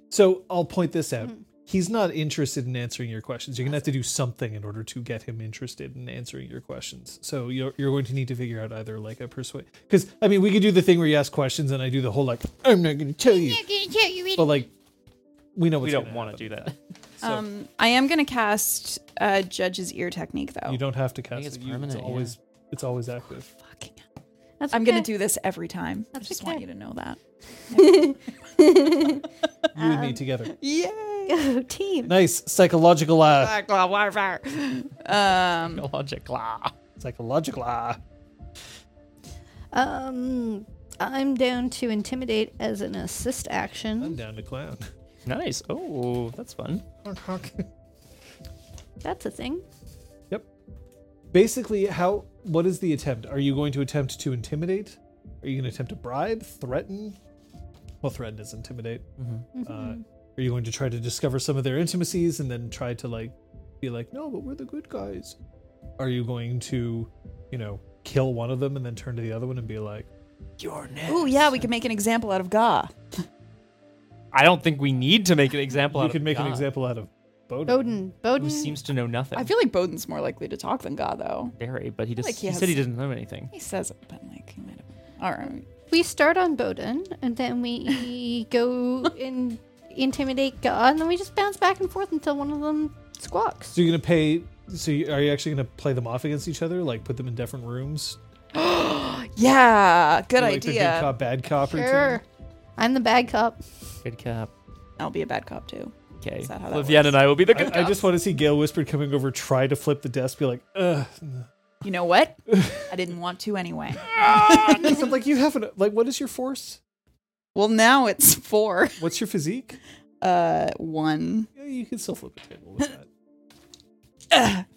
A: So I'll point this out.
B: Mm.
A: He's not interested in answering your questions. You're gonna have to do something in order to get him interested in answering your questions. So you're you're going to need to figure out either like a persuade. Because I mean, we could do the thing where you ask questions and I do the whole like I'm not gonna tell you, but like we know
C: We
A: what's
C: don't
A: gonna
C: want to
A: happen.
C: do that.
A: So
E: Um, I am gonna cast uh, Judge's ear technique though.
A: you don't have to cast
F: think
A: it.
F: it's
A: You-
F: permanent,
A: it's always it's always active.
E: Fucking hell.
B: That's
E: I'm gonna
B: okay.
E: do this every time. I
B: That's
E: just want
B: okay.
E: you to know that.
A: You and me together.
E: Yay!
B: Go team.
A: Nice psychological uh,
E: Um,
F: Logic. Blah.
A: psychological uh,
B: Um, I'm down to intimidate as an assist
A: I'm
B: action.
A: down to clown.
F: Nice. Oh, that's fun.
B: That's a thing.
A: basically how what is the attempt are you going to attempt to intimidate are you going to attempt to bribe threaten well threaten is intimidate
C: Mm-hmm.
A: uh, are you going to try to discover some of their intimacies and then try to like be like no but we're the good guys are you going to you know kill one of them and then turn to the other one and be like
F: Your next.
E: oh yeah, we can make an example out of Ga.
C: I don't think we need to make an example. Mm.
A: you
C: out
A: could
C: of
A: make an
C: God,
A: example out of Boden.
B: Bowden.
F: Who
B: Bowden.
F: seems to know nothing?
E: I feel like Bowden's more likely to talk than Ga though.
F: Barry, but he just
E: like
F: he
E: he has-
F: said he didn't know anything.
E: He says it, but like he might have. All right.
B: we start on Bowden, and then we go and intimidate God, and then we just bounce back and forth until one of them squawks.
A: so you're going to pay so you, are you actually going to play them off against each other like put them in different rooms
E: Yeah, good
A: like the good
E: idea.
A: cop bad cop routine
B: Sure. I'm the bad cop.
F: Good cop.
E: I'll be a bad cop too.
F: Okay.
E: Is that how that
C: Livian and I will be the good
A: I, I just want to see Gail Whispered coming over, try to flip the desk, be like, ugh.
E: You know what? I didn't want to anyway.
A: Because I'm like, you haven't, like, what is your force?
E: Well, now it's four.
A: What's your physique?
E: Uh, one.
A: Yeah, you can still flip a table with that.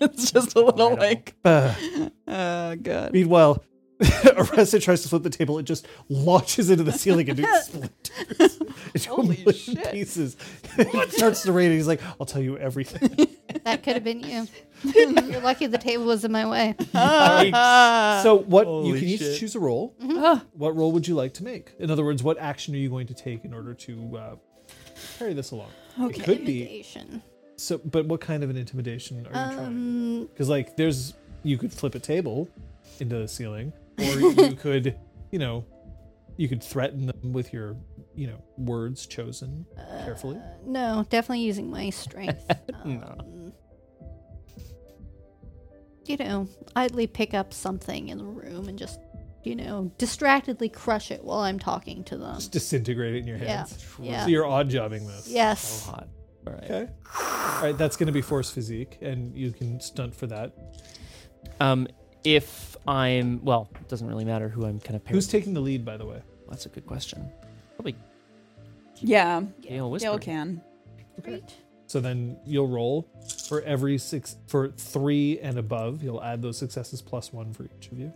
E: it's just a
C: Right
E: little
C: on.
E: like.
A: Uh,
E: Uh, good.
A: meanwhile, Arrested tries to flip the table. It just launches into the ceiling and splinters into a
E: Holy
A: million
E: shit.
A: pieces. it starts to rain. and He's like, I'll tell you everything.
B: That could have been you. You're lucky the table was in my way.
A: so what you
C: Holy
A: can each
C: shit.
A: choose a role. What role would you like to make? In other words, what action are you going to take in order to uh, carry this along? It could be
B: Intimidation.
A: So, but what kind of an intimidation are you trying?
B: Um,
A: Because like, there's you could flip a table into the ceiling, or you could, you know, you could threaten them with your, you know, words chosen carefully.
B: no, definitely using my strength. Um, You know, idly pick up something in the room and just, you know, distractedly crush it while I'm talking to them.
A: Just disintegrate it in your
B: Uh, Yeah.
A: hands.
B: Yeah.
A: So you're odd jobbing this.
B: Yes.
F: So hot. All right.
A: Okay. All right, that's going to be force physique, and you can stunt for that.
C: Um, if I'm well, it doesn't really matter who I'm kind of paired.
A: Who's taking the lead, by the way?
C: with. That's a good question.
E: Yeah.
C: Gale Whisper.
E: Gail can.
A: So then you'll roll for every six for three and above. You'll add those successes plus one for each of you.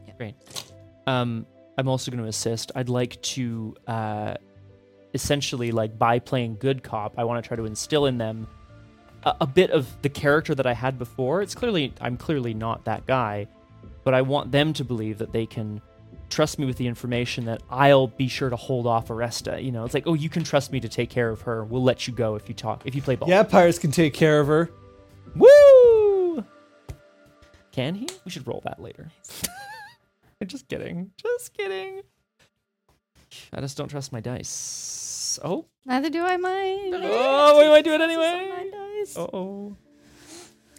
C: Um, I'm also going to assist. I'd like to, uh, essentially, like by playing good cop, I want to try to instill in them a, a bit of the character that I had before. It's clearly I'm clearly not that guy, but I want them to believe that they can trust me with the information that I'll be sure to hold off Aresta. You know, it's like, oh, you can trust me to take care of her. We'll let you go if you talk if you play ball.
A: Yeah, pirates can take care of her.
C: Woo! Can he? We should roll that later. I'm just kidding. Just kidding. I just don't trust my dice. Oh.
B: Neither do I mine.
C: Oh, what do I do it
B: My
C: anyway?
B: dice.
C: Oh.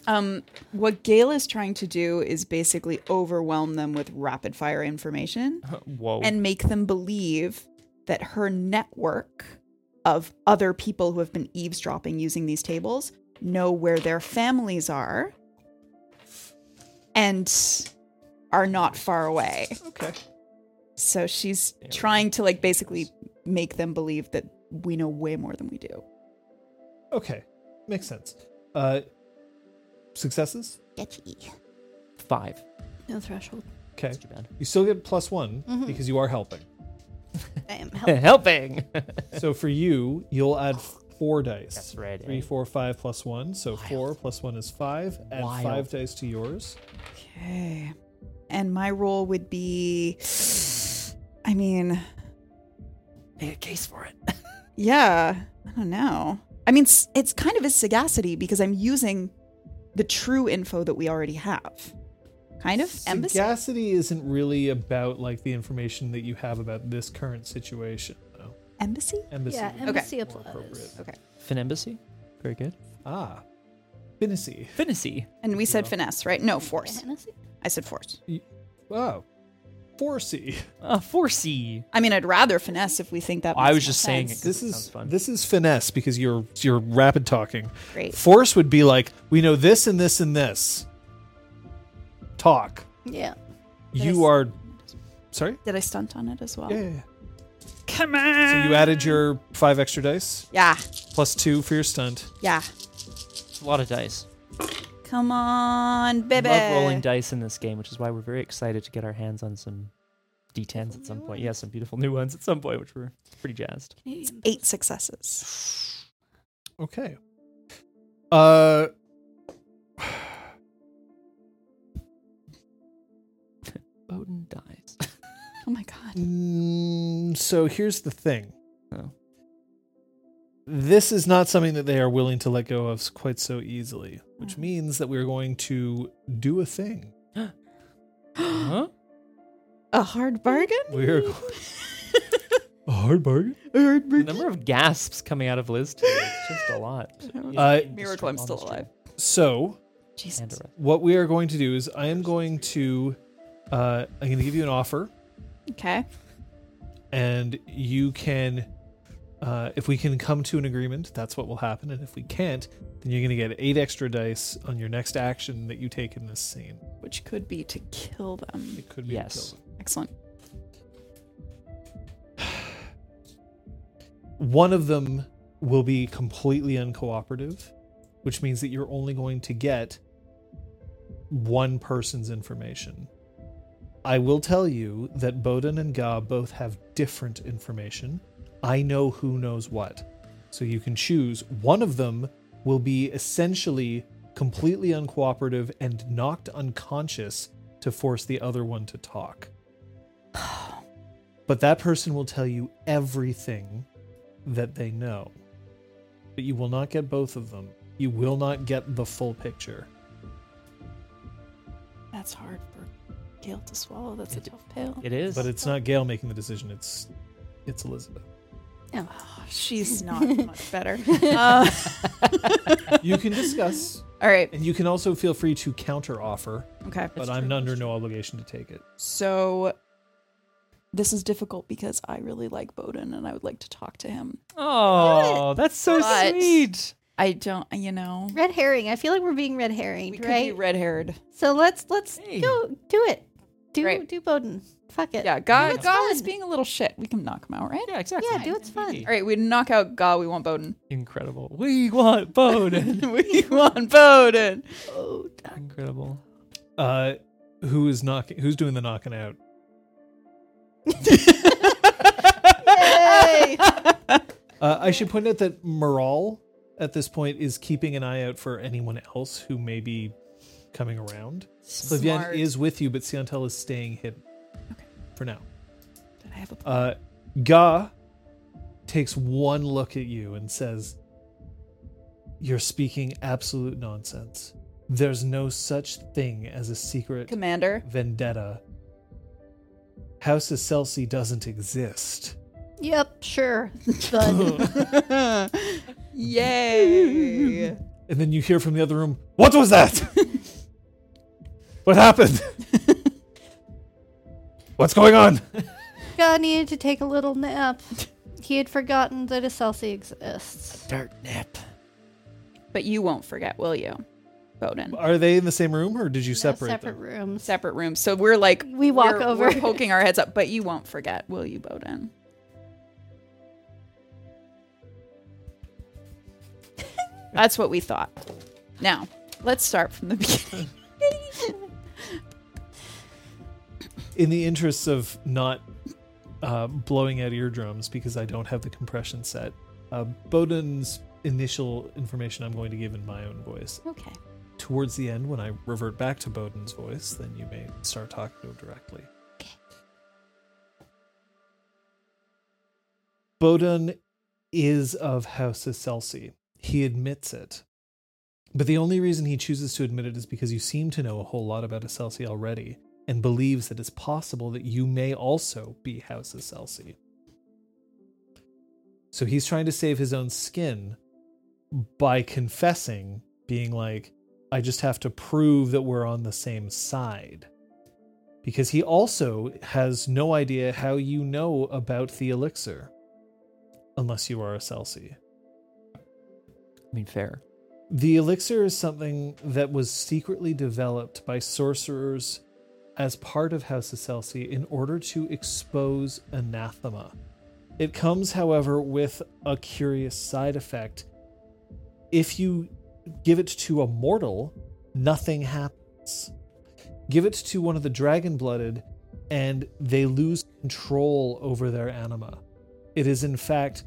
E: Um, what Gail is trying to do is basically overwhelm them with rapid fire information
C: Uh, Whoa.
E: and make them believe that her network of other people who have been eavesdropping using these tables know where their families are and are not far away.
A: Okay.
E: So she's trying to like basically make them believe that we know way more than we do.
A: Okay. Makes sense. Uh, successes.
B: Sketchy.
C: Five.
B: No threshold.
A: Okay.
C: That's too bad.
A: You still get plus one because you are helping.
B: I am helping.
C: Helping.
A: so for you, you'll add four dice.
C: That's right,
A: Three,
C: eh?
A: four, five plus one. So four plus one is five. Add
C: Wild.
A: five dice to yours.
E: Okay. And my role would be I mean,
C: Make a case for it.
E: yeah, I don't know. I mean, s- it's kind of a sagacity because I'm using the true info that we already have. Kind of embassy.
A: Sagacity isn't really about like the information that you have about this current situation. Though.
E: embassy?
A: Embassy.
B: Yeah,
A: would be
B: embassy
A: more
B: applies.
A: appropriate.
C: Fin embassy. Very good.
A: Ah, Finissy.
C: Finacy.
E: And we said finesse, right? No, force.
B: Hennessy?
E: I said force.
A: Wow, Forcy.
C: Uh, four C.
E: I mean, I'd rather finesse if we think that
C: I
E: makes
C: was
E: more
C: just saying it.
E: sense.
C: 'cause
A: This
C: it
A: is
C: sounds fun.
A: this is finesse because you're you're rapid talking.
E: Great.
A: Force would be like we know this and this and this. Talk.
B: Yeah.
A: You are. Sorry.
E: Did I stunt on it as well?
A: Yeah, yeah, yeah. Come on. So you added your five extra dice
E: Yeah.
A: plus two for your stunt.
E: yeah.
C: It's a lot of dice.
E: Come on, baby.
C: love rolling dice in this game, which is why we're very excited to get our hands on some D10s at some point. Yeah, some beautiful new ones at some point, which we're pretty jazzed.
E: It's eight successes.
A: Okay. Uh.
C: Bowden dies.
E: Oh my god.
A: Mm, so here's the thing.
C: Oh.
A: This is not something that they are willing to let go of quite so easily, which means that we're going to do a thing.
C: huh?
E: A hard bargain?
A: We're a hard bargain.
E: A hard
C: The
E: bargain.
C: number of gasps coming out of Liz today is just a lot.
A: Uh,
E: Miracle I'm still alive.
A: So
E: Jesus.
A: what we are going to do is I am going to uh, I'm going to give you an offer,
E: Okay.
A: and you can. Uh, if we can come to an agreement, that's what will happen. And if we can't, then you're going to get eight extra dice on your next action that you take in this scene.
E: Which could be to kill them.
A: It could be a
C: Yes.
A: kill.
E: Excellent.
A: one of them will be completely uncooperative, which means that you're only going to get one person's information. I will tell you that Bowden and Ga both have different information. I know who knows what. So you can choose. One of them will be essentially completely uncooperative and knocked unconscious to force the other one to talk. But that person will tell you everything that they know. But you will not get both of them. You will not get the full picture.
E: That's hard for Gail to swallow. That's a tough pill.
C: It is.
A: But it's not Gail making the decision. It's it's Elizabeth.
D: Oh,
E: She's not much better. Uh,
A: You can discuss,
E: all right.
A: and you can also feel free to counter offer,
E: Okay.
A: but I'm under no obligation to take it.
E: So this is difficult because I really like Bowden and I would like to talk to him.
C: oh, that's so
D: But-
C: sweet.
D: I don't, you know.
B: Red herring. I feel like we're being red herringed,
E: We could
B: right?
E: be red haired.
B: so let's let's
C: Hey.
B: go do it. Do
D: Right.
B: do Bowden. Fuck it.
D: Yeah, God,
B: it's
D: God is
B: fun.
D: being a little shit. We can knock him out, right?
C: Yeah, exactly.
B: Yeah, do it's fun.
D: All right, we knock out God. We want Bowden.
C: Incredible. We want Bowden.
D: we want Bowden.
C: Incredible.
A: Uh, who is knocking? Who's doing the knocking out? Uh, I should point out that Moral at this point is keeping an eye out for anyone else who may be coming around. Flavian
D: Smart.
A: is with you, but Siantel is staying hidden
D: Okay.
A: for now.
D: I have a plan.
A: Uh, Ga takes one look at you and says, You're speaking absolute nonsense. There's no such thing as a secret
E: Commander.
A: vendetta. House of Celsi doesn't exist.
B: Yep, sure. Fun.
D: Yay.
A: And then you hear from the other room, What was that? what happened? What's going on?
B: God needed to take a little nap. He had forgotten that a Celsi exists.
F: Dirt nip.
D: but you won't forget, will you? Bowden.
A: Are they in the same room or did you separate
B: separate
A: them?
B: rooms.
D: Separate rooms. So we're like,
B: We walk
D: we're-
B: over.
D: We're poking our heads up, but you won't forget, will you, Bowden? That's what we thought. Now, let's start from the beginning.
A: in the interests of not uh, blowing out eardrums because I don't have the compression set, uh, Bowden's initial information I'm going to give in my own voice.
B: Okay.
A: Towards the end, when I revert back to Bowden's voice, then you may start talking to him directly. Bowden is of House Celsi. He admits it. But the only reason he chooses to admit it is because you seem to know a whole lot about Celsi already and believes that it's possible that you may also be House Celsi. So he's trying to save his own skin by confessing, being like, I just have to prove that we're on the same side. Because he also has no idea how you know about the elixir, unless you are a Celsi.
C: I mean, fair.
A: The elixir is something that was secretly developed by sorcerers as part of House Celsi in order to expose anathema. It comes, however, with a curious side effect. If you give it to a mortal, nothing happens. Give it to one of the dragon blooded, and they lose control over their anima. It is, in fact,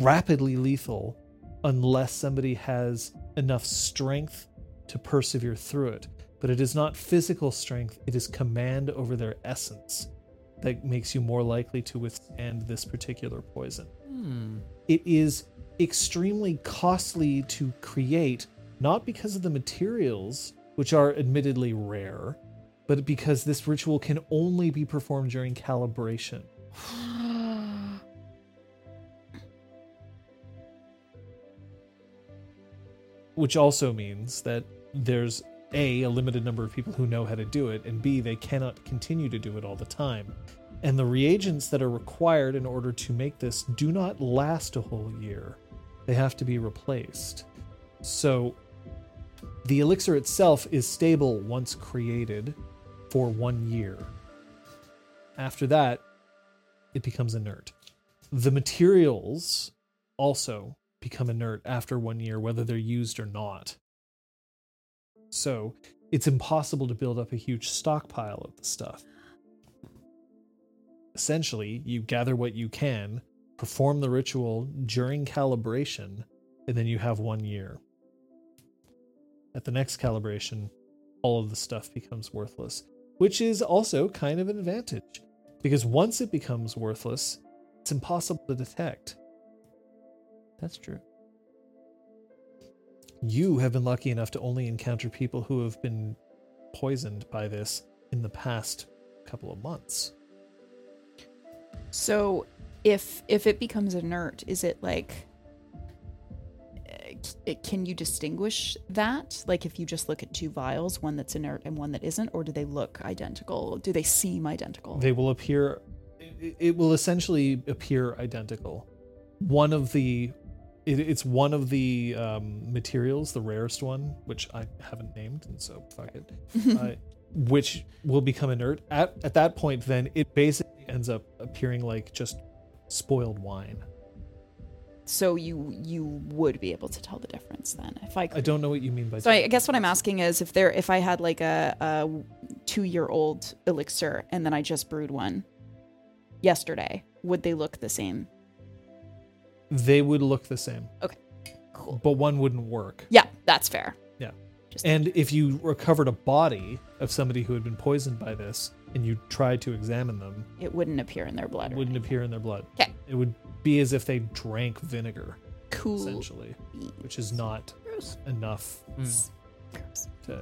A: rapidly lethal unless somebody has enough strength to persevere through it. But it is not physical strength, it is command over their essence that makes you more likely to withstand this particular poison. It is extremely costly to create, not because of the materials, which are admittedly rare, but because this ritual can only be performed during calibration. which also means that there's a a limited number of people who know how to do it and b they cannot continue to do it all the time and the reagents that are required in order to make this do not last a whole year they have to be replaced so the elixir itself is stable once created for one year after that it becomes inert the materials also become inert after one year, whether they're used or not. So it's impossible to build up a huge stockpile of the stuff. Essentially, you gather what you can, perform the ritual during calibration, and then you have one year. At the next calibration, all of the stuff becomes worthless, which is also kind of an advantage because once it becomes worthless, it's impossible to detect.
F: That's true.
A: you have been lucky enough to only encounter people who have been poisoned by this in the past couple of months.
D: So, if if it becomes inert, is it like eh, it, can you distinguish that? Like if you just look at two vials, one that's inert and one that isn't, or do they look identical? Do they seem identical?
A: They will appear, it- it will essentially appear identical. One of the It, it's one of the um, materials, the rarest one, which I haven't named, and so fuck it. uh, which will become inert. At, at that point, then it basically ends up appearing like just spoiled wine.
E: So you you would be able to tell the difference then if I
A: I
E: could.
A: don't know what you mean by
E: So I I guess what I'm asking is if there if I had like a, a two year old elixir and then I just brewed one yesterday, would they look the same?
A: they would look the same.
E: Okay, cool.
A: But one wouldn't work.
E: Yeah, that's fair.
A: And if you recovered a body of somebody who had been poisoned by this and you tried to examine them,
E: It wouldn't appear in their blood.
A: it wouldn't appear in their blood.
E: 'Kay.
A: It would be as if they drank vinegar,
E: cool.
A: essentially, which is not enough to,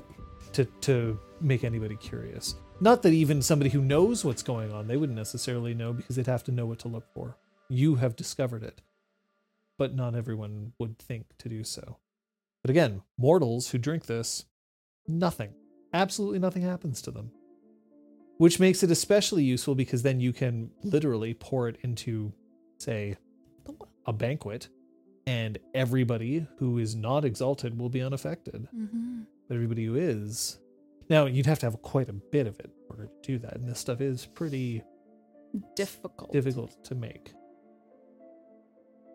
A: to to make anybody curious. Not that even somebody who knows what's going on, they wouldn't necessarily know because they'd have to know what to look for. You have discovered it. But not everyone would think to do so. But again, mortals who drink this, nothing. Absolutely nothing happens to them. Which makes it especially useful because then you can literally pour it into, say, a banquet, and everybody who is not exalted will be unaffected
E: Mm-hmm.
A: but everybody who is now you'd have to have quite a bit of it in order to do that and this stuff is pretty
E: Difficult.
A: difficult to make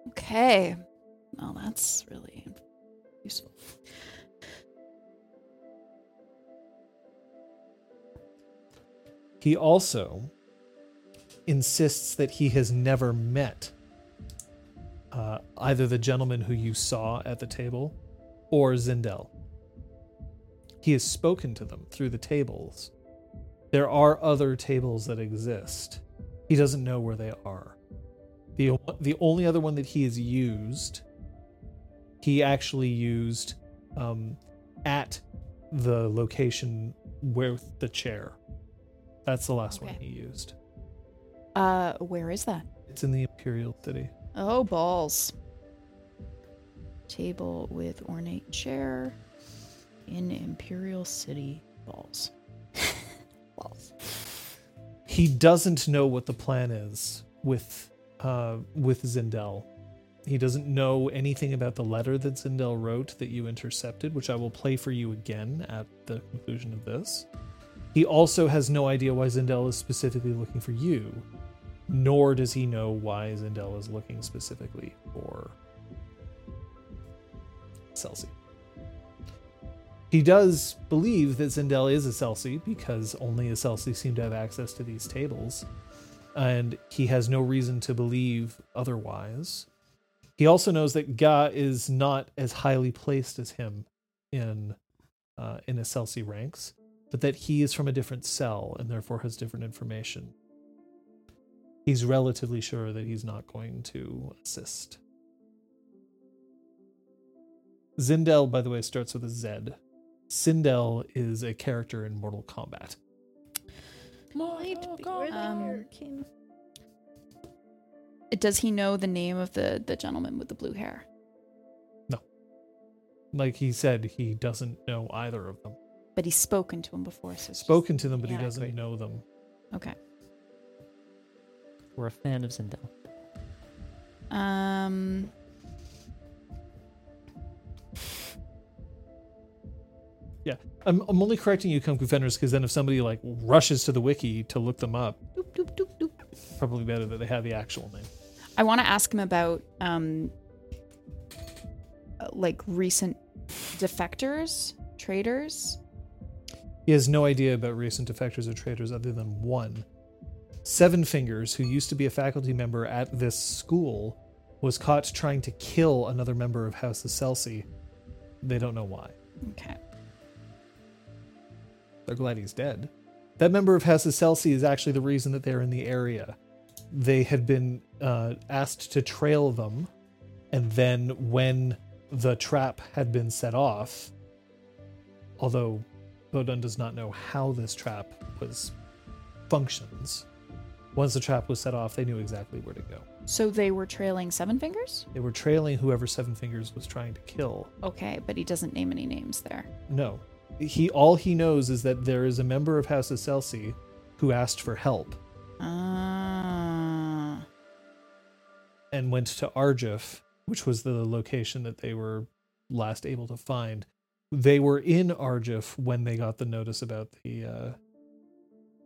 E: Okay. Well, that's really useful.
A: he also insists that he has never met uh, either the gentleman who you saw at the table or zindel he has spoken to them through the tables there are other tables that exist he doesn't know where they are the, o- the only other one that he has used he actually used um, at the location with the chair that's the last one he used.
E: Uh, where is that?
A: It's in the Imperial City.
E: Oh, balls. Table with ornate chair in Imperial City balls.
B: Walls.
A: He doesn't know what the plan is with uh, with Zindel. He doesn't know anything about the letter that Zindel wrote that you intercepted, which I will play for you again at the conclusion of this. He also has no idea why Zindel is specifically looking for you, nor does he know why Zindel is looking specifically for Celsi. He does believe that Zindel is a Celsi because only a Celsi seem to have access to these tables, and he has no reason to believe otherwise. He also knows that Ga is not as highly placed as him in uh, in a Celsi ranks, but that he is from a different cell and therefore has different information. He's relatively sure that he's not going to assist. Zindel, by the way, starts with a Z. Sindel is a character in Mortal Kombat.
B: Might be where the
E: Um,
B: hair came.
E: Does he know the name of the, the gentleman with the blue hair?
A: Like he said, he doesn't know either of them.
E: But he's spoken to him before. So it's just-
A: Spoken to them, but he
E: Yeah,
A: doesn't know them.
E: Okay.
F: We're a fan of Zindel.
E: Um.
A: I'm, I'm only correcting you, Kung Fu Fenders, because then if somebody like rushes to the wiki to look them up,
E: doop, doop, doop, doop.
A: probably better that they have the actual name.
E: I want to ask him about um, uh, like recent defectors, traitors.
A: He has no idea about recent defectors or traitors other than one. Seven Fingers, who used to be a faculty member at this school, was caught trying to kill another member of House Celsi. They don't know why.
E: Okay.
A: They're glad he's dead. That member of House Celsi is actually the reason that they're in the area. They had been uh, asked to trail them, and then when the trap had been set off, although Bodun does not know how this trap was functions, once the trap was set off, they knew exactly where to go.
E: So they were trailing Seven Fingers?
A: They were trailing whoever Seven Fingers was trying to kill.
E: Okay, but he doesn't name any names there.
A: No. He all he knows is that there is a member of House Celsi who asked for help.
E: Ah. Uh,
A: and went to Arjif which was the location that they were last able to find. They were in Arjif when they got the notice about the uh,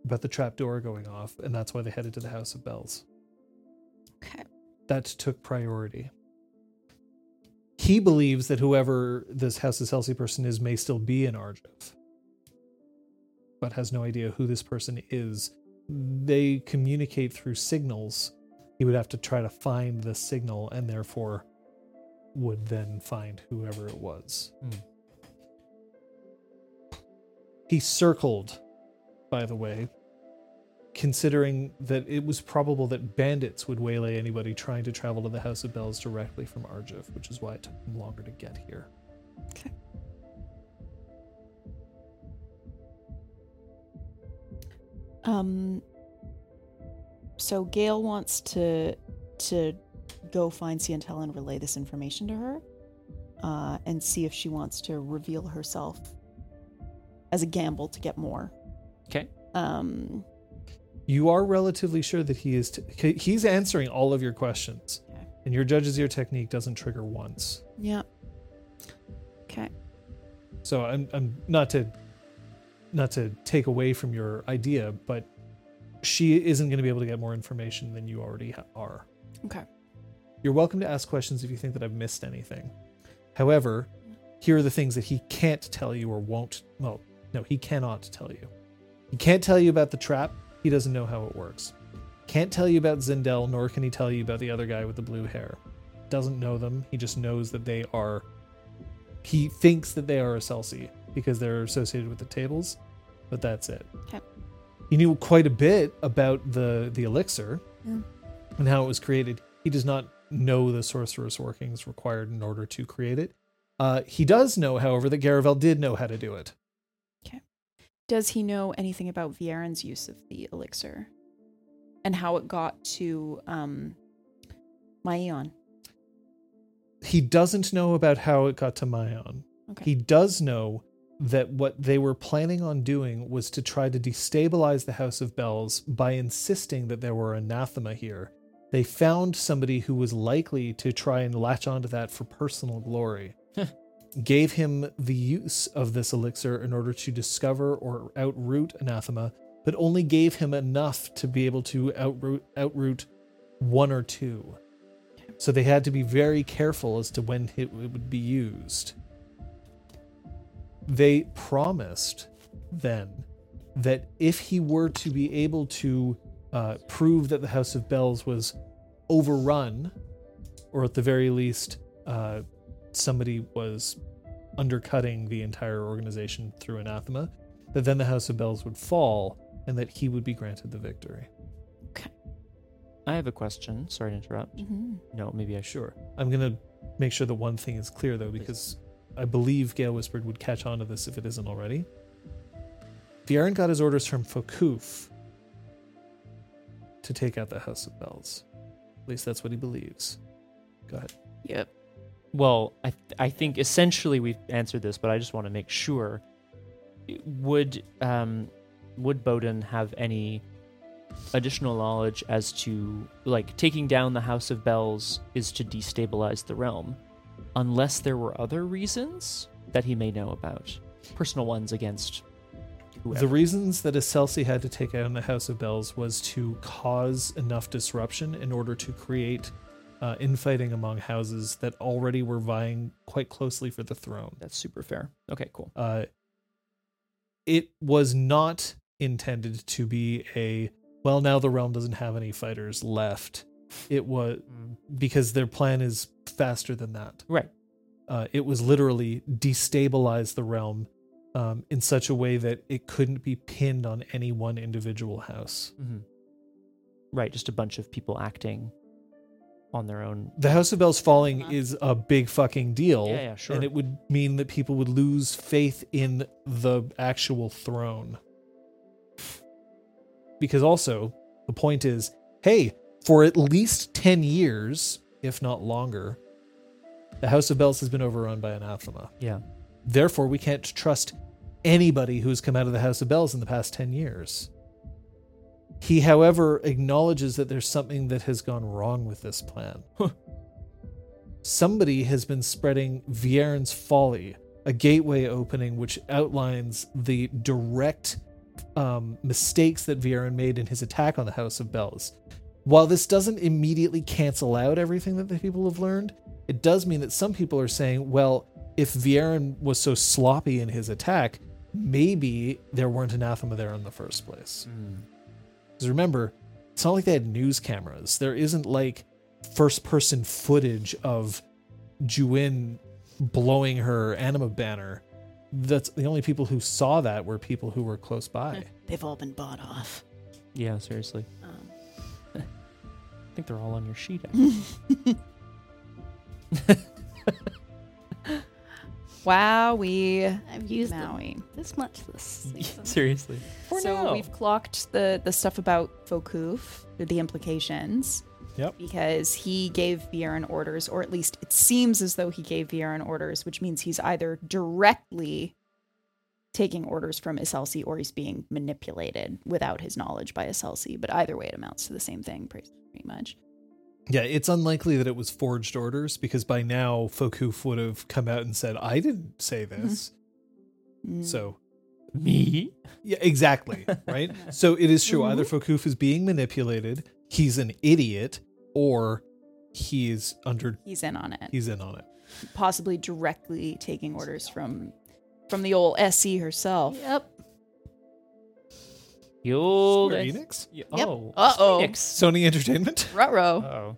A: about the trap door going off, and that's why they headed to the House of Bells.
E: Okay.
A: That took priority. He believes that whoever this House of Celsi person is may still be in Arjif, but has no idea who this person is. They communicate through signals. He would have to try to find the signal and therefore would then find whoever it was. He circled, by the way, considering that it was probable that bandits would waylay anybody trying to travel to the House of Bells directly from Arjif, which is why it took him longer to get here.
E: Um. So Gail wants to to go find Ciantel and relay this information to her, uh, and see if she wants to reveal herself as a gamble to get more.
C: 'Kay.
E: Um.
A: You are relatively sure that he is t- he's answering all of your questions.
E: Okay.
A: And your judge's ear technique doesn't trigger once.
E: Yeah. Okay.
A: So I'm, I'm not to not to take away from your idea, but she isn't going to be able to get more information than you already ha- are.
E: Okay.
A: You're welcome to ask questions if you think that I've missed anything. However, here are the things that he can't tell you or won't. Well, no, he cannot tell you. He can't tell you about the trap. He doesn't know how it works. Can't tell you about Zindel, nor can he tell you about the other guy with the blue hair. Doesn't know them. He just knows that they are he thinks that they are a Celsi because they're associated with the tables, but that's it.
E: Okay.
A: He knew quite a bit about the the elixir
E: Yeah.
A: and how it was created. He does not know the sorcerer's workings required in order to create it. Uh, he does know, however, that Garavel did know how to do it.
E: Does he know anything about Vieran's use of the elixir, and how it got to um, Maeon?
A: He doesn't know about how it got to Mayon.
E: Okay.
A: He does know that what they were planning on doing was to try to destabilize the House of Bells by insisting that there were anathema here. They found somebody who was likely to try and latch onto that for personal glory. Gave him the use of this elixir in order to discover or outroot anathema, but only gave him enough to be able to outroot, outroot one or two. So they had to be very careful as to when it would be used they promised then that if he were to be able to uh, prove that the House of Bells was overrun, or at the very least, uh, somebody was undercutting the entire organization through anathema, that then the House of Bells would fall and that he would be granted the victory.
C: I have a question. Sorry to interrupt.
A: Hmm.
E: Mm-hmm.
C: No, maybe I should.
A: Sure. I'm going to make sure that one thing is clear, though, because I believe Gale Whispered would catch on to this if it isn't already. Viaren got his orders from Fokuf to take out the House of Bells. At least that's what he believes. Go ahead.
E: Yep.
C: Well, I, th- I think essentially we've answered this, but I just want to make sure. Would um, would Bowden have any additional knowledge as to like taking down the House of Bells is to destabilize the realm, unless there were other reasons that he may know about, personal ones against whoever.
A: The reasons that Aselsi had to take out the House of Bells was to cause enough disruption in order to create uh, infighting among houses that already were vying quite closely for the throne.
C: That's super fair. Okay, cool.
A: Uh, it was not intended to be a well now the realm doesn't have any fighters left it was
C: Mm,
A: because their plan is faster than that
C: Right.
A: uh, it was literally destabilize the realm um, in such a way that it couldn't be pinned on any one individual house
C: Mm-hmm. Right, just a bunch of people acting on their own.
A: the house of bells falling
E: Uh-huh.
A: is a big fucking deal
C: Yeah, yeah, sure.
A: and it would mean that people would lose faith in the actual throne. Because also, the point is hey, for at least 10 years, if not longer, the House of Bells has been overrun by anathema.
C: Yeah.
A: Therefore, we can't trust anybody who's come out of the House of Bells in the past 10 years. He, however, acknowledges that there's something that has gone wrong with this plan. somebody has been spreading Viern's Folly, a gateway opening which outlines the direct um, mistakes that Vieren made in his attack on the House of Bells. While this doesn't immediately cancel out everything that the people have learned, it does mean that some people are saying, well, if Vieren was so sloppy in his attack, maybe there weren't anathema there in the first place.
C: Mm.
A: Because remember, it's not like they had news cameras. There isn't like first person footage of Juin blowing her anima banner. That's the only people who saw that were people who were close by.
G: They've all been bought off.
C: Yeah, seriously.
G: Um,
C: I think they're all on your sheet.
E: Wow, we
B: I've used them
E: Maui.
B: this much this season.
C: seriously.
E: so we've clocked the the stuff about Fokuf, the implications.
A: Yep.
E: Because he gave Viren orders, or at least it seems as though he gave Viren orders, which means he's either directly taking orders from Iselsi or he's being manipulated without his knowledge by Iselsi. But either way, it amounts to the same thing, pretty, pretty much.
A: Yeah, it's unlikely that it was forged orders because by now Fokuf would have come out and said, I didn't say this.
E: Mm.
A: So
C: Me?
A: Yeah, exactly. Right. so it is true. Either Fokuf is being manipulated, he's an idiot, or he is under.
E: he's in on it,
A: He's in on it.
E: possibly directly taking orders from from the old SE herself.
B: Yep.
C: The old.
A: Square
C: ex-
A: Enix,
C: Yeah,
B: Yep.
C: Oh.
E: Uh-oh.
C: Phoenix.
A: Sony Entertainment,
E: Ruh-roh.
C: Oh.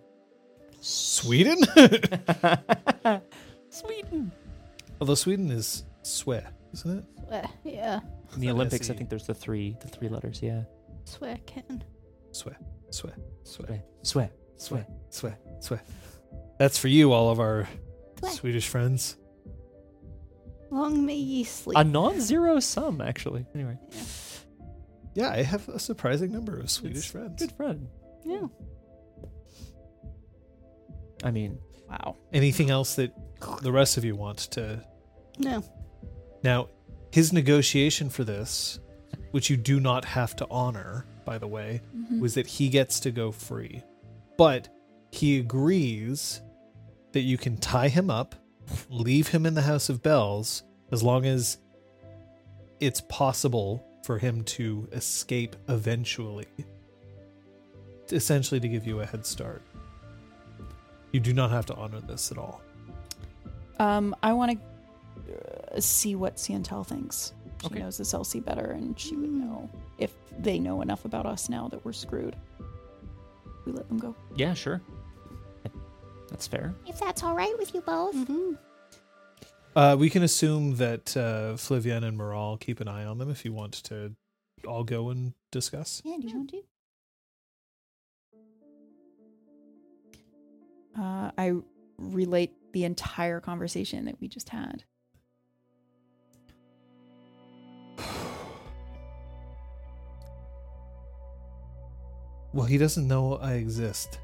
A: Sweden.
C: Sweden.
A: Although Sweden is swear, isn't it?
B: Swear. Yeah.
A: It's E.
C: In the
A: not
C: Olympics, I
A: SE.
C: think there's the three, the three letters. Yeah.
B: Swear can.
A: swear, swear, swear,
C: Swear. Swear.
A: swear, swear, swear. That's for you, all of our
B: Swear.
A: Swedish friends.
B: Long may ye sleep.
C: A non-zero sum, actually. Anyway.
A: Yeah, I have a surprising number of Swedish
C: It's
A: friends.
C: Good friend.
B: yeah.
C: I mean,
E: Wow.
A: Anything else that the rest of you want to
B: No.
A: Now, his negotiation for this, which you do not have to honor, by the way, was that he gets to go free. But he agrees that you can tie him up, leave him in the House of Bells, as long as it's possible for him to escape eventually. Essentially, to give you a head start. You do not have to honor this at all.
E: Um, I want to uh, see what Santel thinks. She
C: Okay.
E: knows this Elsie better, and she would
B: Hmm.
E: know if they know enough about us now that we're screwed. We let them go.
C: yeah, sure. That's fair.
H: If that's all right with you both.
B: Mhm.
A: Uh, we can assume that uh, Flavian and Moral keep an eye on them if you want to all go and discuss.
B: Yeah. Do you want to?
E: Uh, I relate the entire conversation that we just had.
A: Well, he doesn't know I exist.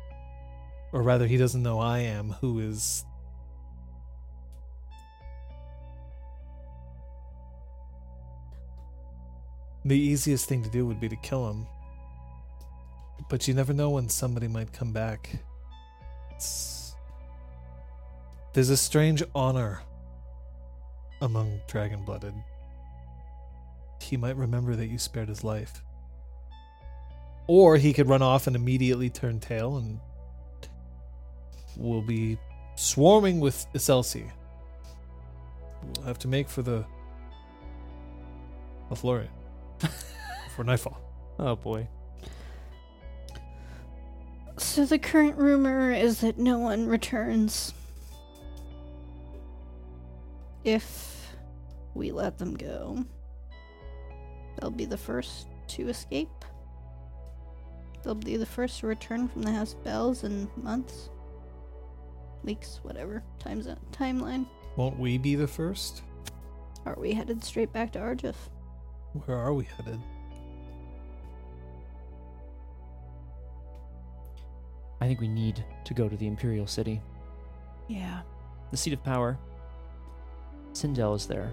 A: Or rather, he doesn't know I am, who is. The easiest thing to do would be to kill him. But you never know when somebody might come back. It's. There's a strange honor among dragon blooded. He might remember that you spared his life. Or he could run off and immediately turn tail and we'll be swarming with Iselsi. We'll have to make for the Lothlorien. for Nightfall.
C: Oh boy.
B: So the current rumor is that no one returns. If we let them go, they'll be the first to escape. They'll be the first to return from the House of Bells in months, weeks, whatever times timeline.
A: Won't we be the first?
B: Are we headed straight back to Arjif?
A: Where are we headed?
C: I think we need to go to the Imperial City,
E: Yeah.
C: the seat of power. Sindel is there.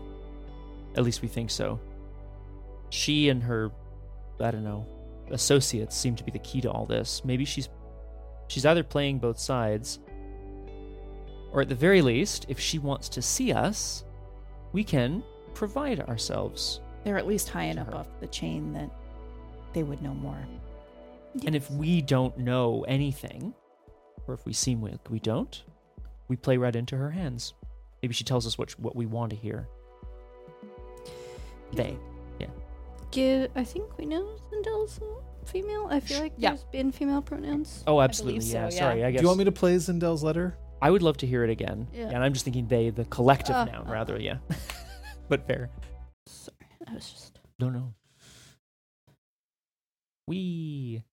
C: At least we think so. She and her, I don't know, associates seem to be the key to all this. Maybe she's, she's either playing both sides, Or at the very least, if she wants to see us, we can provide ourselves.
D: They're at least high
C: To
D: enough
C: her.
D: up the chain that they would know more.
C: And if we don't know anything, or if we seem like we don't, we play right into her hands. Maybe she tells us what, what we want to hear. They.
B: Give, I think we know Zendel's female. I feel like
D: yeah.
B: there's been female pronouns.
C: Oh, absolutely. yeah.
D: so,
C: Sorry. I guess.
A: Do you want me to play Zendel's letter?
C: I would love to hear it again.
B: Yeah.
C: And I'm just thinking they, the collective
B: Uh,
C: noun,
B: uh,
C: rather. Yeah. but fair.
B: Sorry, I was just.
C: No, no. We.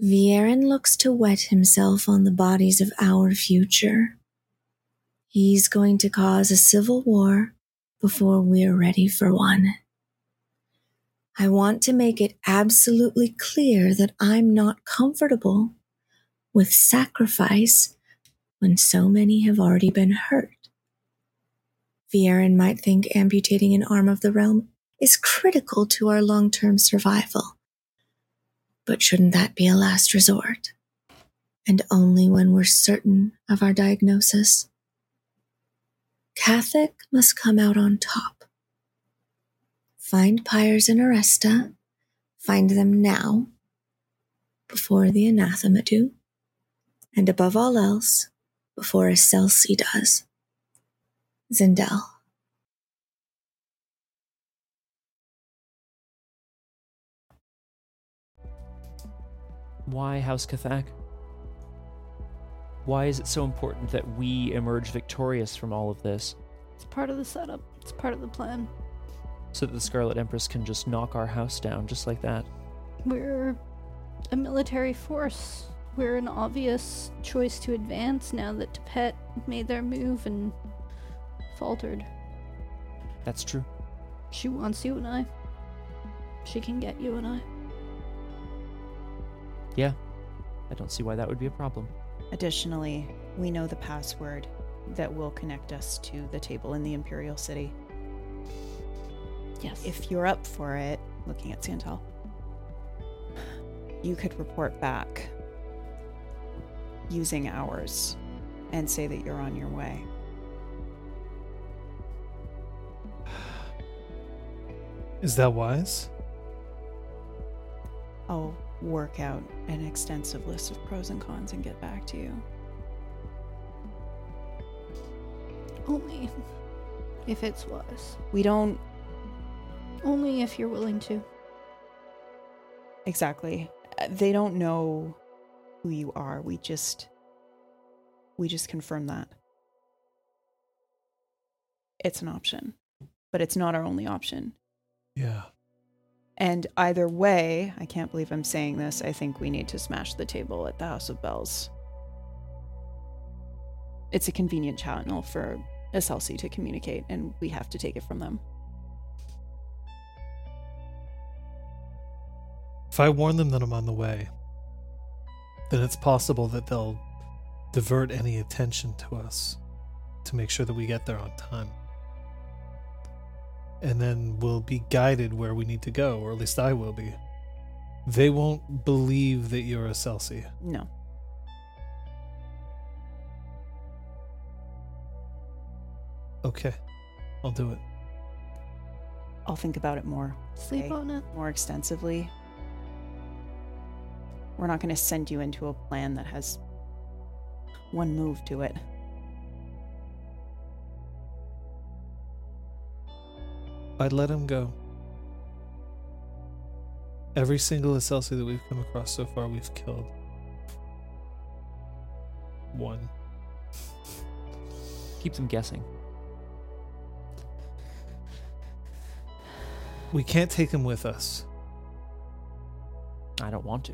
I: Vieran looks to wet himself on the bodies of our future. He's going to cause a civil war before we're ready for one. I want to make it absolutely clear that I'm not comfortable with sacrifice when so many have already been hurt. Vieran might think amputating an arm of the realm is critical to our long term survival but shouldn't that be a last resort? And only when we're certain of our diagnosis? Kathak must come out on top. Find Pyres and Aresta. Find them now, before the anathema do, and above all else, before Esselcy does. Zindel.
C: Why House Kathak? Why is it so important that we emerge victorious from all of this
B: It's part of the setup. It's part of the plan.
C: so that the Scarlet Empress can just knock our house down just like that?
B: We're a military force. We're an obvious choice to advance now that Tepet made their move and faltered.
C: That's true.
B: She wants you and I. She can get you and I.
C: Yeah. I don't see why that would be a problem.
E: Additionally, we know the password that will connect us to the table in the Imperial City.
B: Yes.
E: If you're up for it, looking at Santal, you could report back using ours and say that you're on your way.
A: Is that wise?
E: I'll work out an extensive list of pros and cons and get back to you.
B: only if it's wise.
E: We don't
B: Only if you're willing to.
E: Exactly. Uh, They don't know who you are. We just we just confirm that. It's an option, but it's not our only option.
A: Yeah.
E: And either way, I can't believe I'm saying this. I think we need to smash the table at the House of Bells. It's a convenient channel for SLC to communicate, and we have to take it from them.
A: If I warn them that I'm on the way, then it's possible that they'll divert any attention to us to make sure that we get there on time. And then we'll be guided where we need to go, or at least I will be. They won't believe that you're a Celsi.
E: No.
A: Okay, I'll do it.
E: I'll think about it more.
B: Sleep
E: Okay.
B: on it.
E: more extensively. We're not going to send you into a plan that has one move to it.
A: I'd let him go. Every single Celsi that we've come across so far, we've killed. One.
C: Keep them guessing.
A: We can't take him with us.
C: I don't want to.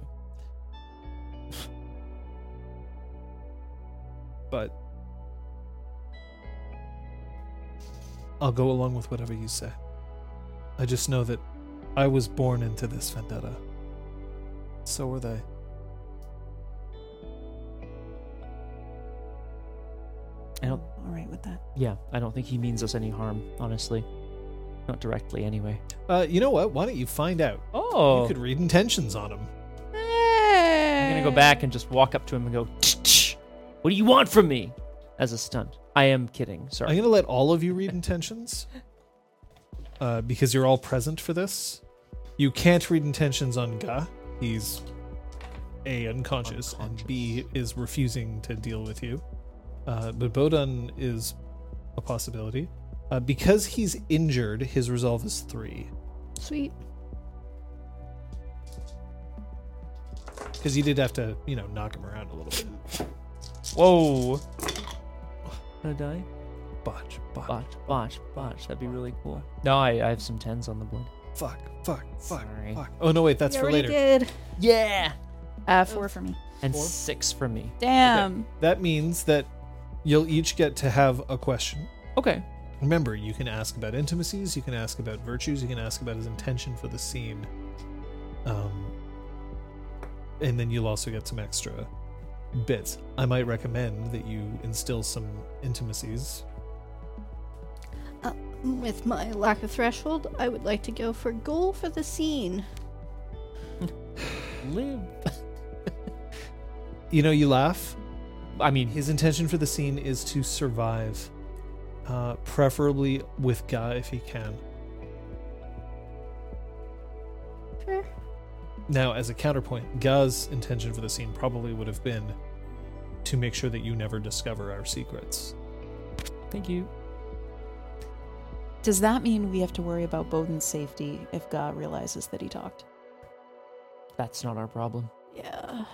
A: but I'll go along with whatever you say. I just know that I was born into this vendetta. So were they.
C: I don't.
E: All right with that.
C: Yeah, I don't think he means us any harm, honestly. Not directly, anyway.
A: Uh, you know what? Why don't you find out?
C: Oh.
A: You could read intentions on him.
D: Hey!
C: I'm gonna go back and just walk up to him and go, "Tch, tch, "What do you want from me?" As a stunt. I am kidding.
A: I'm
C: Sorry.
A: going to let all of you read intentions uh, because you're all present for this. You can't read intentions on Ga. He's A, unconscious, and B, is refusing to deal with you. Uh, but Bodun is a possibility. Uh, because he's injured, his resolve is three
B: Sweet.
A: because you did have to, you know, knock him around a little bit.
C: Whoa. Gonna die?
A: Botch, botch,
C: Botch, botch, botch. That'd be really cool. No, I, I have some tens on the board.
A: fuck, fuck, fuck,
C: Sorry.
A: fuck. Oh no, wait, that's
B: you
A: for
B: already
A: later.
B: did.
C: Yeah.
D: Uh, four for me.
C: And
A: Four?
C: six for me.
D: Damn.
A: That means that you'll each get to have a question.
C: Okay.
A: Remember, you can ask about intimacies, you can ask about virtues, you can ask about his intention for the scene. Um, and then you'll also get some extra bits. I might recommend that you instill some intimacies.
B: With my lack of threshold, I would like to go for goal for the scene.
C: Live.
A: You know, you laugh.
C: I mean,
A: His intention for the scene is to survive, uh, preferably with Guy if he can.
B: Sure.
A: Now, as a counterpoint, Ga's intention for the scene probably would have been to make sure that you never discover our secrets.
C: thank you.
E: Does that mean we have to worry about Bowden's safety if God realizes that he talked?
C: That's not our problem.
B: Yeah.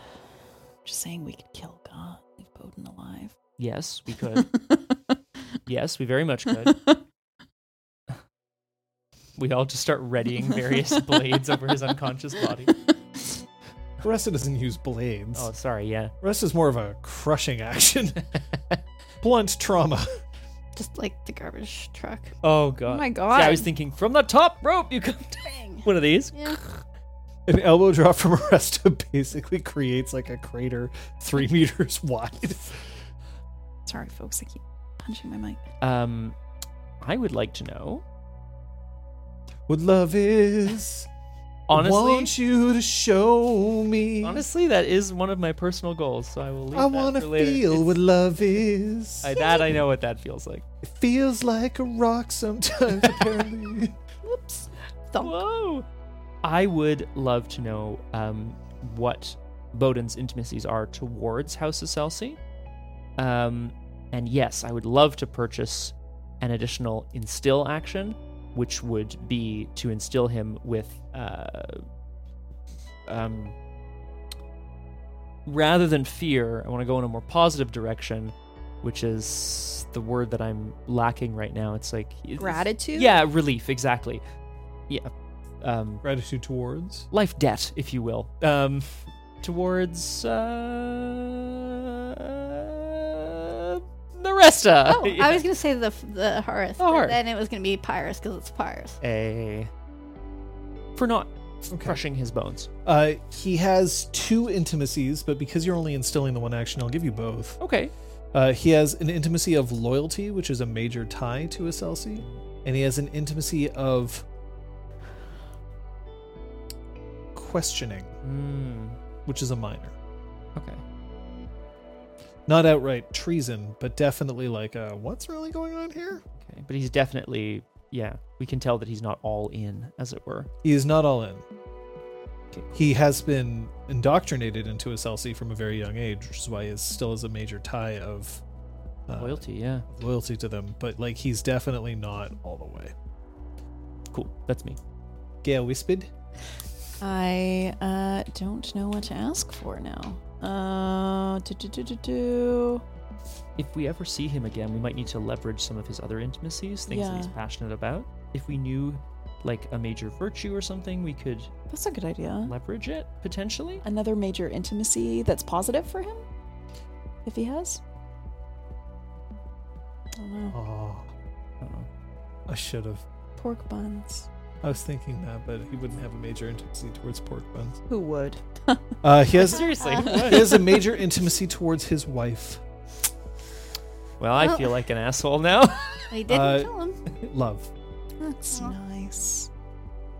E: Just saying we could kill God, leave Bowden alive.
C: Yes, we could. yes, we very much could. We all just start readying various blades over his unconscious body.
A: Resta doesn't use blades.
C: Oh, sorry. Yeah.
A: Resta's more of a crushing action, blunt trauma.
B: Just like the garbage truck.
C: oh god.
D: Oh my
C: See, I was
D: God.
C: thinking from the top rope you come
B: Bang.
C: one of these.
B: Yeah.
A: An elbow drop from Resta basically creates like a crater three meters wide.
E: Sorry, folks, I keep punching my mic.
C: Um, I would like to know.
A: What love is.
C: Honestly,
A: want you to show me.
C: honestly, that is one of my personal goals. So I will leave
A: I
C: want
A: want
C: to
A: to feel what love is.
C: I, that I know what that feels like.
A: It feels like a rock sometimes, apparently.
B: Whoops. Thump.
C: Whoa! I would love to know um, what Bowden's intimacies are towards House of Celsi. Um, and yes, I would love to purchase an additional instill action, which would be to instill him with. Uh, um, rather than fear, I want to go in a more positive direction, which is the word that I'm lacking right now. It's like. it's-
D: Gratitude.
C: yeah, relief, exactly. Yeah. Um,
A: Gratitude towards.
C: life debt, if you will. Um, towards uh, the Resta.
B: Oh, I was gonna say the f- the Horus,
C: Oh,
B: but
C: Horus.
B: then it was gonna be Pyrus because it's Pyrus.
C: a for not
A: Okay.
C: crushing his bones.
A: Uh, he has two intimacies, but because you're only instilling the one action, I'll give you both.
C: Okay.
A: Uh, he has an intimacy of loyalty, which is a major tie to Aselsi, and he has an intimacy of questioning,
C: Mm,
A: which is a minor.
C: okay.
A: Not outright treason, but definitely like, uh, what's really going on here?
C: Okay. But he's definitely yeah. We can tell that he's not all in, as it were.
A: He is not all in. He has been indoctrinated into SLC from a very young age, which is why he still has a major tie of uh,
C: Loyalty. Yeah.
A: loyalty to them. But like, he's definitely not all the way.
C: Cool. That's me.
A: Gail whispered.
E: I uh, don't know what to ask for now. Uh, do, do, do, do, do.
C: If we ever see him again, we might need to leverage some of his other intimacies, things that he's
E: Yeah.
C: passionate about. If we knew like a major virtue or something, we could
E: That's a good idea.
C: leverage it potentially.
E: Another major intimacy that's positive for him, if he has. I don't know.
A: Oh,
C: Uh-oh.
A: I should have.
E: Pork buns.
A: I was thinking that, but he wouldn't have a major intimacy towards pork buns.
E: Who would?
A: Uh, he has
C: Seriously.
A: he has a major intimacy towards his wife,
C: well, I
B: Well-
C: feel like an asshole now.
B: I didn't
A: Uh,
B: kill him.
A: love.
E: That's
B: Aw.
E: nice.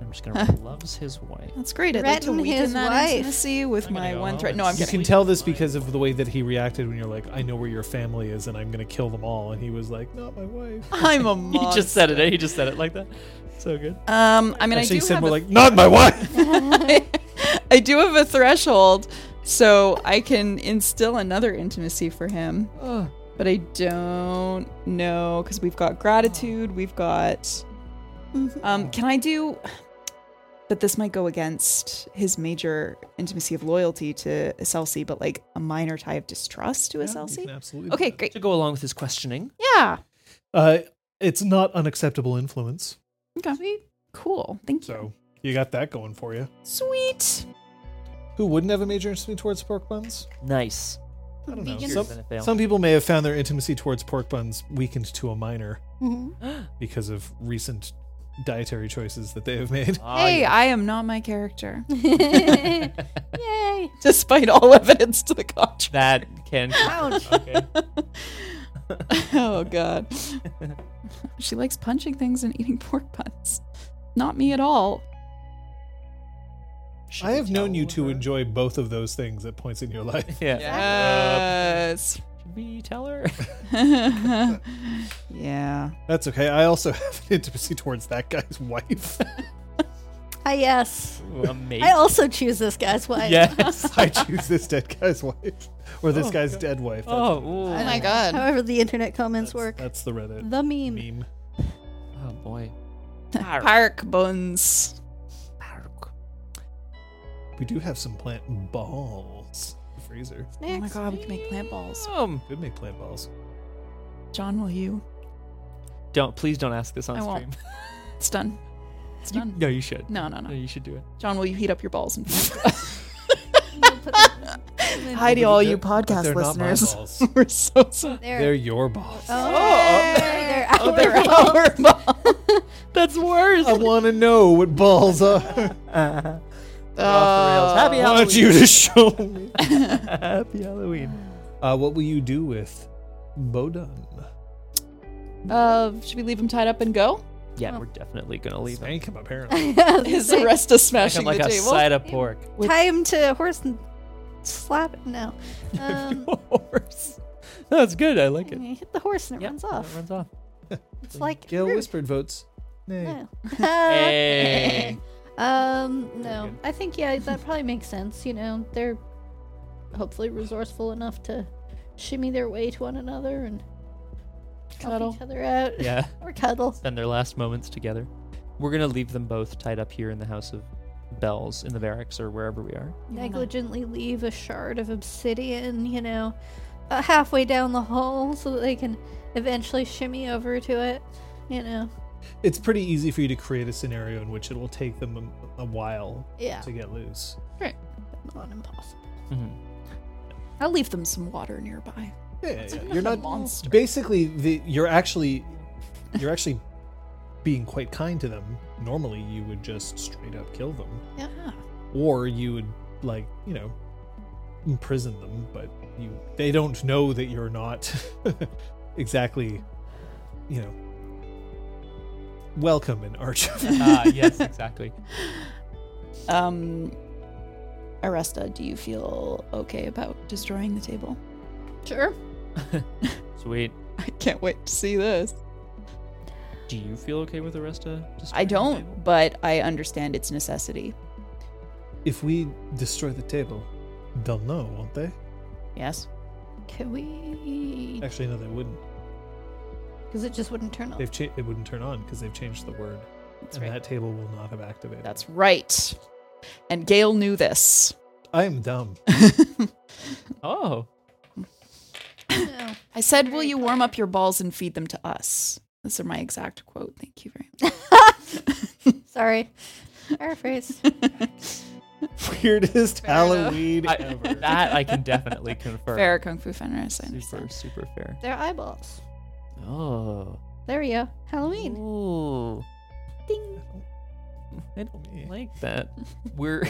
C: I'm just gonna write loves his wife.
E: That's great. I'd like to
B: Threaten his
E: weaken that
B: wife.
E: intimacy with
C: I'm gonna
E: my
C: go
E: one
C: all
E: threat.
C: in.
E: No, I'm
C: You
A: You
E: kidding.
A: can tell this because of the way that he reacted when you're like, I know where your family is and I'm going to kill them all. And he was like, Not my wife.
E: I'm a
C: He
E: monster.
C: just said it. eh? He just said it like that. So good.
E: Um, I
A: Actually,
E: mean, I
A: he
E: do
A: said
E: have
A: more
E: a-
A: like, Not my wife.
E: I do have a threshold, so I can instill another intimacy for him. But I don't know because we've got gratitude. We've got. Um, can I do? But this might go against his major intimacy of loyalty to SLC, but like a minor tie of distrust to
A: You can
E: SLC.
A: Absolutely. do
E: Okay,
A: that.
C: To
E: great.
C: go along with his questioning,
E: Yeah.
A: Uh, it's not unacceptable influence.
E: Okay. Cool. Thank you.
A: So you got that going for you.
E: Sweet.
A: Who wouldn't have a major intimacy towards pork buns?
C: nice.
A: I don't know.
B: Vegan.
A: Some,
C: Then it failed.
A: some people may have found their intimacy towards pork buns weakened to a minor
B: Mhm.
A: because of recent dietary choices that they have made.
C: Ah,
E: Hey,
C: yeah.
E: I am not my character,
B: Mm-hmm. Yay!
E: despite all evidence to the contrary.
C: that can.
B: Ouch.
C: Okay.
E: oh god. she likes punching things and eating pork buns. Not me at all.
C: Should
A: I
C: we
A: have known
C: tell
A: you to
C: her?
A: enjoy both of those things at points in your life.
C: Yeah.
E: Yes.
C: Should we tell her?
E: yeah.
A: That's okay. I also have an intimacy towards that guy's wife.
B: Ah, yes.
C: Amazing.
B: I also choose this guy's wife.
C: yes.
A: I choose this dead guy's wife. Or this
C: Oh,
A: guy's
C: God.
A: dead wife. That's,
B: I
C: Oh, ooh.
B: don't
E: my
B: know.
E: God.
B: However, the internet comments
A: that's,
B: work.
A: that's the Reddit
B: the meme.
A: meme.
C: oh boy.
E: Park buns.
A: We do have some plant balls. in the Freezer.
E: Oh my god, we can make plant balls.
C: Um,
A: Could make plant balls.
E: John, will you?
C: don't please don't ask this on
E: I
C: stream.
E: won't. It's done. It's
C: You-
E: done.
C: no, you should.
E: No, no,
C: No,
E: no.
C: you should do it.
E: John, will you heat up your balls and
B: Hi.
E: Hi to all you
A: But they're
E: podcast
A: not my
E: listeners.
A: balls.
E: We're so sorry.
A: They're your balls.
B: Oh, they're out.
E: They're our balls.
C: That's worse.
A: I
E: Oh.
A: want to know what balls are. I
E: Oh.
C: Happy Halloween.
A: want you to show me.
C: Happy Halloween.
A: Uh, what will you do with Bodun?
E: Uh, should we leave him tied up and go?
C: Yeah,
E: Oh.
C: we're definitely gonna leave it.
A: Thank him, apparently.
E: His arrest is
C: Like,
E: smashing
C: like
E: the
C: a
E: table.
C: side of pork.
B: Tie him to a horse and slap it. No. Um,
C: Horse. That's good. I like it.
B: you hit the horse and it
C: Yeah,
B: runs
C: and it
B: off.
C: runs off.
B: It's like
A: Gail
B: rude.
A: whispered votes. Nay.
B: No.
C: Hey.
B: um, no.
C: good.
B: I think yeah, that probably makes sense. You know, they're hopefully resourceful enough to shimmy their way to one another and
E: Cuddle.
B: help each other out
C: Yeah.
B: or cuddle.
C: Spend their last moments together. We're gonna leave them both tied up here in the house of bells in the barracks or wherever we are.
B: Negligently leave a shard of obsidian, you know, uh, halfway down the hole so that they can eventually shimmy over to it. You know,
A: It's pretty easy for you to create a scenario in which it will take them a, a while
B: yeah,
A: to get loose.
B: not impossible.
C: Mhm.
E: I'll leave them some water nearby.
A: Yeah, yeah, yeah.
E: not
A: You're
E: a
A: not
E: monster.
A: Basically, the, you're actually you're actually being quite kind to them. Normally, you would just straight up kill them,
B: Yeah,
A: or you would like you know imprison them, but you they don't know that you're not exactly you know welcome in Arch.
C: Ah, yes, exactly.
E: Um, Aresta, do you feel okay about destroying the table?
B: sure.
C: Sweet.
E: I can't wait to see this.
C: Do you feel okay with Aresta?
E: I don't, but I understand its necessity.
A: if we destroy the table, they'll know, won't they?
E: Yes.
B: Can we?
A: Actually, no, they wouldn't.
B: Because it just wouldn't turn on.
A: They've cha- it wouldn't turn on because they've changed the word,
E: That's
A: and
E: right.
A: that table will not have activated.
E: That's right. And Gail knew this.
A: I am dumb.
C: Oh.
B: No.
E: I said, Will you warm up your balls and feed them to us? Those are my exact quote. Thank you very much.
B: Sorry. Paraphrase.
A: Weirdest Halloween
C: I-
A: ever.
C: that I can definitely confirm.
E: Fair Kung Fu Fenris. I
C: Super,
E: understand.
C: super fair.
B: They're eyeballs.
C: Oh.
B: There we go. Halloween.
C: Ooh.
B: Ding.
C: I don't
A: Yeah.
C: like that. We're.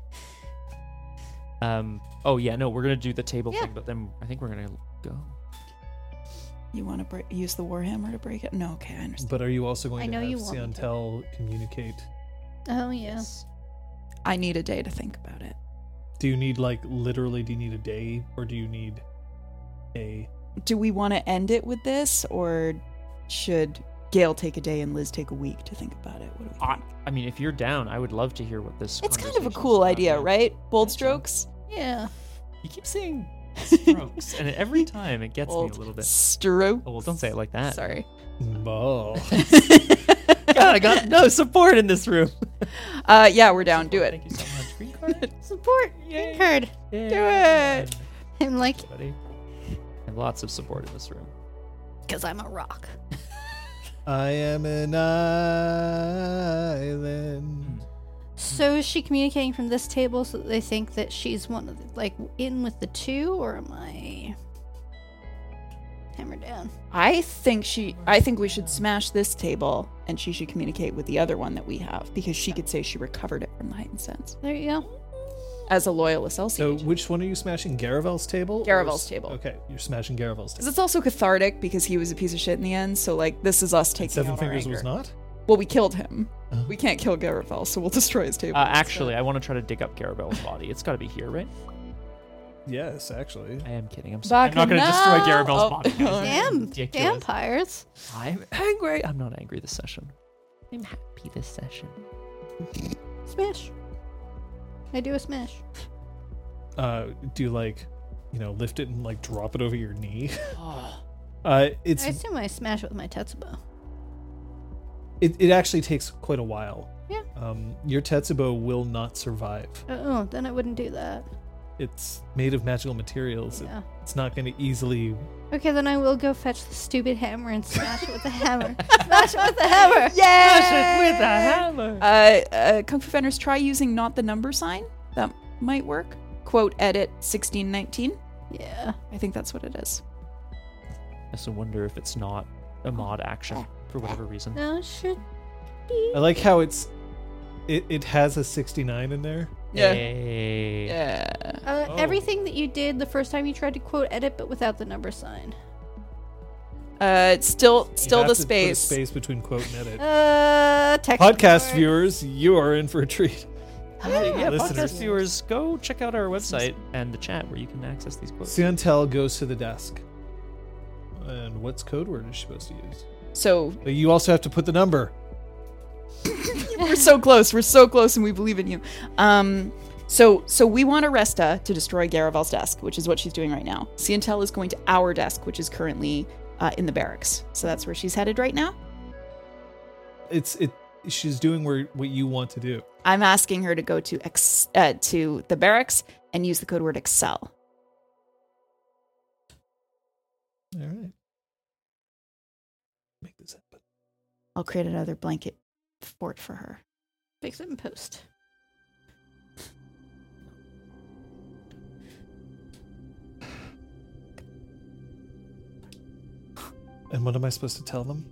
C: um. Oh yeah. No, we're gonna do the table
B: Yeah.
C: thing, but then I think we're gonna go.
E: You want to br- use the warhammer to break it? No, okay, I understand.
A: But are you also going
B: I
A: to
B: know
A: have
B: you want me to.
A: Siantel communicate?
B: Oh yeah.
E: I need a day to think about it.
A: Do you need like literally? Do you need a day, or do you need a?
E: Do we want to end it with this, or should Gail take a day and Liz take a week to think about it? What do we
C: I,
E: think?
C: I mean, if you're down, I would love to hear what this.
E: It's kind of a
C: conversation's
E: cool
C: about,
E: idea,
C: yeah.
E: right? Bold strokes,
B: Yeah.
C: You keep saying strokes, and every time it gets me
E: Bold
C: a little bit.
E: stroke.
C: Oh well, don't say it like that.
D: Sorry.
A: Oh,
C: God, I got no support in this room.
E: Uh, yeah, we're down. Do it.
C: Thank you so much. Green card.
B: Support. Green card.
C: Do
E: it.
B: I'm like,
C: Buddy. And lots of support in this room.
B: cause I'm a rock.
A: I am an island.
B: So is she communicating from this table so that they think that she's one of the, like in with the two, or am I hammered down?
E: I think she. I think we should smash this table, and she should communicate with the other one that we have because she could say she recovered it from the heightened sense
B: There you go.
E: as a loyalist.
A: So,
E: Also,
A: which one are you smashing? Garavel's table. or
E: Garavel's
A: s-
E: table.
A: Okay, you're smashing Garavel's
E: because
A: table.
E: it's also cathartic because he was a piece of shit in the end. So like, this is us taking
A: Seven
E: out our
A: Fingers
E: anger.
A: was not.
E: Well, we killed him.
A: Oh.
E: We can't kill Garafel, so we'll destroy his table.
C: Uh, actually, I want to try to dig up Garabelle's body. It's got to be here, right?
A: Yes, actually.
C: I am kidding. I'm sorry. I'm not going to
E: Bacchanal!
C: destroy Garabelle's
E: Oh.
C: body. guys.
B: Damn,
C: ridiculous.
B: vampires.
C: I'm angry. I'm not angry this session.
F: I'm happy this session.
B: Smash. I do a smash.
A: Uh, do you like, you know, lift it and like drop it over your knee? uh, it's
B: I assume I smash with my Tetsubo.
A: it, it actually takes quite a while.
B: Yeah.
A: Um, your Tetsubo will not survive.
B: Oh, then I wouldn't do that.
A: It's made of magical materials. It-
B: Yeah.
A: It's not going to easily.
B: Okay, then I will go fetch the stupid hammer and smash it with the hammer. Smash it with the hammer.
E: yeah.
C: hammer.
E: Uh, uh, Kung Fu Fenders, try using not the number sign. That might work. Quote edit 1619.
B: Yeah.
E: I think that's what it is.
C: I also wonder if it's not a mod action for whatever reason.
B: No should
A: I like how it's. It, it has a 69 in there.
E: Yeah.
C: Hey.
E: Yeah.
B: Uh,
C: Oh.
B: Everything that you did the first time you tried to quote edit, but without the number sign.
E: Uh, it's still
A: You
E: still
A: have
E: the
A: to put a
E: space.
A: space between quote and edit.
B: Uh, text.
A: Podcast
B: support.
A: viewers, you are in for a treat.
C: Yeah,
A: Listeners.
C: podcast viewers, go check out our website and the chat where you can access these quotes.
A: Siantel goes to the desk. And what's code word is she supposed to use?
E: So
A: But you also have to put the number.
E: we're so close. We're so close, and we believe in you. Um, so so we want Aresta to destroy Garavel's desk, which is what she's doing right now. Ciantel is going to our desk, which is currently uh, in the barracks. So that's where she's headed right now.
A: It's it. She's doing where what you want to do.
E: I'm asking her to go to ex- uh, to the barracks and use the code word Excel.
A: All right. Make this happen.
E: I'll create another blanket fort for her.
B: Fix it and post.
A: And what am I supposed to tell them?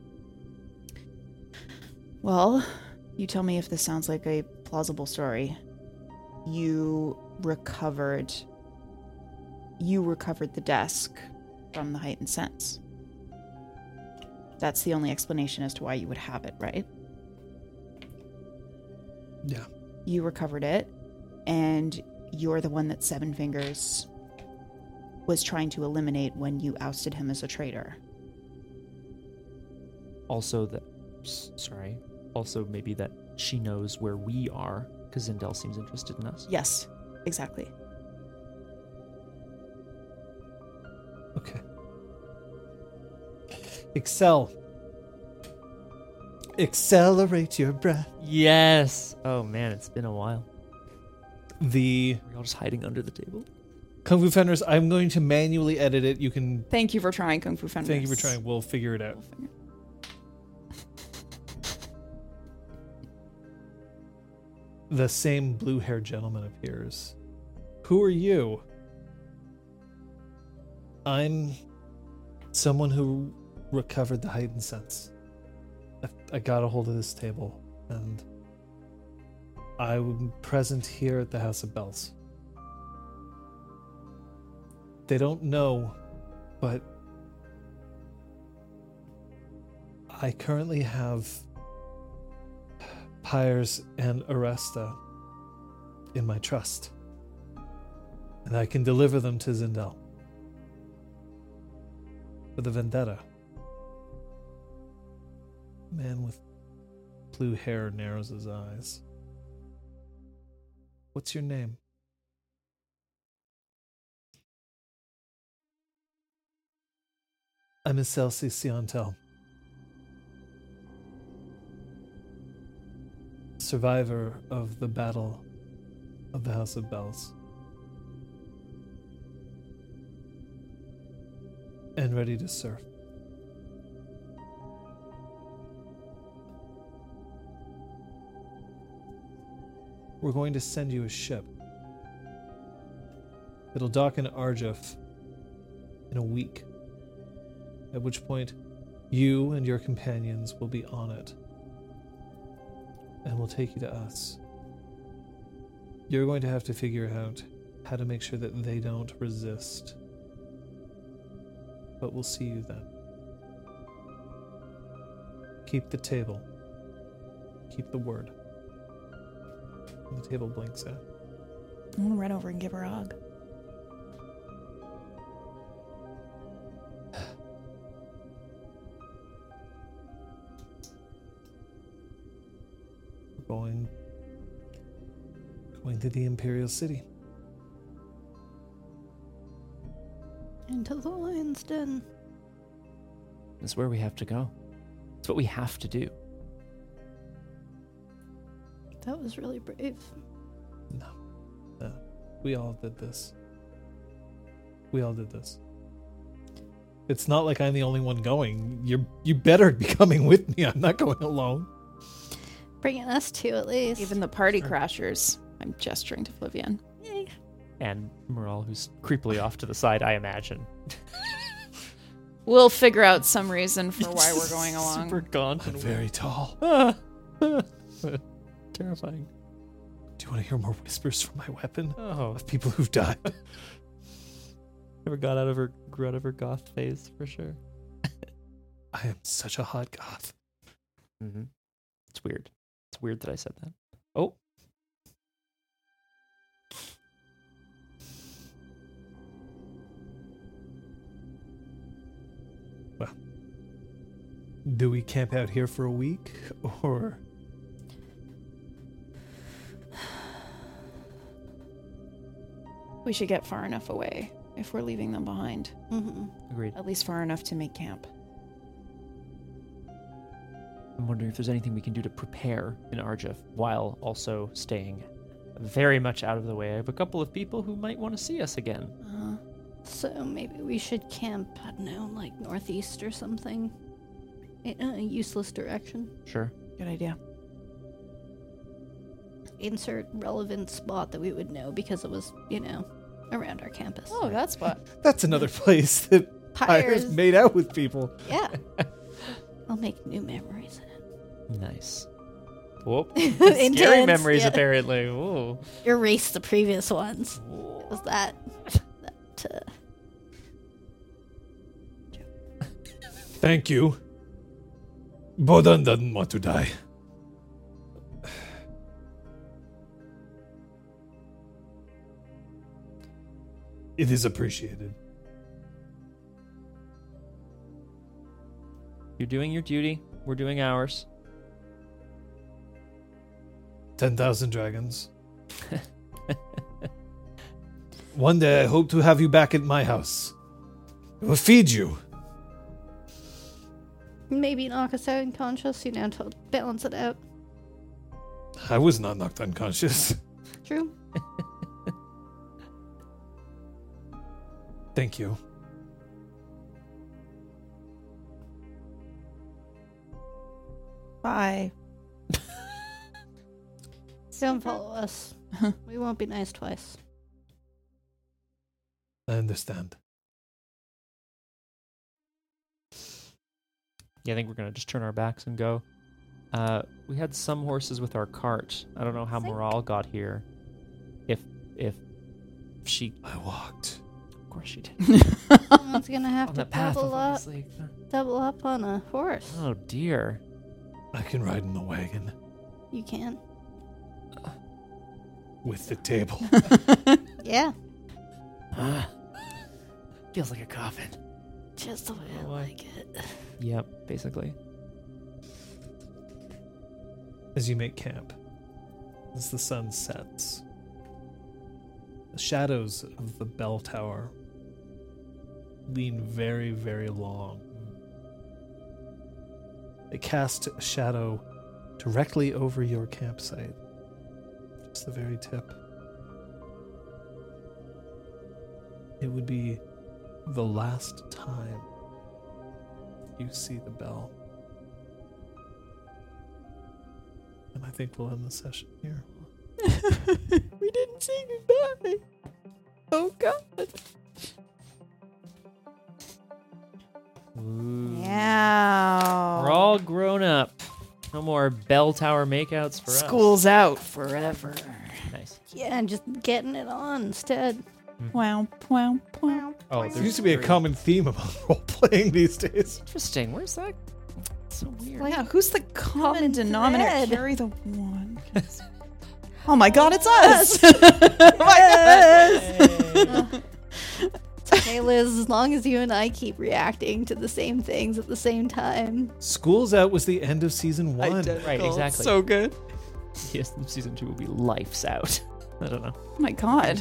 E: Well, you tell me if this sounds like a plausible story. You recovered. You recovered the desk from the heightened sense. That's the only explanation as to why you would have it, right?
A: Yeah.
E: You recovered it, and you're the one that Seven Fingers was trying to eliminate when you ousted him as a traitor.
C: Also, that. s- Sorry. Also, maybe that she knows where we are because Zindel seems interested in us.
E: Yes, exactly.
A: Okay. Excel. Accelerate your breath.
C: Yes. Oh man, it's been a while.
A: The
C: We're all just hiding under the table.
A: Kung Fu Fenders, I'm going to manually edit it. You can.
E: Thank you for trying, Kung Fu Fenders.
A: Thank you for trying. We'll figure it out. The same blue haired gentleman appears. Who are you? I'm someone who recovered the heightened sense. I, I got a hold of this table, and I'm present here at the House of Bells. They don't know, but I currently have Pyres and Aresta in my trust, and I can deliver them to Zindel for the vendetta. Man with blue hair narrows his eyes. What's your name? I'm Celsi Siantel. Survivor of the Battle of the House of Bells. And ready to serve. We're going to send you a ship. It'll dock in Arjaf in a week at which point you and your companions will be on it and will take you to us. You're going to have to figure out how to make sure that they don't resist. But we'll see you then. Keep the table. Keep the word. And the table blinks out.
J: I'm gonna run over and give her a hug.
A: We're going going to the Imperial City.
B: Into the lion's den.
K: That's where we have to go. It's what we have to do.
B: That was really brave.
A: No. No. Uh, We all did this. We all did this. It's not like I'm the only one going. You you better be coming with me. I'm not going alone.
B: Bringing us two at least.
E: Even the party crashers. I'm gesturing to Flavian.
B: Yay.
C: And Moral, who's creepily off to the side, I imagine.
E: We'll figure out some reason for why we're going along.
C: Super gaunt
A: I'm
C: and weird.
A: very tall.
C: terrifying.
A: Do you want to hear more whispers from my weapon
C: Oh,
A: of people who've died?
C: never got out of her, grew out of her goth phase for sure.
A: I am such a hot goth.
C: Mm-hmm. It's weird. It's weird that I said that. Oh,
A: Do we camp out here for a week or
J: We should get far enough away if we're leaving them behind.
B: Mhm.
C: agreed.
J: At least far enough to make camp.
C: I'm wondering if there's anything we can do to prepare in Arjif while also staying very much out of the way. I have a couple of people who might want to see us again.
J: Uh,
B: So maybe we should camp, I don't know, like northeast or something. In a useless direction.
C: Sure.
J: good idea.
B: Insert relevant spot that we would know because it was, you know, around our campus.
E: Oh, that's what.
A: that's another place that Pyres
B: Pyres.
A: made out with people.
B: Yeah. I'll make new memories in it.
C: Nice. Whoop. Scary
B: Intense,
C: memories,
B: yeah.
C: apparently. Ooh.
B: Erase the previous ones. It was that. that uh,
A: Thank you. Bodan doesn't want to die. It is appreciated.
C: You're doing your duty. We're doing ours.
A: 10,000 dragons. One day I hope to have you back at my house. I will feed you.
B: maybe knock us out unconscious, you know, to balance it out.
A: I was not knocked unconscious.
B: True.
A: Thank you.
J: Bye.
B: Don't follow us. we won't be nice twice.
A: I understand.
C: Yeah, I think we're gonna just turn our backs and go. Uh, we had some horses with our cart. I don't know how morale got here. If if she,
A: I walked.
C: of course she did.
B: Someone's gonna have
C: on
B: to
C: the path
B: double
C: of
B: up,
C: honestly-
B: double up on a horse.
C: Oh dear.
A: I can ride in the wagon
B: You can.
A: with the table.
B: Yeah,
C: Ah. Feels like a coffin.
B: just the way I
C: Oh, Why?
B: like it.
C: Yep, basically.
A: as you make camp. As the sun sets, the shadows of the bell tower lean very, very long. They cast a shadow directly over your campsite, just the very tip. It would be the last time you see the bell. And I think we'll end the session here.
E: we didn't see goodbye. Oh God.
D: Yeah.
C: We're all grown up. No more bell tower makeouts for us.
D: School's out forever.
C: Nice.
B: Yeah, and just getting it on instead.
E: Wow, wow, wow.
C: Oh,
A: There used to be a common theme among role playing these days.
C: Interesting. Where's that? so weird.
B: Like-
E: Yeah, who's the common,
B: Common
E: denominator?
B: thread.
E: Carry the one. oh my God, it's us! oh my God.
B: It's okay, Liz, as long as you and I keep reacting to the same things at the same time.
A: School's Out was the end of season one.
C: Right, exactly.
E: So good.
C: yes, season two will be life's out. I don't know.
E: Oh my God.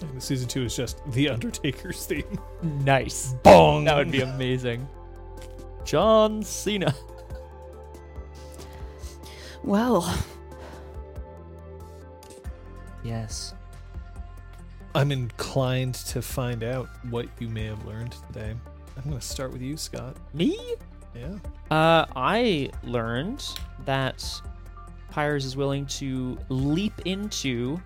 A: And season two is just The Undertaker's theme.
C: Nice.
A: Bong!
C: That would be amazing. John Cena.
E: Well,
C: Yes.
A: I'm inclined to find out what you may have learned today. I'm going to start with you, Scott.
C: Me?
A: Yeah.
C: Uh, I learned that Pyres is willing to leap into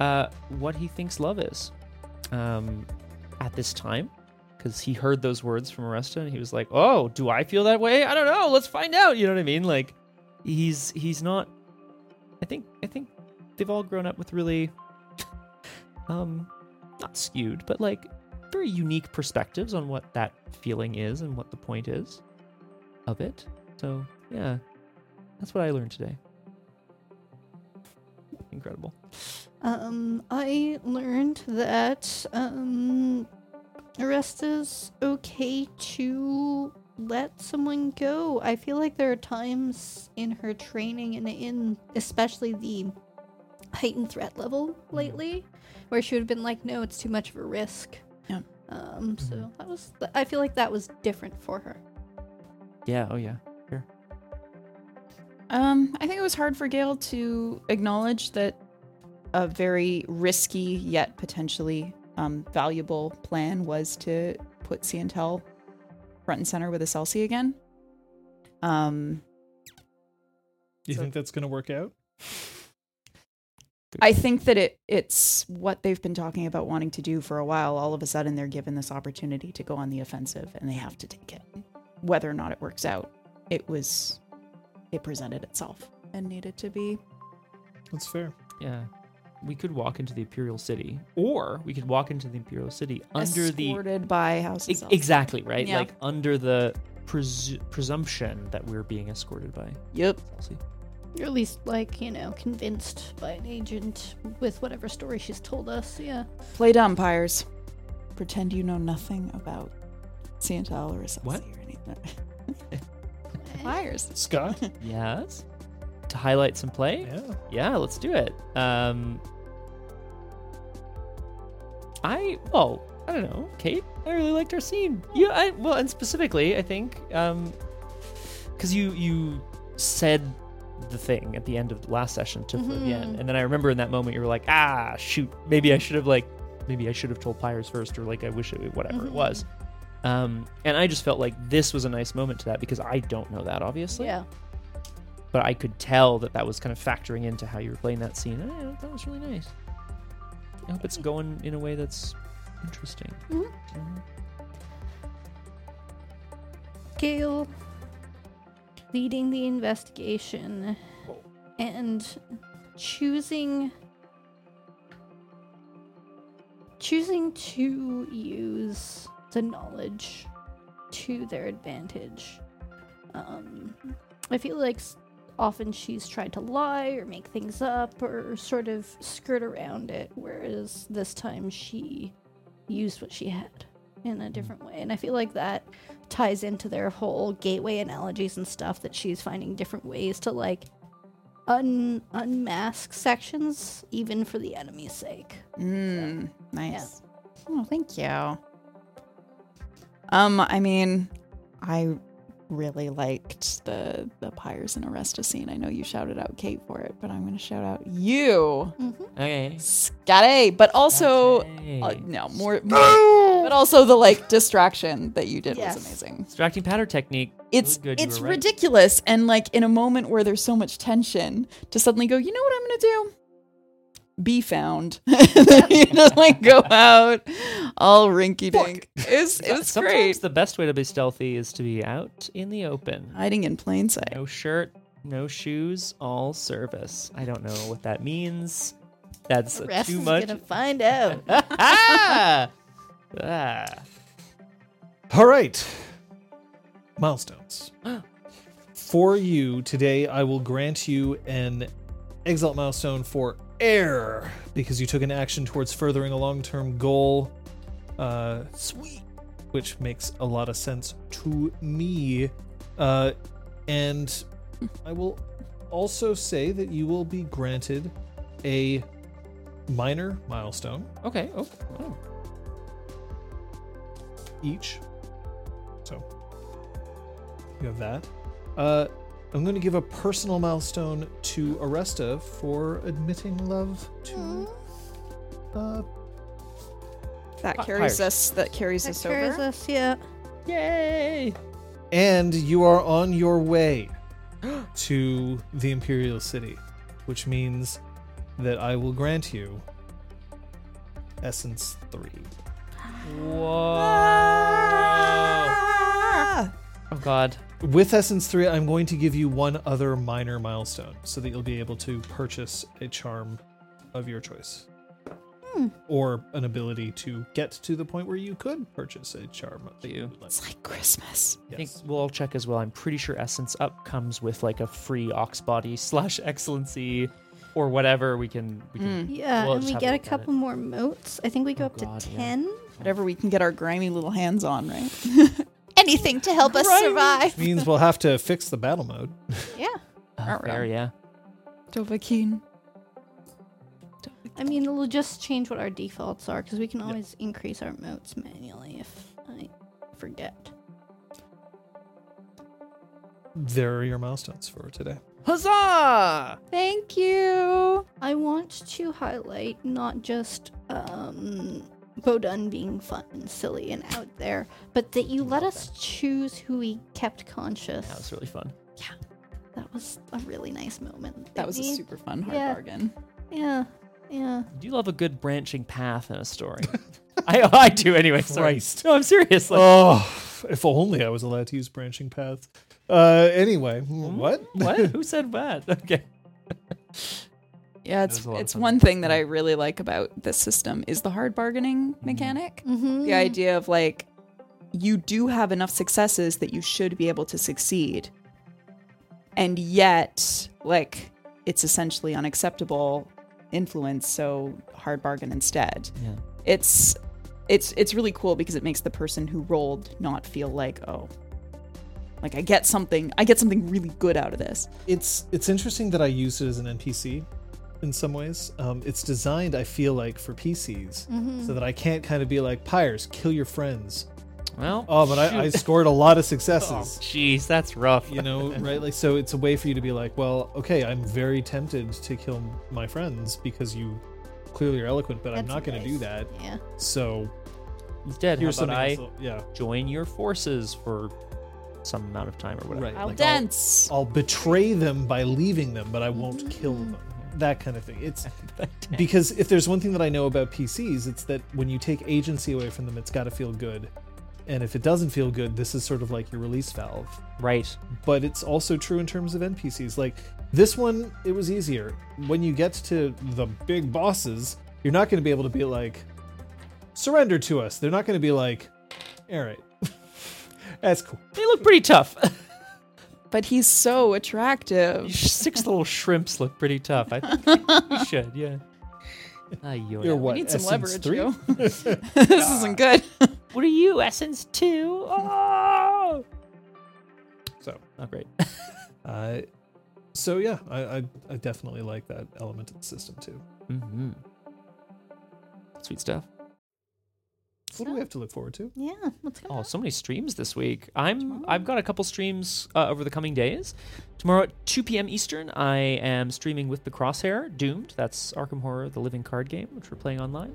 C: uh, what he thinks love is um, at this time because he heard those words from Aresta and he was like, "Oh, do I feel that way? I don't know. Let's find out." You know what I mean? Like, he's he's not. I think I think they've all grown up with really, um, not skewed, but like very unique perspectives on what that feeling is and what the point is of it. So yeah, that's what I learned today. Incredible.
B: Um, I learned that um, Arresta's okay to let someone go. I feel like there are times in her training and in especially the heightened threat level lately where she would have been like, no, it's too much of a risk.
E: Yeah.
B: Um, so that was, I feel like that was different for her.
C: Yeah. Oh yeah.
E: um, I think it was hard for Gail to acknowledge that a very risky yet potentially um, valuable plan was to put Ciantel front and center with a Celsi again. Um,
A: You
E: So-
A: think that's going to work out?
E: I think that it it's what they've been talking about wanting to do for a while. All of a sudden, they're given this opportunity to go on the offensive, and they have to take it, whether or not it works out. It was, it presented itself and needed to be.
A: That's fair.
C: Yeah. We could walk into the Imperial City, or we could walk into the Imperial City under the
E: escorted by House
C: Ex-
E: itself.
C: exactly right,
E: Yeah.
C: like under the presu- presumption that we're being escorted by.
E: Yep.
C: Celsi.
B: Or at least, like, you know, convinced by an agent with whatever story she's told us. Yeah.
E: Play dumb, Pyres. Pretend you know nothing about Santal or Celsi
C: What?
E: or anything. Pyres.
A: Scott?
C: Yes. To highlight some play.
A: yeah.
C: Yeah, let's do it. Um, I well, I don't know, Kate. I really liked our scene. Yeah, I well, and specifically, I think um, because you you said the thing at the end of the last session to Flavienne, and then I remember in that moment you were like, ah, shoot, maybe I should have like, maybe I should have told Pyres first, or like I wish it whatever it was. Um, and I just felt like this was a nice moment to that because I don't know that obviously
B: Yeah.
C: but I could tell that that was kind of factoring into how you were playing that scene. And I thought that was really nice. I hope
E: Hmm.
C: it's going in a way that's interesting.
E: Mm-hmm.
C: Mm-hmm.
B: Gail leading the investigation and choosing choosing to use the knowledge to their advantage. Um, I feel like s- often she's tried to lie or make things up or sort of skirt around it, whereas this time she used what she had in a different way. And I feel like that ties into their whole gateway analogies and stuff that she's finding different ways to like un unmask sections even for the enemy's sake.
E: Mm, nice. Oh, thank you. Um, I mean, I really liked the the Pyres and Arresta scene. I know you shouted out Kate for it, but I'm going to shout out you,
C: Okay.
E: Scotty. But also,
C: Okay.
E: uh, no more, more- but also the like distraction that you did
B: Yes.
E: was amazing.
C: Distracting pattern technique.
E: It's
C: It was good, you
E: it's
C: were right.
E: ridiculous, and like in a moment where there's so much tension, to suddenly go, you know what I'm going to do? Be found. you just like go out all rinky dink. It's it's
C: Sometimes
E: great.
C: the best way to be stealthy is to be out in the open.
E: Hiding in plain sight.
C: No shirt, no shoes, all service. I don't know what that means. That's
B: The rest
C: too
B: is
C: much.
B: gonna find out.
C: ah! ah!
A: All right. Milestones. for you today, I will grant you an exalt milestone for air because you took an action towards furthering a long term goal. Uh, sweet. Which makes a lot of sense to me. Uh, and I will also say that you will be granted a minor milestone
C: Okay. Oh, oh.
A: each. So you have that. Uh, I'm going to give a personal milestone to Aresta for admitting love to. Uh,
H: That
C: Hi-
H: carries
C: hires.
H: us. That carries us over.
B: Carries us, yeah.
C: Yay!
A: and you are on your way to the Imperial City, which means that I will grant you Essence 3.
C: Whoa! Oh god.
A: With Essence 3, I'm going to give you one other minor milestone so that you'll be able to purchase a charm of your choice. Or an ability to get to the point where you could purchase a charm that you would like.
E: It's like Christmas.
C: I think
A: Yes.
C: we'll all check as well. I'm pretty sure Essence Up comes with like a free ox body slash excellency or whatever we can we can
B: Yeah,
C: We'll
B: and
C: just
B: we
C: have a
B: get a
C: look at
B: couple more motes. I think we go
C: Oh
B: up
C: God,
B: to
C: yeah.
B: 10.
E: Whatever we can get our grimy little hands on, right?
H: Anything to help us survive.
A: means we'll have to fix the battle mode.
C: Oh,
E: Alright.
C: fair, yeah.
E: Dovahkiin.
B: I mean, it'll just change what our defaults are because we can always increase our motes manually if I forget.
A: There are your milestones for today.
C: Huzzah!
E: Thank you.
B: I want to highlight not just um, Bodun being fun and silly and out there, but that you let us choose who we kept conscious.
C: That was really fun.
B: That was a really nice moment.
E: That was a
B: We-
E: super fun hard
B: Yeah.
E: bargain.
B: Yeah, yeah.
C: You do love a good branching path in a story. I, I do anyway. Sorry.
A: Christ.
C: No, I'm serious. Like,
A: Oh, if only I was allowed to use branching paths. Uh, anyway, what?
C: Hmm? what? Who said what? Okay.
E: Yeah,
C: That
E: it's
C: was a lot of
E: it's
C: fun.
E: one thing that I really like about this system is the hard bargaining mechanic.
B: Mm-hmm.
E: The idea of like you do have enough successes that you should be able to succeed. And yet, like it's essentially unacceptable influence, so hard bargain instead.
C: Yeah.
E: It's it's it's really cool because it makes the person who rolled not feel like, oh, like I get something, I get something really good out of this.
A: it's it's interesting that I used it as an NPC in some ways. Um, it's designed, I feel like, for PCs
B: Mm-hmm.
A: so that I can't kind of be like, Pyres, kill your friends.
C: Well.
A: Oh, but I, I scored a lot of successes.
C: Jeez, that's
B: Oh,
C: rough.
A: You know, right? Like, so it's a way for you to be like, well, okay, I'm very tempted to kill my friends because you clearly are eloquent, but I'm
B: That's
A: not going to do
B: nice.
A: that.
B: Yeah.
A: So
C: Instead,
A: here's
C: Here's how
A: something.
C: about I
A: else. Yeah,
C: join your forces for some amount of time or whatever?
A: right. Like, oh. I'll,
E: Dance.
A: I'll betray them by leaving them, but I won't kill them. That kind of thing. It's because if there's one thing that I know about PCs, it's that when you take agency away from them, it's got to feel good. And if it doesn't feel good, this is sort of like your release valve.
C: Right.
A: But it's also true in terms of NPCs. Like this one, it was easier. When you get to the big bosses, you're not going to be able to be like, surrender to us. They're not going to be like, all right, that's cool.
C: They look pretty tough.
D: But he's so attractive.
C: Six little shrimps look pretty tough. I think we should, yeah. Ah, Yoda.
A: You're what?
D: need some
A: essence
D: leverage,
A: three?
D: yo. this isn't good.
C: What are you, Essence 2? Oh!
A: So.
C: Not great.
A: Uh, so yeah, I, I I definitely like that element of the system too.
C: Mm-hmm. Sweet stuff.
A: What do we have to look forward to?
B: Yeah, let's go.
C: Oh, so many streams this week. I'm I've got a couple streams uh, over the coming days. Tomorrow at 2 p.m. Eastern, I am streaming with the Crosshair Doomed. That's Arkham Horror: The Living Card Game, which we're playing online.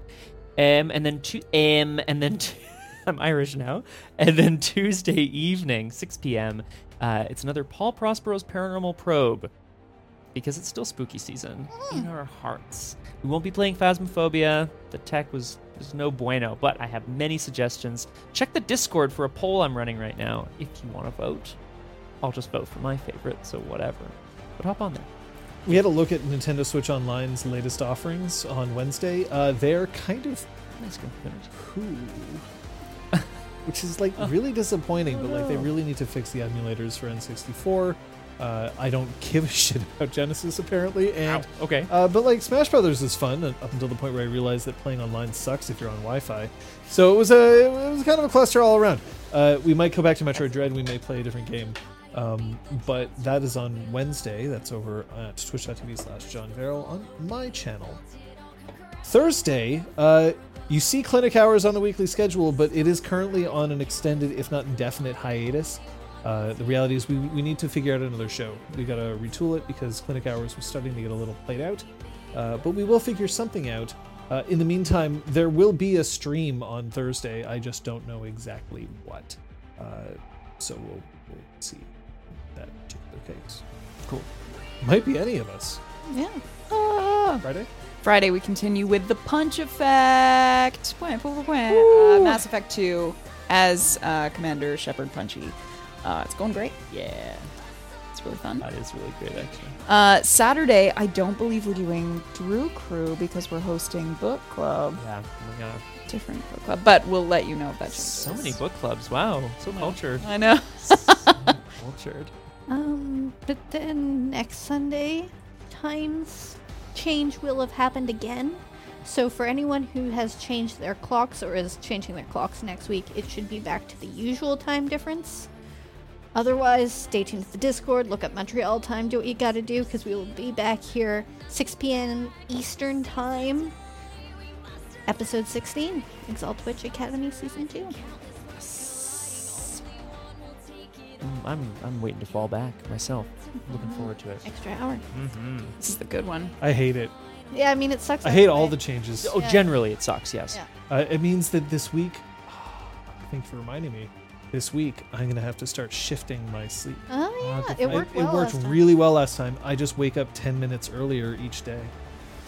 C: Um, and then two um, and then t- I'm Irish now. And then Tuesday evening, 6 p.m. Uh, it's another Paul Prospero's Paranormal Probe because it's still spooky season in our hearts. We won't be playing Phasmophobia. The tech was was no bueno, but I have many suggestions. Check the Discord for a poll I'm running right now if you want to vote. I'll just vote for my favorite, so whatever. But hop on there.
A: We had a look at Nintendo Switch Online's latest offerings on Wednesday. Uh, they're kind of
C: Nice computers.
A: poo, which is like really disappointing. but like they really need to fix the emulators for N64. Uh, I don't give a shit about Genesis apparently, and
C: Oh, Okay.
A: Uh, but like Smash Brothers is fun uh, up until the point where I realized that playing online sucks if you're on Wi-Fi. So it was a it was kind of a cluster all around. Uh, we might go back to Metroid Dread. We may play a different game, um, but that is on Wednesday. That's over at Twitch.tv/slash John Verrill on my channel. Thursday, uh, you see clinic hours on the weekly schedule, but it is currently on an extended, if not indefinite, hiatus. Uh, the reality is, we, we need to figure out another show. We gotta retool it because clinic hours was starting to get a little played out. Uh, but we will figure something out. Uh, in the meantime, there will be a stream on Thursday. I just don't know exactly what. Uh, so we'll, we'll see that particular case. Cool. Might be any of us.
D: yeah.
C: Ah.
A: Friday?
D: Friday, we continue with the Punch Effect. Wah, wah, wah, wah. Uh, Mass Effect 2 as uh, Commander Shepard Punchy. Uh, it's going great.
C: Yeah.
D: It's really fun.
C: That is really great, actually.
D: Uh, Saturday, I don't believe we're doing Drew Crew because we're hosting book club,
C: Yeah. Oh my god.
D: different book club, but we'll let you know if that. changes.
C: So many book clubs. Wow. So cultured.
D: I know.
C: cultured.
B: Um, but then next Sunday, times change will have happened again. So for anyone who has changed their clocks or is changing their clocks next week, it should be back to the usual time difference. Otherwise, stay tuned to the Discord, look up Montreal time, do what you gotta do, because we will be back here 6 p.m. Eastern Time, episode 16, Exalt Witch Academy Season 2.
C: Mm, I'm I'm waiting to fall back myself. Looking forward to it.
B: Extra hour.
D: This is the good one.
A: I hate it.
B: Yeah, I mean, it sucks.
A: I hate
B: either
A: all
B: way.
A: the changes.
C: Oh, generally it sucks. Yes.
B: Yeah.
A: Uh, it means that this week, thanks for reminding me, this week I'm going to have to start shifting my sleep.
B: Oh, yeah.
A: I-
B: It worked well
A: Uh, it worked
B: last time.
A: really well last time. I just wake up 10 minutes earlier each day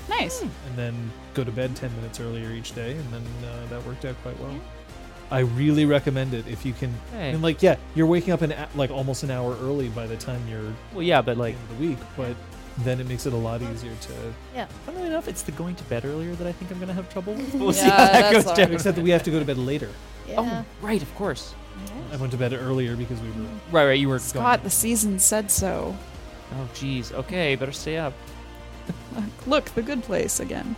C: Hmm.
D: Nice.
A: and then go to bed 10 minutes earlier each day, and then uh, that worked out quite well. I really recommend it if you can.
C: Hey.
A: And like, yeah, you're waking up an a- like almost an hour early by the time you're
C: Well, yeah, but
A: like
C: like,
A: the week, but then it makes it a lot easier to.
C: funnily enough, it's the going to bed earlier that I think I'm gonna have trouble with. We'll see
D: Yeah,
C: how that
D: that's
C: goes
D: all
C: down.
A: Except that we have to go to bed later.
B: Yeah.
C: Oh, right, of course.
A: I went to bed earlier because we were.
C: Right, right. You were
D: Scott, the season said so.
C: Gone. Oh, geez. Okay, better stay up.
D: Look, the good place again.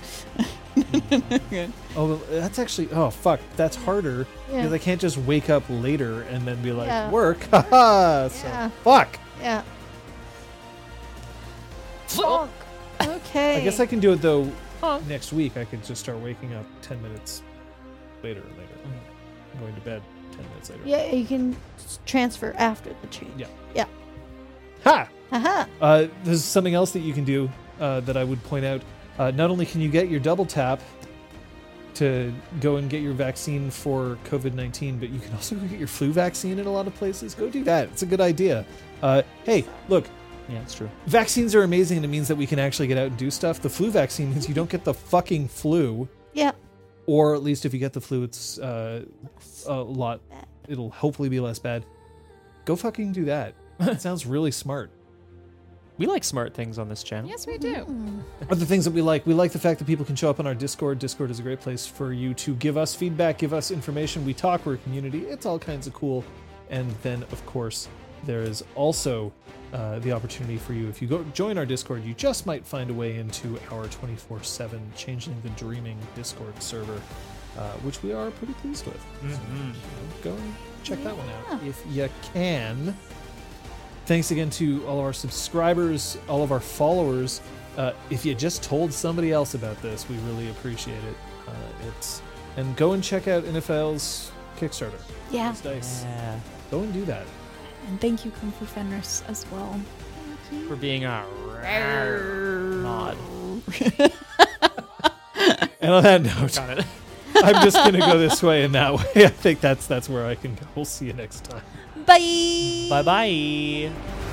A: Oh, that's actually. Oh, fuck. That's harder
B: Yeah.
A: because I can't just wake up later and then be like,
B: Yeah.
A: work. Haha. so,
B: Yeah.
A: fuck.
B: Yeah.
C: Fuck.
B: Okay.
A: I guess I can do it though next week. I could just start waking up 10 minutes later and later. I'm going to bed 10 minutes later.
B: Mm. Yeah, you can s- transfer after the change. Uh-huh. Yeah.
A: Yeah. Ha!
B: Haha.
A: Uh, there's something else that you can do uh, that I would point out. Uh, not only can you get your double tap to go and get your vaccine for COVID 19, but you can also go get your flu vaccine in a lot of places. Go do that. It's a good idea. Uh, hey, look,
C: Yeah, it's true.
A: vaccines are amazing and it means that we can actually get out and do stuff. The flu vaccine means you don't get the fucking flu,
B: Yeah.
A: or at least if you get the flu, it's uh, a lot. It'll hopefully be less bad. Go fucking do that. It sounds really smart.
F: We like smart things on this channel.
D: Yes, we do.
E: Mm,
A: Other things that we like, we like the fact that people can show up on our Discord. Discord is a great place for you to give us feedback, give us information. We talk, we're a community. It's all kinds of cool. And then, of course, there is also uh, the opportunity for you. If you go join our Discord, you just might find a way into our 24 7 Changeling the Dreaming Discord server, uh, which we are pretty pleased with. So, you know, go and check that one out if you can. Thanks again to all of our subscribers, all of our followers. Uh, if you just told somebody else about this, we really appreciate it. Uh, it's and go and check out NFL's Kickstarter.
B: Yeah.
A: It's nice.
F: Yeah.
A: Go and do that.
E: And thank you, Kung Fu Fenris, as well.
F: For being a rar mod.
A: And on that note,
F: Got it.
A: I'm just gonna go this way and that way. I think that's that's where I can go. We'll see you next time.
D: Bye.
F: Bye bye.